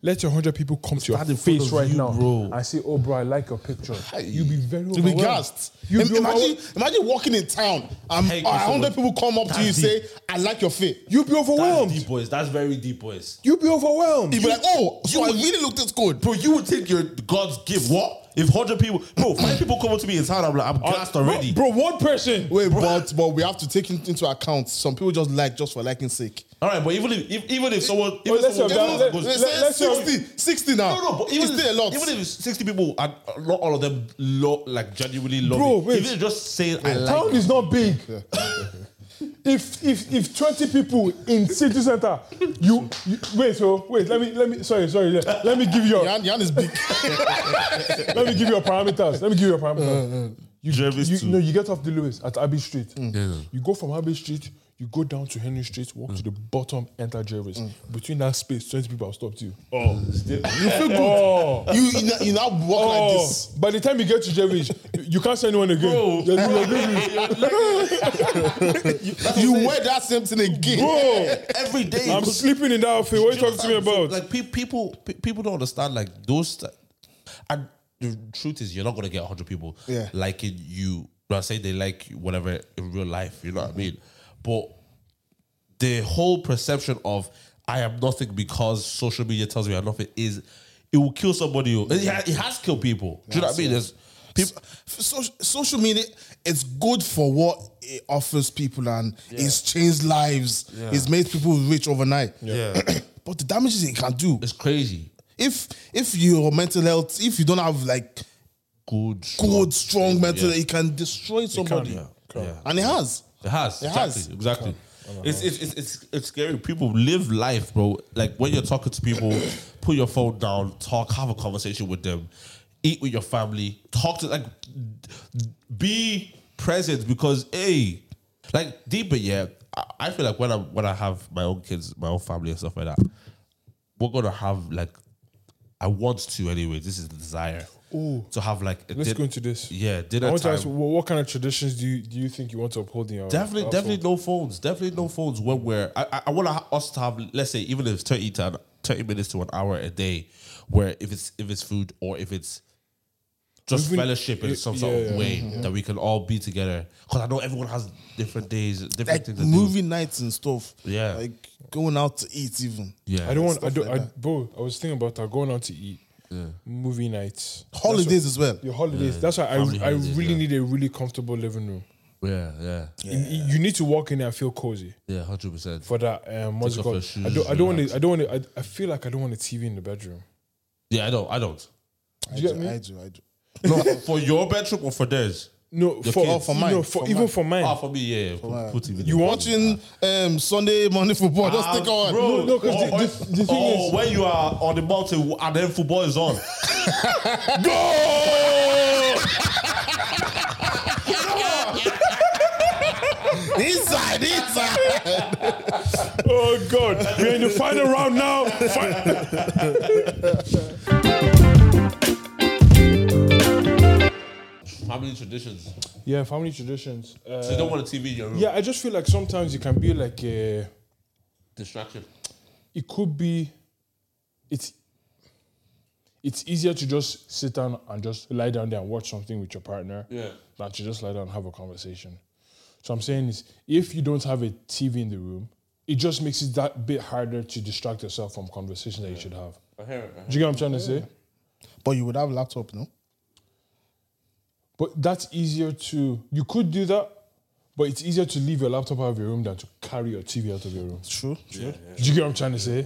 Speaker 4: Let your 100 people come to your
Speaker 3: Stand in front
Speaker 4: face
Speaker 3: of
Speaker 4: right
Speaker 3: you,
Speaker 4: now
Speaker 3: bro.
Speaker 4: I say, "Oh, bro, I like your picture." You be very
Speaker 2: You'll be
Speaker 4: overwhelmed.
Speaker 2: gassed.
Speaker 4: You
Speaker 2: Im-
Speaker 4: be
Speaker 2: imagine,
Speaker 4: overwhelmed.
Speaker 2: imagine walking in town and
Speaker 3: Thank
Speaker 2: a
Speaker 3: you so
Speaker 2: hundred
Speaker 3: much.
Speaker 2: people come up to you
Speaker 3: That's
Speaker 2: say, "I like your fit."
Speaker 4: You be
Speaker 3: That's
Speaker 4: overwhelmed.
Speaker 3: deep boys. That's very deep boys.
Speaker 4: You be overwhelmed.
Speaker 2: You'd be like, "Oh, so I really look this good."
Speaker 3: Bro, you would think your God's gift. What? If 100 people, bro, five people come up to me in town, I'm like, I'm gassed already.
Speaker 4: bro, bro, one person.
Speaker 2: Wait, but but we have to take in- into account some people just like just for liking sake.
Speaker 3: All right, but even if, if even if someone,
Speaker 4: Well,
Speaker 3: even
Speaker 4: let's
Speaker 3: someone
Speaker 4: have that-
Speaker 3: goes-
Speaker 4: let-
Speaker 3: goes-
Speaker 2: They
Speaker 4: let-
Speaker 2: say
Speaker 4: let's say-
Speaker 2: 60, 60 now.
Speaker 3: no, no, but even
Speaker 2: it's still a
Speaker 3: if,
Speaker 2: lot.
Speaker 3: even if 60 people and not all of them lo- like genuinely love
Speaker 4: Bro,
Speaker 3: it,
Speaker 4: wait.
Speaker 3: even if just saying I like
Speaker 4: Town is
Speaker 3: [LAUGHS]
Speaker 4: not big. If if if twenty people in city center, you, you wait. So wait, let me let me sorry sorry. yeah. Let me give you your,
Speaker 2: Yan, Yan is big.
Speaker 4: let me give you your parameters. Let me give you your
Speaker 3: Uh,
Speaker 4: parameters. You,
Speaker 3: Jervis
Speaker 4: you
Speaker 3: too.
Speaker 4: no, you get off the Lewis at Abbey Street.
Speaker 3: Mm.
Speaker 4: You go from Abbey Street, you go down to Henry Street,
Speaker 3: Mm.
Speaker 4: walk to the bottom, enter Jervis. Between that space, twenty people have stopped you.
Speaker 3: oh, still-
Speaker 4: [LAUGHS] You feel good. Oh,
Speaker 2: you, you, now- you now walk like
Speaker 4: oh.
Speaker 2: this.
Speaker 4: By the time you get to Jervis, you can't see anyone again.
Speaker 3: Bro.
Speaker 4: You're-
Speaker 3: [LAUGHS]
Speaker 4: you're- [LAUGHS]
Speaker 2: You wear that same thing again.
Speaker 4: bro.
Speaker 3: every day.
Speaker 4: I'm
Speaker 3: Because-
Speaker 4: sleeping in that outfit. What are you talking to me about?
Speaker 3: Like pe- people, pe- people don't understand. Like those, th- and the truth is, you're not gonna get hundred people
Speaker 2: Yeah.
Speaker 3: liking you. I say they like you, whatever in real life. You know what I mean? But the whole perception of I am nothing because social media tells me I'm nothing is it will kill somebody. It, ha- it has killed people. Do you know what I mean? There's people.
Speaker 2: so, social media it's good for what it offers people and it's changed lives it's made people rich overnight
Speaker 3: Yeah.
Speaker 2: [CLEARS THROAT] but the damages it can do
Speaker 3: It's crazy.
Speaker 2: if if your mental health if you don't have like
Speaker 3: Good.
Speaker 2: good strong mental
Speaker 3: Yeah.
Speaker 2: it can destroy somebody
Speaker 3: Yeah.
Speaker 2: and it has
Speaker 3: It has.
Speaker 2: It
Speaker 3: exactly.
Speaker 2: has.
Speaker 3: Exactly. It's, it's, it's, it's, it's scary. People live life, bro. Like when you're talking to
Speaker 4: [COUGHS]
Speaker 3: people, put your phone down, talk, have a conversation with them, eat with your family, talk to, like, be present because, hey, like deeper, yeah. I, I feel like when I when I have my own kids, my own family and stuff like that, we're gonna have like, I want to anyway. This is the desire to have like. A
Speaker 4: Let's
Speaker 3: din-
Speaker 4: go into this.
Speaker 3: Yeah, dinner
Speaker 4: I want
Speaker 3: time.
Speaker 4: to ask, what, what kind of traditions do you do you think you want to uphold in your
Speaker 3: Definitely,
Speaker 4: household?
Speaker 3: definitely no phones. Definitely no phones when we're. I, I- I want us to have, let's say, even if it's 30, to an, 30 minutes to an hour a day, where if it's if it's food or if it's just
Speaker 4: Even-
Speaker 3: fellowship in
Speaker 4: y-
Speaker 3: some
Speaker 4: yeah,
Speaker 3: sort of
Speaker 4: yeah,
Speaker 3: way that we can all be together. Because I know everyone has different days, different
Speaker 2: like
Speaker 3: things. to do.
Speaker 2: movie nights and stuff
Speaker 3: Yeah.
Speaker 2: like going out to eat even
Speaker 3: Yeah.
Speaker 4: I don't want. I
Speaker 2: Stuff
Speaker 4: don't.
Speaker 2: like
Speaker 4: I, bro, I was thinking about that. Going out to eat, movie nights, That's
Speaker 2: holidays as well
Speaker 4: what- your holidays. That's why I,
Speaker 3: family
Speaker 4: I
Speaker 3: holidays,
Speaker 4: really
Speaker 3: yeah.
Speaker 4: need a really comfortable living room.
Speaker 3: Yeah, yeah,
Speaker 4: You- You, you need to walk in there and feel cozy
Speaker 3: yeah, hundred percent.
Speaker 4: for that. Um, what's it
Speaker 3: Take off
Speaker 4: called?
Speaker 3: your
Speaker 4: I
Speaker 3: shoes,
Speaker 4: don't. I don't want
Speaker 3: relax.
Speaker 4: to. I don't want to. I, I feel like I don't want a TV in the bedroom.
Speaker 3: Yeah, I don't. I
Speaker 4: [LAUGHS]
Speaker 3: don't.
Speaker 4: Do you get
Speaker 2: I
Speaker 4: me?
Speaker 2: do I do
Speaker 3: No, [LAUGHS] for your bedroom or for theirs?
Speaker 4: No, for,
Speaker 2: kids. For mine,
Speaker 4: No, for,
Speaker 2: for
Speaker 4: even
Speaker 2: mine.
Speaker 4: for mine.
Speaker 3: Ah, for me, yeah. yeah. Put, put it in
Speaker 4: You
Speaker 3: the-
Speaker 4: want-
Speaker 2: watching um, Sunday morning football [LAUGHS] just
Speaker 3: Ah,
Speaker 2: take on
Speaker 3: Bro,
Speaker 4: No, no, 'cause the- the- the thing
Speaker 3: oh,
Speaker 4: is-
Speaker 3: when you are on the mountain and then football is on.
Speaker 2: [LAUGHS] inside inside
Speaker 4: oh God, we're in the final round now. Fi-
Speaker 3: Family traditions.
Speaker 4: yeah, family traditions.
Speaker 3: So you
Speaker 4: Uh,
Speaker 3: don't want a TV in your room.
Speaker 4: yeah, I just feel like sometimes it can be like a.
Speaker 3: Distraction.
Speaker 4: it could be it's it's easier to just sit down and just lie down there and watch something with your partner
Speaker 3: Yeah.
Speaker 4: than to just lie down and have a conversation. So I'm saying is if you don't have a TV in the room, it just makes it that bit harder to distract yourself from conversations that you should have.
Speaker 3: I hear it.
Speaker 4: Do you get what I'm trying to say?
Speaker 2: but you would have laptop no
Speaker 4: But that's easier to you could do that, but it's easier to leave your laptop out of your room than to carry your TV out of your room.
Speaker 2: true true
Speaker 4: Do you get what I'm trying to say?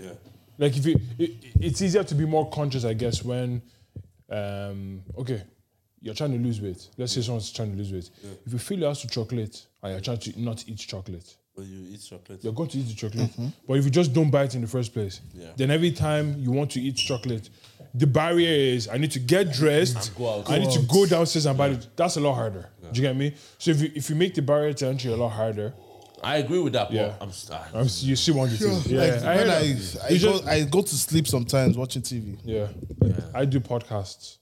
Speaker 4: Like if you, it, it's easier to be more conscious, I guess, when um, okay, you're trying to lose weight. Let's say someone's trying to lose weight. If you feel you have to chocolate and you're trying to not eat chocolate,
Speaker 3: When you eat chocolate.
Speaker 4: you're going to eat the chocolate.
Speaker 2: Mm-hmm.
Speaker 4: But if you just don't buy it in the first place,
Speaker 3: Yeah.
Speaker 4: then every time you want to eat chocolate, the barrier is I need to get dressed.
Speaker 3: go out.
Speaker 4: I need to
Speaker 2: Go out.
Speaker 4: go downstairs and buy it. That's a lot harder. Do you get me? So if you, if you make the barrier to entry a lot harder,
Speaker 3: I agree with that, but
Speaker 4: Yeah.
Speaker 3: I'm st-
Speaker 4: I'm, s- you see
Speaker 2: [LAUGHS]
Speaker 4: one you think. Yeah,
Speaker 2: Like,
Speaker 4: I hear
Speaker 2: when
Speaker 4: that.
Speaker 2: I, I,
Speaker 4: You
Speaker 2: go,
Speaker 4: just-
Speaker 2: I go to sleep sometimes watching TV.
Speaker 4: yeah. I do podcasts.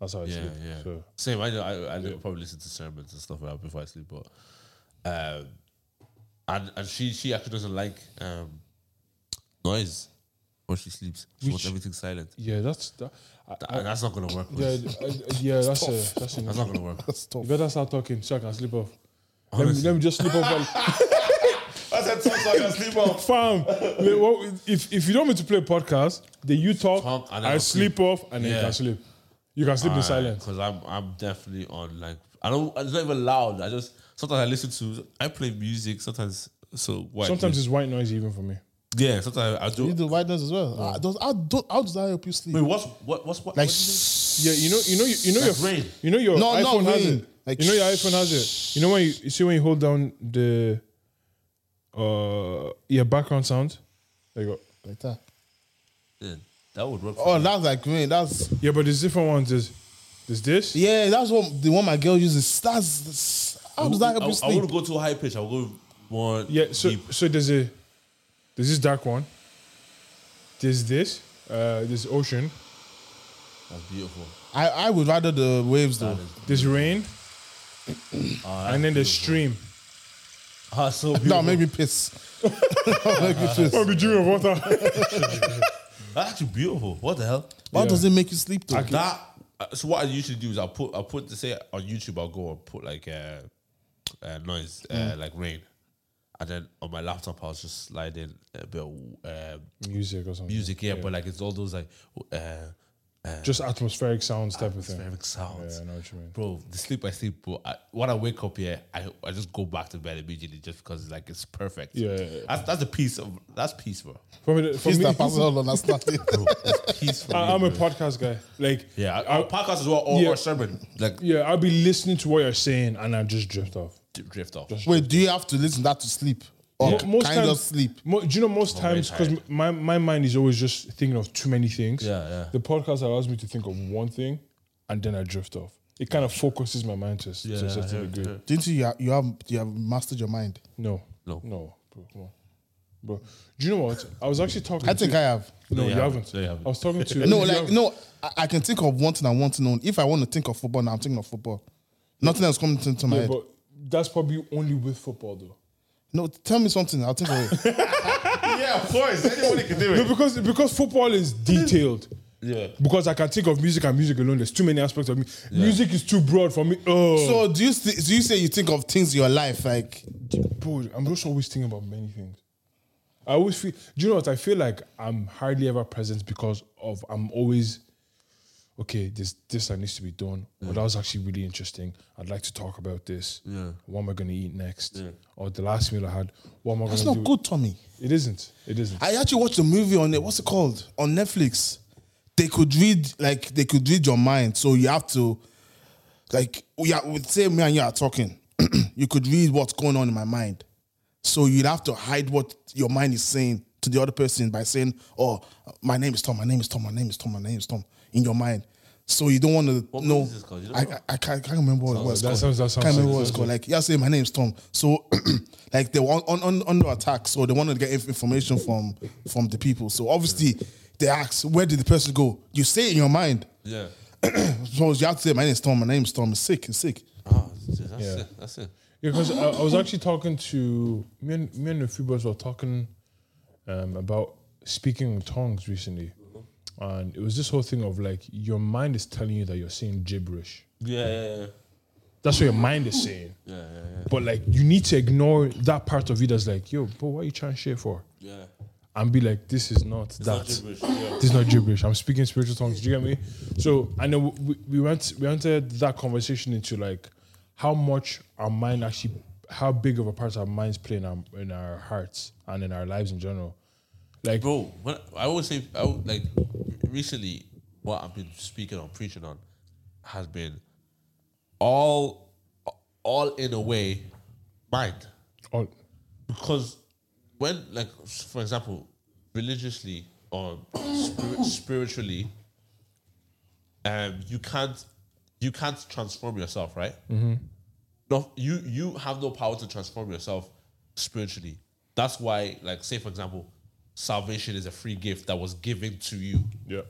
Speaker 4: That's how I
Speaker 3: Yeah,
Speaker 4: sleep.
Speaker 3: yeah.
Speaker 4: So
Speaker 3: Same. I I, I probably listen to sermons and stuff like that before I sleep, but um, and and she she actually doesn't like um noise when she sleeps. She wants
Speaker 4: Which-
Speaker 3: everything silent.
Speaker 4: yeah, that's that. I,
Speaker 3: Th-
Speaker 4: I,
Speaker 3: and that's not gonna work. bro.
Speaker 4: yeah, I, yeah, that's a [LAUGHS] that's an
Speaker 3: That's not gonna work.
Speaker 2: That's tough.
Speaker 4: You better start talking so I can sleep off. Let me,
Speaker 3: Honestly.
Speaker 4: let me just sleep off. while- [LAUGHS]
Speaker 3: That's a talk so I can sleep off.
Speaker 4: Fam, like, what- if, if you don't want me to play a podcast, then you talk,
Speaker 3: Talk and then
Speaker 4: I
Speaker 3: I'll
Speaker 4: sleep,
Speaker 3: sleep.
Speaker 4: off, and then you
Speaker 3: Yeah.
Speaker 4: can sleep. You can sleep in silence.
Speaker 3: Because I'm I'm definitely on like I don't it's not even loud. I just sometimes I listen to I play music sometimes. So why?
Speaker 4: Sometimes it's white noise even for me.
Speaker 3: yeah. Sometimes I do.
Speaker 2: You do white noise as well. Ah, does, how, do, how does that help you sleep?
Speaker 3: Wait, what's what what's what?
Speaker 2: like,
Speaker 3: what is it?
Speaker 4: Yeah, you know, you know, you know
Speaker 2: [LAUGHS]
Speaker 3: That's
Speaker 4: your
Speaker 3: rain.
Speaker 4: you know your
Speaker 2: No, not
Speaker 4: iPhone has
Speaker 2: rain.
Speaker 4: it.
Speaker 2: Like
Speaker 4: you know your iPhone has it. You know when you, you see when you hold down the uh yeah background sound. There you go.
Speaker 2: like that.
Speaker 3: Yeah, that would work. for
Speaker 2: Oh,
Speaker 3: me.
Speaker 2: that's like me. That's
Speaker 4: Yeah, but there's different ones. There's there's this.
Speaker 2: yeah. That's what the one my girl uses. That's, that's how does that help
Speaker 3: I,
Speaker 2: you
Speaker 3: I
Speaker 2: sleep?
Speaker 3: wouldn't go too high pitch. I'll go more.
Speaker 4: Yeah, so
Speaker 3: deep.
Speaker 4: so there's a there's this dark one. There's this. Uh there's ocean.
Speaker 3: that's beautiful.
Speaker 2: I, I would rather the waves though.
Speaker 4: There's rain. and then
Speaker 3: [LAUGHS]
Speaker 4: there's stream.
Speaker 3: Ah,
Speaker 2: [LAUGHS]
Speaker 3: so beautiful.
Speaker 2: That make me piss. [LAUGHS] That'll make me piss.
Speaker 4: Oh, be dreaming of water.
Speaker 3: That's actually beautiful. What the hell?
Speaker 2: Why
Speaker 4: Yeah.
Speaker 2: does it make you sleep though?
Speaker 3: That. uh, So what I usually do is I'll put I'll put say on YouTube I'll go and put like uh, uh noise uh,
Speaker 2: Mm.
Speaker 3: like rain, and then on my laptop I'll just slide in a bit of uh,
Speaker 4: Music or something.
Speaker 3: music here, but like it's all those like uh,
Speaker 4: Just atmospheric sounds type of thing.
Speaker 3: atmospheric sounds.
Speaker 4: Yeah, I know what you mean.
Speaker 3: Bro, the sleep I sleep, bro. I, when I wake up here, I, I just go back to bed immediately just because like it's perfect.
Speaker 4: Yeah, yeah, yeah.
Speaker 3: that's that's a piece of that's peace, bro.
Speaker 4: For me, for
Speaker 2: Piss
Speaker 4: me
Speaker 2: that person all
Speaker 4: [LAUGHS]
Speaker 2: understanding.
Speaker 3: [LAUGHS] It's peace for
Speaker 4: I,
Speaker 3: me,
Speaker 4: I'm a
Speaker 3: bro.
Speaker 4: podcast guy. Like
Speaker 3: Yeah, I-
Speaker 4: I,
Speaker 3: our podcast as well, or,
Speaker 4: Yeah.
Speaker 3: or sermon, like
Speaker 4: yeah, I'll be listening to what you're saying and I just drift off.
Speaker 3: d- drift off.
Speaker 2: Wait, do you have to listen that to sleep
Speaker 4: Mo-
Speaker 2: or
Speaker 4: most
Speaker 2: kind
Speaker 4: times,
Speaker 2: of sleep?
Speaker 4: Mo- do you know most
Speaker 3: very
Speaker 4: times because
Speaker 3: Oh, tired.
Speaker 4: my, my mind is always just thinking of too many things.
Speaker 3: Yeah, yeah.
Speaker 4: The podcast allows me to think of one thing, and then I drift off. It kind of focuses my mind to, s- to a
Speaker 3: yeah,
Speaker 4: certain
Speaker 3: yeah,
Speaker 4: degree.
Speaker 3: yeah.
Speaker 2: Didn't you? You have- You have you have mastered your mind.
Speaker 4: No,
Speaker 3: No.
Speaker 4: no, bro, come on, bro. Do you know what? I was actually talking.
Speaker 2: I think
Speaker 4: to,
Speaker 2: I have.
Speaker 4: no,
Speaker 3: No,
Speaker 4: you
Speaker 3: you
Speaker 4: haven't.
Speaker 3: haven't. No, you haven't.
Speaker 4: I was talking to
Speaker 2: [LAUGHS] No,
Speaker 4: you
Speaker 2: like
Speaker 4: haven't.
Speaker 2: no, I, I can think of one thing I want to know. If I want to think of football, now I'm thinking of football. Nothing else comes into my
Speaker 4: Yeah,
Speaker 2: head.
Speaker 4: but that's probably only with football though.
Speaker 2: No, tell me something. I'll
Speaker 4: [LAUGHS]
Speaker 2: think of it.
Speaker 3: [LAUGHS] Yeah, of course, anybody can do
Speaker 4: No, [LAUGHS] because because football is detailed.
Speaker 3: Yeah,
Speaker 4: Because I can think of music and music alone. There's too many aspects of me. Music is too broad for me. Oh,
Speaker 2: so do you st- do you say you think of things in your life like
Speaker 4: bro, I'm just always thinking about many things. I always feel. Do you know what? I feel like I'm hardly ever present because of I'm always okay. This this that needs to be done. Or that was actually really interesting. I'd like to talk about this.
Speaker 3: Yeah.
Speaker 4: What am I gonna eat next? Or the last meal I had. What am I
Speaker 2: that's
Speaker 4: gonna
Speaker 2: not
Speaker 4: do?
Speaker 2: good, Tommy?
Speaker 4: It isn't. It isn't.
Speaker 2: I actually watched a movie on it. What's it called on Netflix? They could read like they could read your mind, so you have to like we are would say me and you are talking. [CLEARS THROAT] you could read what's going on in my mind, so you'd have to hide what your mind is saying to the other person by saying, "Oh, my name is Tom. My name is Tom. My name is Tom. My name is Tom." In your mind. So you don't want to
Speaker 3: What
Speaker 2: know.
Speaker 3: movie is this called? You don't
Speaker 2: I,
Speaker 3: know?
Speaker 2: I, I can't, can't remember what, what it's
Speaker 4: that
Speaker 2: called.
Speaker 4: sounds- that sounds-
Speaker 2: can't remember
Speaker 4: that
Speaker 2: what it's
Speaker 4: sounds
Speaker 2: called. Like yeah, say my name is Tom. So [CLEARS THROAT] like they were on, on, on under attack, so they wanted to get inf- information from from the people. So obviously they asked, where did the person go? You say it in your mind.
Speaker 3: yeah.
Speaker 2: So you have to say my name is Tom. My name is Tom. It's sick. It's sick.
Speaker 3: Oh, that's
Speaker 4: Yeah.
Speaker 3: it. That's it.
Speaker 4: Yeah, because I, I was actually talking to me and me and a few boys were talking um, about speaking in tongues recently, and it was this whole thing of like your mind is telling you that you're saying gibberish.
Speaker 3: Yeah, yeah, yeah,
Speaker 4: That's what your mind is saying,
Speaker 3: yeah, yeah, yeah.
Speaker 4: but like you need to ignore that part of you that's like, yo, bro, what are you trying to share for?
Speaker 3: yeah.
Speaker 4: And be like, this is not
Speaker 3: It's
Speaker 4: that.
Speaker 3: not gibberish, yeah.
Speaker 4: This is not gibberish. I'm speaking spiritual tongues. Do you get me? So I know we, we went we entered that conversation into like how much our mind actually, how big of a part our minds play in our in our hearts and in our lives in general. Like
Speaker 3: bro. When, I always say, I would, like recently, what I've been speaking on, preaching on, has been all, all in a way, mind.
Speaker 4: all,
Speaker 3: Because when, like, for example, religiously or spir- spiritually, um, you can't, you can't transform yourself, right? No, you you have no power to transform yourself spiritually. That's why, like, say for example, salvation is a free gift that was given to you.
Speaker 4: Yeah.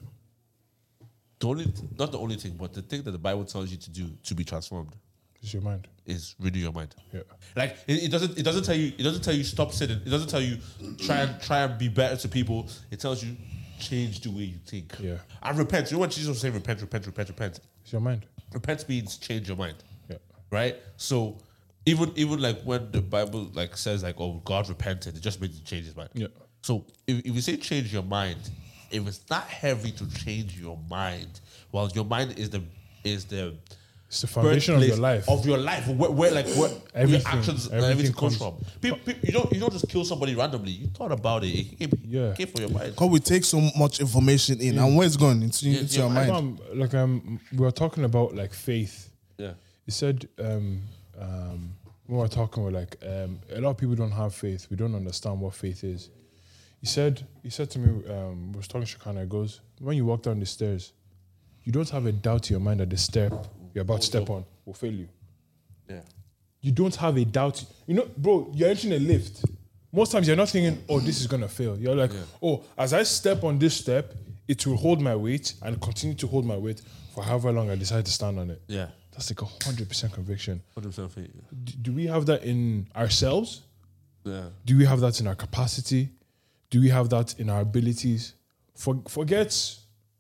Speaker 3: The only, not the only thing, but the thing that the Bible tells you to do to be transformed
Speaker 4: It's your mind.
Speaker 3: is renew your mind.
Speaker 4: Yeah.
Speaker 3: Like it, it doesn't it doesn't tell you it doesn't tell you stop sinning. It doesn't tell you try and try and be better to people. It tells you change the way you think.
Speaker 4: Yeah.
Speaker 3: And repent. You know what Jesus was saying? Repent, repent, repent, repent.
Speaker 4: It's your mind.
Speaker 3: Repent means change your mind.
Speaker 4: Yeah.
Speaker 3: Right? So even even like when the Bible like says like oh God repented, it just means he changed his mind.
Speaker 4: Yeah.
Speaker 3: So if, if you say change your mind, if it's not heavy to change your mind, well your mind is the is the
Speaker 4: It's the foundation of your
Speaker 3: birthplace
Speaker 4: life.
Speaker 3: Of your life, where, where like where
Speaker 4: Everything-
Speaker 3: your actions, and
Speaker 4: everything
Speaker 3: everything comes from.
Speaker 4: comes-
Speaker 3: People, you don't you don't just kill somebody randomly. You thought about it. It came,
Speaker 4: Yeah.
Speaker 3: yeah. came from your mind.
Speaker 2: Because we take so much information in, and where it's going into, into
Speaker 3: yeah,
Speaker 2: your
Speaker 3: I
Speaker 2: mind.
Speaker 4: Um, like um, we were talking about like faith.
Speaker 3: Yeah,
Speaker 4: You said um, um, when we were talking about like um, a lot of people don't have faith. We don't understand what faith is. He said he said to me um, we was talking to Shakana. He goes when you walk down the stairs, you don't have a doubt in your mind that the step you're about to step on will fail you.
Speaker 3: yeah,
Speaker 4: you don't have a doubt. You know, bro, you're entering a lift. Most times you're not thinking, oh, this is gonna fail. You're like, oh, as I step on this step, it will hold my weight and continue to hold my weight for however long I decide to stand on it.
Speaker 3: yeah.
Speaker 4: That's like a hundred percent conviction.
Speaker 3: Hundred percent faith.
Speaker 4: D- do we have that in ourselves?
Speaker 3: Yeah,
Speaker 4: Do we have that in our capacity? Do we have that in our abilities? For, forget,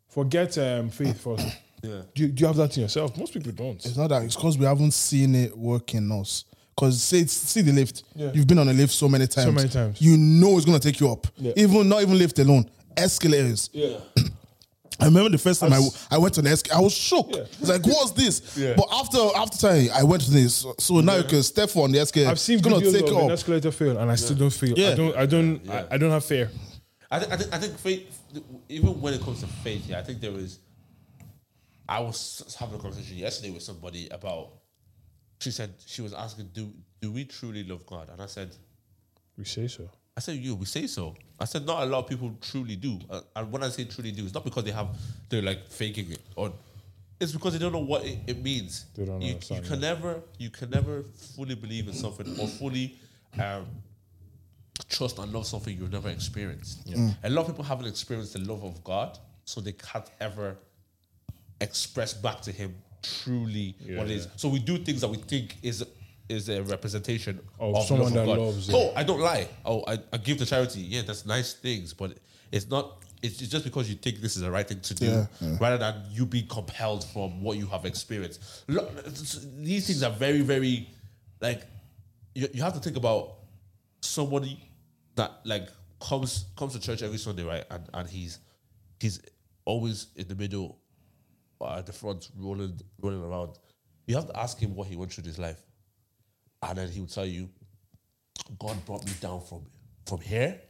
Speaker 4: forget um, faith for.
Speaker 2: [COUGHS]
Speaker 3: yeah.
Speaker 4: Do you, do you have that in yourself? Most people don't.
Speaker 2: It's not that. It's because we haven't seen it work in us. Because see, see the lift.
Speaker 4: Yeah.
Speaker 2: You've been on a lift so many times.
Speaker 4: many times.
Speaker 2: You know it's gonna take you up.
Speaker 4: Yeah.
Speaker 2: Even not even lift alone. Escalators.
Speaker 4: Yeah.
Speaker 2: I remember the first time I, I went to the escalator, I was shook.
Speaker 4: Yeah.
Speaker 2: It's like, what's this?
Speaker 4: Yeah.
Speaker 2: But after after time, I went to this. So, so now you can step on the escalator.
Speaker 4: I've seen
Speaker 2: it's gonna
Speaker 4: videos
Speaker 2: take
Speaker 4: of
Speaker 2: you
Speaker 4: an
Speaker 2: up.
Speaker 4: escalator fail, and I still don't feel. I
Speaker 2: Yeah.
Speaker 4: don't. I don't. I, I don't have fear.
Speaker 3: I think I think I think faith. Even when it comes to faith, yeah, I think there is. I was having a conversation yesterday with somebody about. She said she was asking, "Do do we truly love God?" And I said,
Speaker 4: We say so.
Speaker 3: I said, you, we say so. I said, not a lot of people truly do. Uh, and when I say truly do, it's not because they have, they're like faking it. Or it's because they don't know what it, it means.
Speaker 4: They don't
Speaker 3: you, you
Speaker 4: understand,
Speaker 3: can never, you can never fully believe in something or fully um, trust and love something you've never experienced.
Speaker 4: Mm.
Speaker 3: A lot of people haven't experienced the love of God, so they can't ever express back to Him truly what it is. So we do things that we think is is a representation
Speaker 4: Of
Speaker 3: of,
Speaker 4: someone
Speaker 3: love of
Speaker 4: that
Speaker 3: God.
Speaker 4: loves it.
Speaker 3: Oh, I don't lie. Oh, I, I give to charity. Yeah, that's nice things, but it's not. It's it's just because you think this is the right thing to do,
Speaker 2: Yeah, yeah.
Speaker 3: rather than you being compelled from what you have experienced. Lo- These things are very, very, like, you, you have to think about somebody that like comes comes to church every Sunday, right? And and he's he's always in the middle, uh, at the front, rolling rolling around. You have to ask him what he went through in his life, and then he will tell you, God brought me down from from here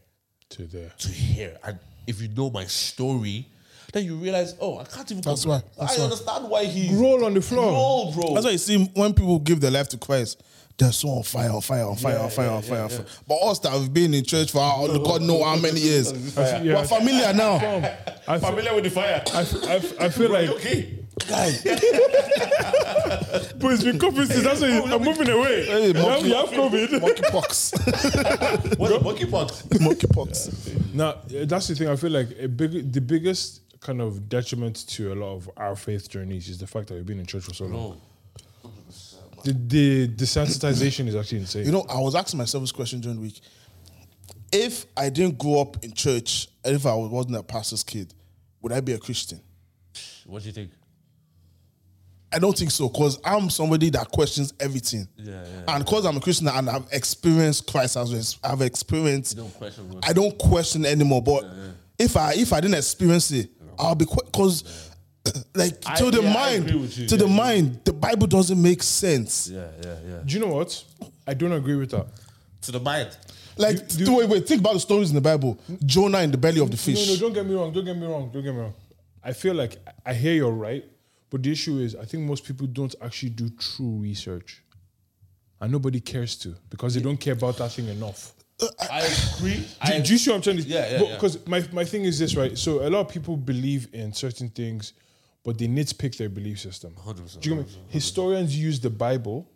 Speaker 4: To there.
Speaker 3: to here. And if you know my story, then you realize, oh, I can't even.
Speaker 2: That's
Speaker 3: comp-
Speaker 2: why- that's
Speaker 3: I
Speaker 2: why.
Speaker 3: understand why he
Speaker 4: Roll on the floor.
Speaker 3: Roll, bro.
Speaker 2: That's why you see when people give their life to Christ, they're so on fire, on fire, on fire, on fire, on fire, on fire. But us that have been in church for how- God know how many years,
Speaker 4: [LAUGHS] Yeah.
Speaker 2: we're familiar now.
Speaker 4: Um, I, f-
Speaker 1: Familiar with the fire.
Speaker 4: I, f- I, f- I feel like. [LAUGHS]
Speaker 1: Okay.
Speaker 4: But it's been COVID since. That's why you- I'm moving away.
Speaker 2: Hey,
Speaker 4: Now
Speaker 2: monkey-
Speaker 4: you have COVID. [LAUGHS]
Speaker 2: Monkeypox,
Speaker 3: What's it, monkeypox?
Speaker 2: monkeypox.
Speaker 4: Now uh, that's the thing. I feel like a big, the biggest kind of detriment to a lot of our faith journeys is the fact that we've been in church for so long. The, the desensitization is actually insane.
Speaker 2: You know, I was asking myself this question during the week. If I didn't grow up in church, and if I wasn't a pastor's kid, would I be a Christian?
Speaker 3: What do you think?
Speaker 2: I don't think so, because I'm somebody that questions everything.
Speaker 3: Yeah, yeah.
Speaker 2: And because I'm a Christian and I've experienced Christ as well, I've experienced
Speaker 3: No question. Bro.
Speaker 2: I don't question anymore. But if I if I didn't experience it, I'll be because [CLEARS THROAT] like
Speaker 3: I-
Speaker 2: to the
Speaker 3: yeah, I
Speaker 2: mind,
Speaker 3: agree with you,
Speaker 2: to
Speaker 3: yeah,
Speaker 2: the
Speaker 3: yeah.
Speaker 2: mind, the Bible doesn't make sense.
Speaker 3: yeah, yeah, yeah.
Speaker 4: Do you know what? I don't agree with that.
Speaker 3: To the mind.
Speaker 2: Like
Speaker 4: Do- do-
Speaker 2: th- wait, wait, think about the stories in the Bible. Jonah in the belly of the fish.
Speaker 4: No, no, don't get me wrong. Don't get me wrong. Don't get me wrong. I feel like I hear you're right, but the issue is I think most people don't actually do true research, and nobody cares to because they don't care about that thing enough.
Speaker 3: I agree.
Speaker 4: Do,
Speaker 3: I
Speaker 4: do you see what I'm trying to?
Speaker 3: Yeah, yeah, yeah.
Speaker 4: Because my my thing is this, right? So a lot of people believe in certain things, but they nitpick their belief system.
Speaker 3: 100%,
Speaker 4: Do you get me? Historians use the Bible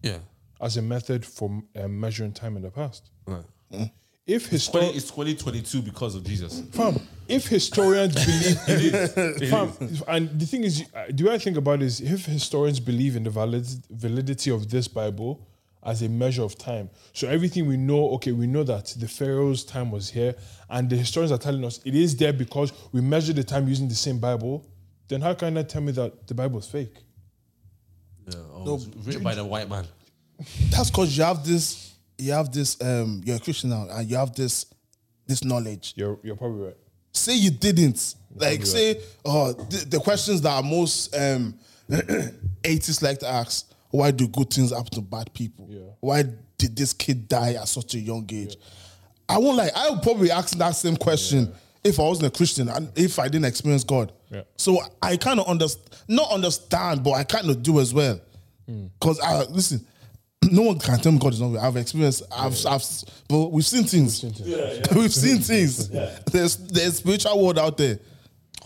Speaker 3: yeah.
Speaker 4: as a method for uh, measuring time in the past.
Speaker 5: Right.
Speaker 4: If
Speaker 5: Twenty-
Speaker 4: histor-
Speaker 5: It's 2022 because of Jesus.
Speaker 4: fam, if historians believe
Speaker 5: It is. It is.
Speaker 4: Fam, if- and the thing is, uh, the way I think about it is if historians believe in the valid, validity of this Bible as a measure of time, so everything we know, okay, we know that the Pharaoh's time was here, and the historians are telling us it is there because we measure the time using the same Bible, then how can I tell me that the Bible's fake?
Speaker 5: Yeah, oh, it's written by the white man.
Speaker 2: That's because you have this, you have this, um, you're a Christian now, and you have this, this knowledge.
Speaker 4: You're, you're probably right.
Speaker 2: Say you didn't, like say, oh, the, the questions that are most um, [CLEARS THROAT] atheists like to ask: Why do good things happen to bad people?
Speaker 4: Yeah.
Speaker 2: Why did this kid die at such a young age? I won't lie. I would probably ask that same question if I wasn't a Christian and if I didn't experience God.
Speaker 4: Yeah.
Speaker 2: So I kind of understand, not understand, but I kind of do as well. Because I listen, [CLEARS THROAT] no one can tell me God is not real. I've experienced, I've, I've, but we've seen things. [LAUGHS] We've seen things. There's there's spiritual world out there.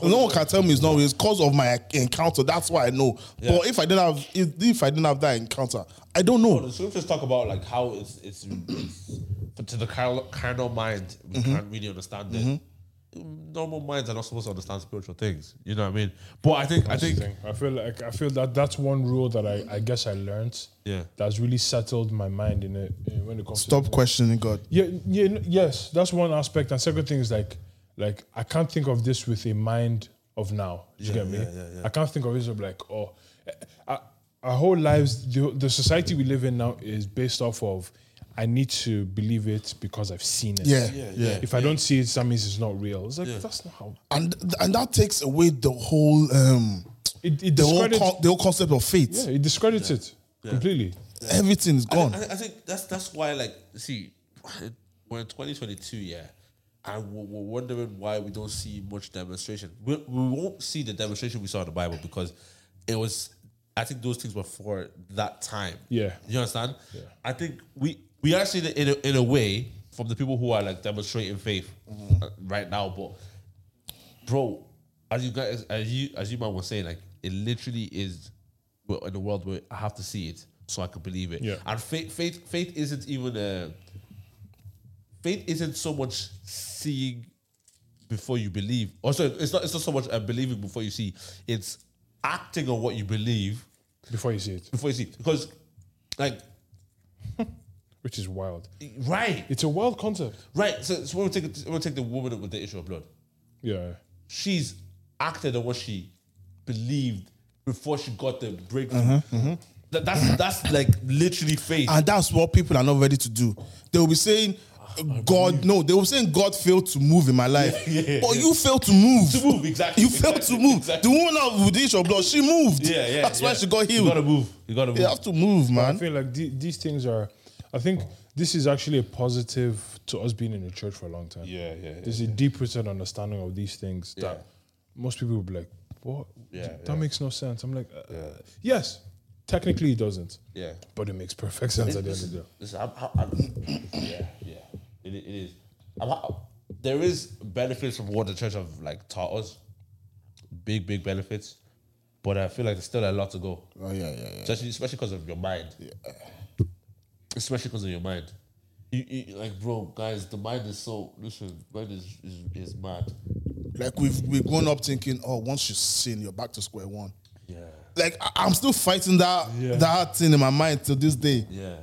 Speaker 2: No one can tell me it's not real. It's cause of my encounter. That's why I know. But if I didn't have, if, if I didn't have that encounter, I don't know.
Speaker 3: The scriptures talk about like how it's it's, it's but to the carnal, carnal mind we can't really understand it. Normal minds are not supposed to understand spiritual things. You know what I mean? But I think I
Speaker 4: That's the
Speaker 3: think
Speaker 4: thing. I feel like I feel that that's one rule that I, I guess I learned.
Speaker 3: Yeah.
Speaker 4: That's really settled my mind in it in- when it comes to
Speaker 2: Stop questioning God.
Speaker 4: Yeah, yeah, n- yes, that's one aspect. And second thing is like, like I can't think of this with a mind of now. Do you get me? I can't think of this of like, oh, I, our whole lives, the, the society we live in now is based off of, I need to believe it because I've seen it.
Speaker 2: Yeah, yeah.
Speaker 4: If I don't see it, that means it's not real. It's like that's not how
Speaker 2: And and that takes away the whole um
Speaker 4: it, it
Speaker 2: the whole
Speaker 4: discredits.
Speaker 2: con- the whole concept of faith.
Speaker 4: yeah, it discredits it completely.
Speaker 2: Everything is gone.
Speaker 3: I, I think that's that's why like see we're in 2022 yeah and we're, we're wondering why we don't see much demonstration we, we won't see the demonstration we saw in the bible because it was i think those things were for that time
Speaker 4: Yeah.
Speaker 3: you understand i think we we are seeing it in a, in a way from the people who are like demonstrating faith
Speaker 4: Mm-hmm.
Speaker 3: uh, right now but bro, as you guys, as you as you man was saying, like it literally is we're in a world where I have to see it so I can believe it.
Speaker 4: Yeah.
Speaker 3: And faith, faith, faith isn't even a faith isn't so much seeing before you believe. Or sorry, it's not it's not so much uh, believing before you see. It's acting on what you believe
Speaker 4: Before you see it,
Speaker 3: before you see. Because, like,
Speaker 4: which is wild.
Speaker 3: right,
Speaker 4: It's a wild concept.
Speaker 3: right. So, so we'll take we'll take the woman with the issue of blood.
Speaker 4: Yeah.
Speaker 3: she's acted on what she believed before she got the breakthrough. That, that's that's like literally faith.
Speaker 2: Uh-huh, and that's what people are not ready to do. They will be saying,
Speaker 3: Ah,
Speaker 2: "God, no." They will be saying, "God failed to move in my life,"
Speaker 3: [LAUGHS]
Speaker 2: but you failed to move.
Speaker 3: To move, exactly,
Speaker 2: You failed
Speaker 3: exactly,
Speaker 2: to move.
Speaker 3: exactly.
Speaker 2: The woman of with the issue of blood, she moved.
Speaker 3: yeah, yeah.
Speaker 2: That's why
Speaker 3: yeah.
Speaker 2: she got
Speaker 3: You
Speaker 2: healed.
Speaker 3: gotta move. You gotta move.
Speaker 2: You have to move,
Speaker 4: I
Speaker 2: man.
Speaker 4: feel like the- these things are. I think this is actually a positive to us being in the church for a long time.
Speaker 3: Yeah, yeah, yeah,
Speaker 4: There's a deep-rooted understanding of these things that most people would be like, "What? that makes no sense." I'm like, uh, "Yes, technically it doesn't,
Speaker 3: Yeah.
Speaker 4: but it makes perfect sense at the end of the day."
Speaker 3: Listen, I'm, I'm, I'm- yeah, yeah. It, it is. I'm, I'm- there is benefits from what the church have like taught us. Big, big benefits. But I feel like there's still a lot to go.
Speaker 2: Oh yeah, yeah, yeah.
Speaker 3: especially especially because of your mind. Especially because of your mind. You, you, like, bro, guys, the mind is so. Listen, mind is is, is mad.
Speaker 2: Like we've we've grown up thinking, "Oh, once you sin, you're back to square one."
Speaker 3: Yeah,
Speaker 2: Like I- I'm still fighting that that thing in my mind to this day.
Speaker 3: yeah.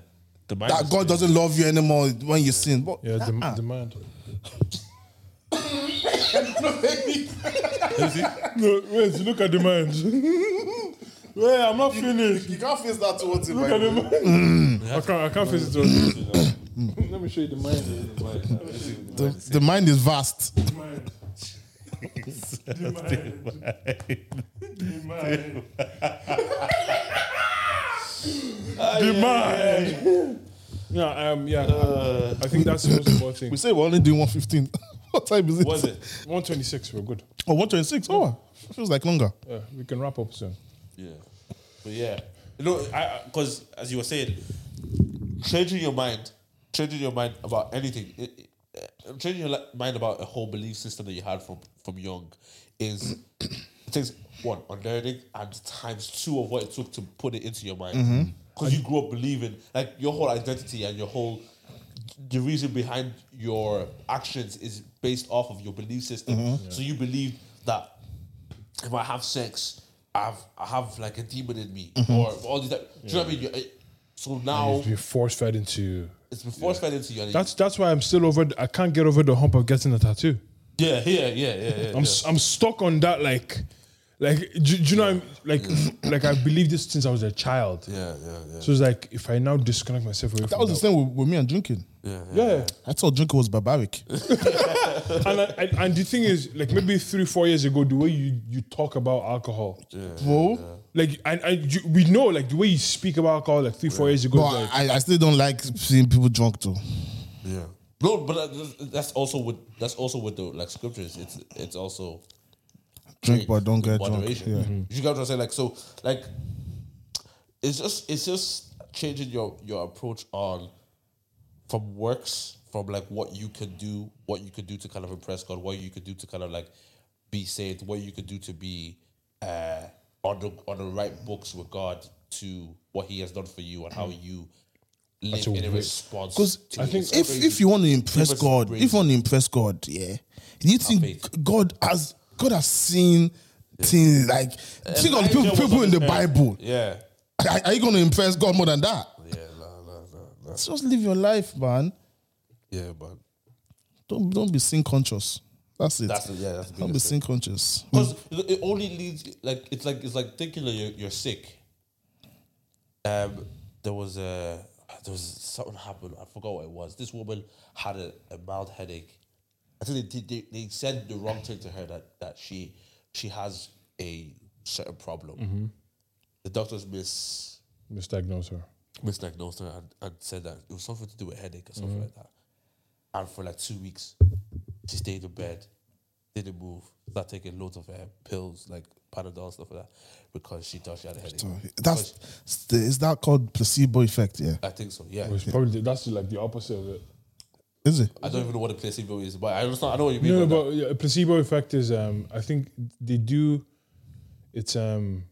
Speaker 3: The mind
Speaker 2: That
Speaker 3: is-
Speaker 2: God doesn't love you anymore when you sin. But [LAUGHS]
Speaker 4: Yeah, dem- demand. no, wait, look at demand. [LAUGHS] wait, I'm not finished.
Speaker 2: you can't face that towards him.
Speaker 4: Look at the mind. I can't, I can't face it. Let me show you the mind.
Speaker 2: The, the mind is vast.
Speaker 4: Yeah, um, yeah. I think that's the most important thing.
Speaker 2: We say we're only doing 115. [LAUGHS] what time is it?
Speaker 3: Was it?
Speaker 4: 126, we're good.
Speaker 2: Oh, 126. Oh, feels like longer.
Speaker 4: Yeah, we can wrap up soon.
Speaker 3: Yeah, but yeah, you know, I because as you were saying, changing your mind, changing your mind about anything, it, it, uh, changing your li- mind about a whole belief system that you had from from young, is [CLEARS THROAT] it takes one unlearning and times two of what it took to put it into your mind. because you grew up believing like your whole identity and your whole the reason behind your actions is based off of your belief system. So you believe that if I have sex, I've I have like a demon in me or all these. That, Do you know what I mean? You- it- So now
Speaker 4: You've been force fed into.
Speaker 3: it's been force fed into you. and
Speaker 4: That's that's why I'm still over. I can't get over the hump of getting a tattoo.
Speaker 3: yeah, yeah, yeah, yeah. yeah,
Speaker 4: I'm s- I'm stuck on that like, like do, do you know I'm like like [CLEARS THROAT] I believe this since I was a child.
Speaker 3: yeah, yeah, yeah.
Speaker 4: So it's like if I now disconnect myself away
Speaker 2: That
Speaker 4: from
Speaker 2: was the
Speaker 4: that,
Speaker 2: same with, with me and drinking.
Speaker 4: yeah.
Speaker 2: I thought drinking was
Speaker 3: [LAUGHS]
Speaker 2: barbaric.
Speaker 4: [LAUGHS] And I, I, and the thing is, like maybe three four years ago, the way you you talk about alcohol,
Speaker 2: Bro,
Speaker 4: like and I you, we know like the way you speak about alcohol, like three four years ago,
Speaker 2: but
Speaker 4: like,
Speaker 2: I, I still don't like seeing people drunk too.
Speaker 3: Yeah. No, but that- that's also with that's also with the like scriptures. It's it's also
Speaker 2: Drink but don't
Speaker 3: with
Speaker 2: get drunk.
Speaker 3: moderation.
Speaker 2: Yeah.
Speaker 3: You got what I'm saying? Like so, like it's just it's just changing your your approach on from works from like what you could do, what you could do to kind of impress God, what you could do to kind of like be saved, what you could do to be uh, on the on the right books with God to what He has done for you and how you live
Speaker 4: a
Speaker 3: in a
Speaker 4: way-
Speaker 3: response. to
Speaker 4: I
Speaker 3: it.
Speaker 4: think-
Speaker 3: It's
Speaker 2: If
Speaker 3: crazy.
Speaker 2: if you want to impress
Speaker 3: Difference
Speaker 2: God,
Speaker 3: crazy.
Speaker 2: if you want to impress God, yeah, you think
Speaker 3: faith.
Speaker 2: God has God has seen things like think of the people,
Speaker 3: Elijah was
Speaker 2: people
Speaker 3: on
Speaker 2: in the
Speaker 3: this earth.
Speaker 2: Bible.
Speaker 3: yeah.
Speaker 2: Are, are you going to impress God more than that?
Speaker 3: Yeah, nah, nah, nah, nah.
Speaker 2: Just live your life, man.
Speaker 3: Yeah, man.
Speaker 2: Don't don't be sin conscious. That's it.
Speaker 3: That's it, yeah, that's the
Speaker 2: don't be
Speaker 3: biggest
Speaker 2: sin conscious.
Speaker 3: Because it only leads like it's like it's like thinking that you're, you're sick. Um, there was a there was something happened. I forgot what it was. This woman had a, a mild headache. I think they, they they said the wrong thing to her that that she she has a certain problem. The doctors miss
Speaker 4: misdiagnose her.
Speaker 3: misdiagnosed her and, and said that it was something to do with headache or something
Speaker 4: Mm-hmm.
Speaker 3: like that. And for like two weeks, she stayed in bed, didn't move, started taking loads of uh, pills, like Panadol, stuff like that, because she thought she had a headache.
Speaker 2: That's is that called placebo effect? Yeah,
Speaker 3: I think so, yeah.
Speaker 4: It's probably the- that's like the opposite of it.
Speaker 2: is it?
Speaker 3: I don't even know what a placebo is, but I understand, I know what you mean.
Speaker 4: No,
Speaker 3: by
Speaker 4: no,
Speaker 3: that.
Speaker 4: but yeah, a placebo effect is. Um, I think they do. It's um,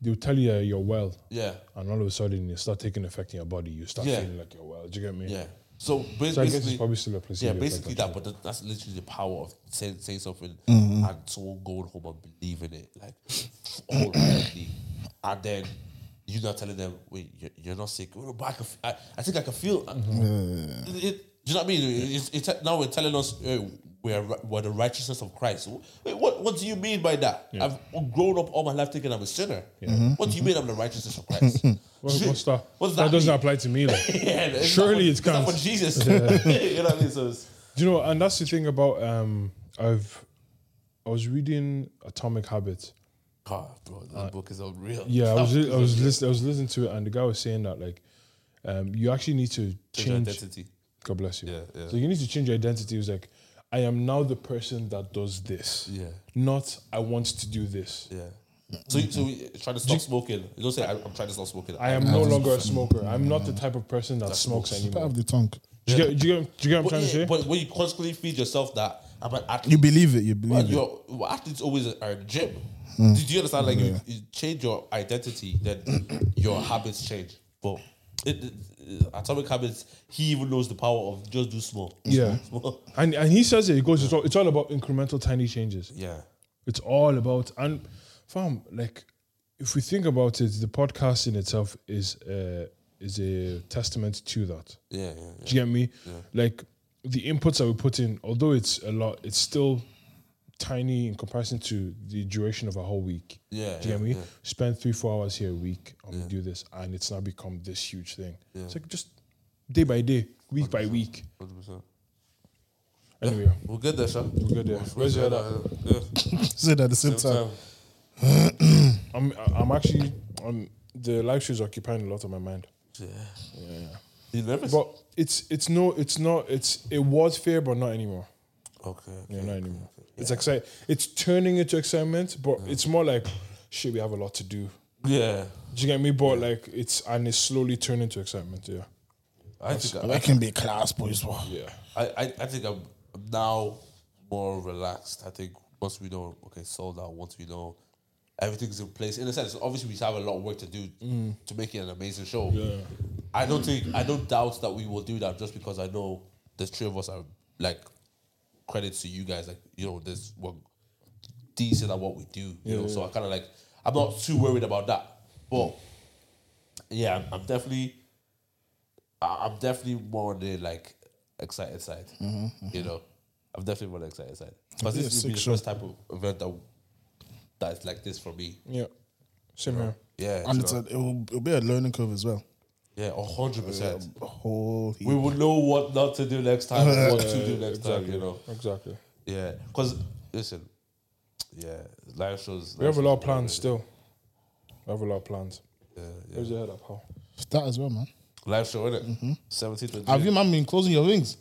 Speaker 4: they'll tell you uh, you're well,
Speaker 3: yeah,
Speaker 4: and all of a sudden you start taking effect in your body. You start
Speaker 3: Yeah.
Speaker 4: feeling like you're well. Do you get me?
Speaker 3: yeah. So ba-
Speaker 4: So I guess it's
Speaker 3: basically,
Speaker 4: probably still a placebo.
Speaker 3: yeah, basically
Speaker 4: effect,
Speaker 3: that, but that, that's literally the power of saying, saying something and someone going home and believing it, like [CLEARS THROAT] wholeheartedly, and then you not telling them, wait, you're, you're not sick. Oh, but I, can, f- I, I think I can feel. uh, It, it- do you know what I mean? It- It's, it's, now we're telling us uh, we're ri- we're the righteousness of Christ. Wait, what what do you mean by that? I've grown up all my life thinking I'm a sinner. What do you mean I'm the righteousness of Christ?
Speaker 4: What- what's that?
Speaker 3: What's that
Speaker 4: that doesn't
Speaker 3: mean?
Speaker 4: apply to me. Like.
Speaker 3: [LAUGHS] Yeah, that-
Speaker 4: Surely
Speaker 3: that
Speaker 4: it's
Speaker 3: that
Speaker 4: counts.
Speaker 3: for Jesus. [LAUGHS] you know what I mean? So it's,
Speaker 4: Do you know, and that's the thing about um, I've I was reading Atomic Habits.
Speaker 3: God, bro, that book is unreal.
Speaker 4: Yeah,
Speaker 3: [LAUGHS]
Speaker 4: I was
Speaker 3: That
Speaker 4: li-
Speaker 3: book
Speaker 4: I
Speaker 3: is
Speaker 4: was
Speaker 3: unreal.
Speaker 4: listening I was listening to it, and the guy was saying that like, um, you actually need to
Speaker 3: Change your
Speaker 4: change.
Speaker 3: identity.
Speaker 4: God bless you.
Speaker 3: Yeah, yeah.
Speaker 4: So you need to change your identity. It was like, I am now the person that does this.
Speaker 3: Yeah.
Speaker 4: Not I want to do this.
Speaker 3: Yeah. So, you- so you trying to stop smoking. You don't say I, I'm trying to stop smoking.
Speaker 4: I am no longer a smoker. I'm not the type of person that smokes
Speaker 2: Part
Speaker 4: anymore.
Speaker 2: of the tongue.
Speaker 4: Do you get? Do you get? Do you get
Speaker 3: But,
Speaker 4: what I'm trying to
Speaker 3: yeah,
Speaker 4: say?
Speaker 3: but when you constantly feed yourself that, I'm an athlete.
Speaker 2: You believe it. You
Speaker 3: Well,
Speaker 2: believe it.
Speaker 3: your well, athletes always are in the gym. Do you understand? Like you, you change your identity, [COUGHS] then your habits change. But it, it- atomic habits, he even knows the power of just do small.
Speaker 4: Yeah.
Speaker 3: [LAUGHS] Small.
Speaker 4: And and he says it. He goes. It's all, it's all about incremental, tiny changes.
Speaker 3: yeah.
Speaker 4: It's all about and fam. Like if we think about it, the podcast in itself is uh, is a testament to that.
Speaker 3: Yeah. Yeah.
Speaker 4: Do you get me? Like the inputs that we put in, although it's a lot, it's still tiny in comparison to the duration of a whole week.
Speaker 3: Yeah,
Speaker 4: Do you
Speaker 3: yeah,
Speaker 4: get me?
Speaker 3: yeah.
Speaker 4: Spend three, four hours here a week and we do this and it's now become this huge thing. It's like just day by day, week by week.
Speaker 3: 100%.
Speaker 4: Anyway,
Speaker 3: We'll get there, sir.
Speaker 4: we're good there. Where's your other?
Speaker 3: uh, Yeah.
Speaker 2: [LAUGHS] Say that at the same time.
Speaker 3: So,
Speaker 4: I'm I'm actually I'm the live show is occupying a lot of my mind.
Speaker 3: yeah. You nervous?
Speaker 4: But it's it's no it's not it's it was fair but not anymore.
Speaker 3: okay.
Speaker 4: Yeah, not anymore. It's exciting. It's turning into excitement, but it's more like shit. We have a lot to do.
Speaker 3: Yeah.
Speaker 4: Do you get me? But like it's and it's slowly turning to excitement. Yeah,
Speaker 3: I think I,
Speaker 2: That can be class, boys. Wow.
Speaker 4: yeah.
Speaker 3: I, I, I think I'm now more relaxed. I think once we know, okay, sold out. Once we know everything's in place. In a sense, obviously we have a lot of work to do to make it an amazing show. I don't think I don't doubt that we will do that just because I know the three of us are like credit to you guys. Like you know, there's we're decent at what we do. You know, so I kind of like I'm not too worried about that. But yeah, I'm, I'm definitely I- I'm definitely more on the like excited side. You know, I'm definitely more on the excited side because
Speaker 2: It'll be
Speaker 3: this
Speaker 2: a
Speaker 3: will be
Speaker 2: sick
Speaker 3: the
Speaker 2: show.
Speaker 3: first type of event that that's like this for me.
Speaker 4: Yeah. Same here.
Speaker 3: Yeah,
Speaker 2: And
Speaker 3: so-
Speaker 2: it's a, it'll, it'll be a learning curve as well.
Speaker 3: yeah, hundred percent.
Speaker 2: Holy.
Speaker 3: We will know what not to do next time, and what to do next time. You know,
Speaker 4: Exactly.
Speaker 3: yeah, because listen, yeah, live shows.
Speaker 4: We have a lot of plans still. We have a lot of plans.
Speaker 3: Yeah, yeah.
Speaker 4: Where's your head up, Paul?
Speaker 2: that as well, man.
Speaker 3: Live show, innit? Mm-hmm. 17th of
Speaker 2: Have
Speaker 3: June.
Speaker 2: you, man, been closing your wings?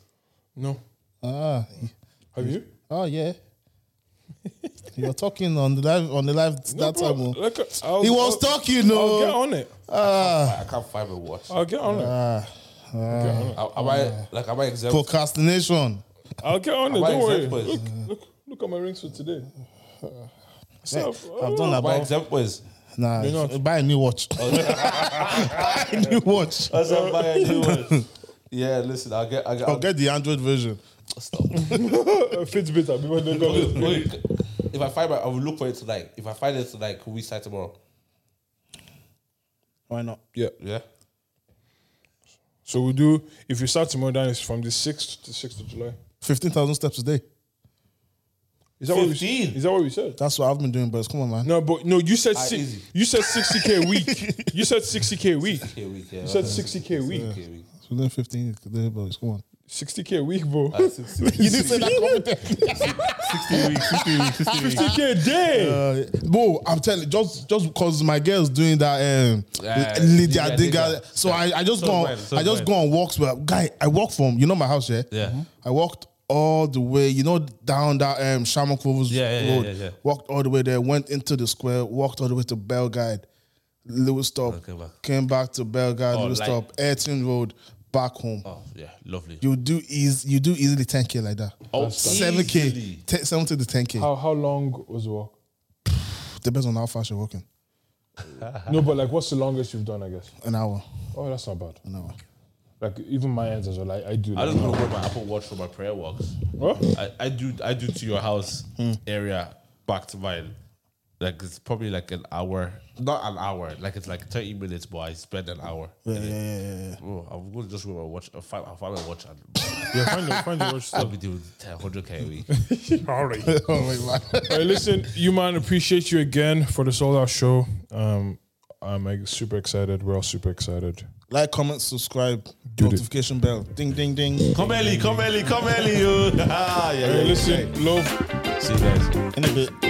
Speaker 4: No.
Speaker 2: Ah,
Speaker 4: Have you?
Speaker 2: oh
Speaker 4: [LAUGHS]
Speaker 2: yeah. You're talking on the live on the live
Speaker 4: No,
Speaker 2: that
Speaker 4: bro.
Speaker 2: time. oh.
Speaker 4: Look, I'll-
Speaker 2: He was
Speaker 4: I'll-
Speaker 2: talking, oh.
Speaker 4: I'll get
Speaker 2: no.
Speaker 4: on it.
Speaker 3: I can't find a watch.
Speaker 4: I'll get on it.
Speaker 2: Ah,
Speaker 4: I'll get on it.
Speaker 3: Am am I like am I exempt?
Speaker 2: procrastination.
Speaker 4: I'll get on it.
Speaker 3: Am I
Speaker 4: Don't worry.
Speaker 3: exempt, boys?
Speaker 4: Look, look, look at my rings for today. [LAUGHS] What's up?
Speaker 2: I've done
Speaker 3: Am I
Speaker 2: about
Speaker 3: exempt, boys?
Speaker 2: nah.
Speaker 4: You're not.
Speaker 2: Buy a new watch. [LAUGHS] buy a new watch.
Speaker 3: As I'm buying new
Speaker 5: [LAUGHS]
Speaker 3: ones. Yeah, listen, I'll get, I'll get,
Speaker 2: I'll
Speaker 3: I'll
Speaker 2: get the Android version.
Speaker 3: stop.
Speaker 4: Uh, Fitbit. I'll be what they call it.
Speaker 3: [LAUGHS] Wait, if I find my, I will look for it tonight. If I find it tonight, can we start tomorrow?
Speaker 2: Why not?
Speaker 4: Yeah.
Speaker 3: Yeah.
Speaker 4: So we do. If you start tomorrow, then it's from the sixth to sixth of July.
Speaker 2: Fifteen thousand steps a day.
Speaker 4: Is that what we?
Speaker 3: 15?
Speaker 4: Is that what we said?
Speaker 2: That's what I've been doing, boys. Come on, man.
Speaker 4: No, but no. You said
Speaker 3: Ah,
Speaker 4: six,
Speaker 3: easy.
Speaker 4: you said sixty [LAUGHS] k a week. you said sixty k a week.
Speaker 3: K week, yeah.
Speaker 4: You said sixty k a week.
Speaker 3: K week.
Speaker 2: It's within fifteen a day, boys. Come on.
Speaker 4: Sixty k a week, bro. [LAUGHS]
Speaker 2: You didn't [LAUGHS] say that confident.
Speaker 4: Fifty k a day.
Speaker 2: Uh, bro, I'm telling just just because my girl's doing that um
Speaker 3: Yeah,
Speaker 2: Lydia
Speaker 3: Lydia
Speaker 2: Digga.
Speaker 3: Digga.
Speaker 2: So I, I just
Speaker 5: So
Speaker 2: go on,
Speaker 5: well, so
Speaker 2: I just
Speaker 5: well.
Speaker 2: go on walks with guy. I walk from you know my house, yeah? Mm-hmm.
Speaker 5: Yeah. Mhm.
Speaker 2: I walked all the way, you know, down that um Shaman Clovers
Speaker 5: Yeah, yeah, yeah,
Speaker 2: road.
Speaker 5: yeah, yeah.
Speaker 2: Walked all the way there, went into the square, walked all the way to Belguide, Lewis stop,
Speaker 5: Okay, back.
Speaker 2: came back to Belguide,
Speaker 5: Oh,
Speaker 2: Lewis
Speaker 5: like-
Speaker 2: stop, Ayrton Road, back home.
Speaker 5: Oh, yeah, lovely.
Speaker 2: You do easy, you do easily 10k like that.
Speaker 3: Oh,
Speaker 2: 7k,
Speaker 3: easily.
Speaker 2: 10, 70 to 10k.
Speaker 4: How how long was the walk?
Speaker 2: Depends on how fast you're walking.
Speaker 4: No, but like, what's the longest you've done? I guess.
Speaker 2: An hour.
Speaker 4: Oh, that's not bad.
Speaker 2: An hour.
Speaker 4: Like even my ends as well. I, I do.
Speaker 5: I
Speaker 4: Like,
Speaker 5: just want to wear my Apple Watch for my prayer walks.
Speaker 4: What?
Speaker 5: I, I do I do to your house area back to mine. Like it's probably like an hour, not an hour. Like it's like thirty minutes, but I spend an hour.
Speaker 2: Yeah, yeah, yeah, yeah, yeah.
Speaker 5: Oh, I'm gonna just wear my watch. I'll find, I'll find my watch and
Speaker 4: Yeah, find your find your watch. [LAUGHS]
Speaker 5: I'll be doing 100 k a week.
Speaker 4: All right.
Speaker 2: Oh my God.
Speaker 4: All right, listen, you man, appreciate you again for the sold out show. Um, I'm like, super excited. We're all super excited.
Speaker 2: Like, comment, subscribe, notification bell. Ding, ding, ding.
Speaker 5: come early, come early, come early. You. [LAUGHS] Ah, yeah,
Speaker 4: All right,
Speaker 5: yeah.
Speaker 4: listen, love.
Speaker 5: See you guys.
Speaker 2: In a bit.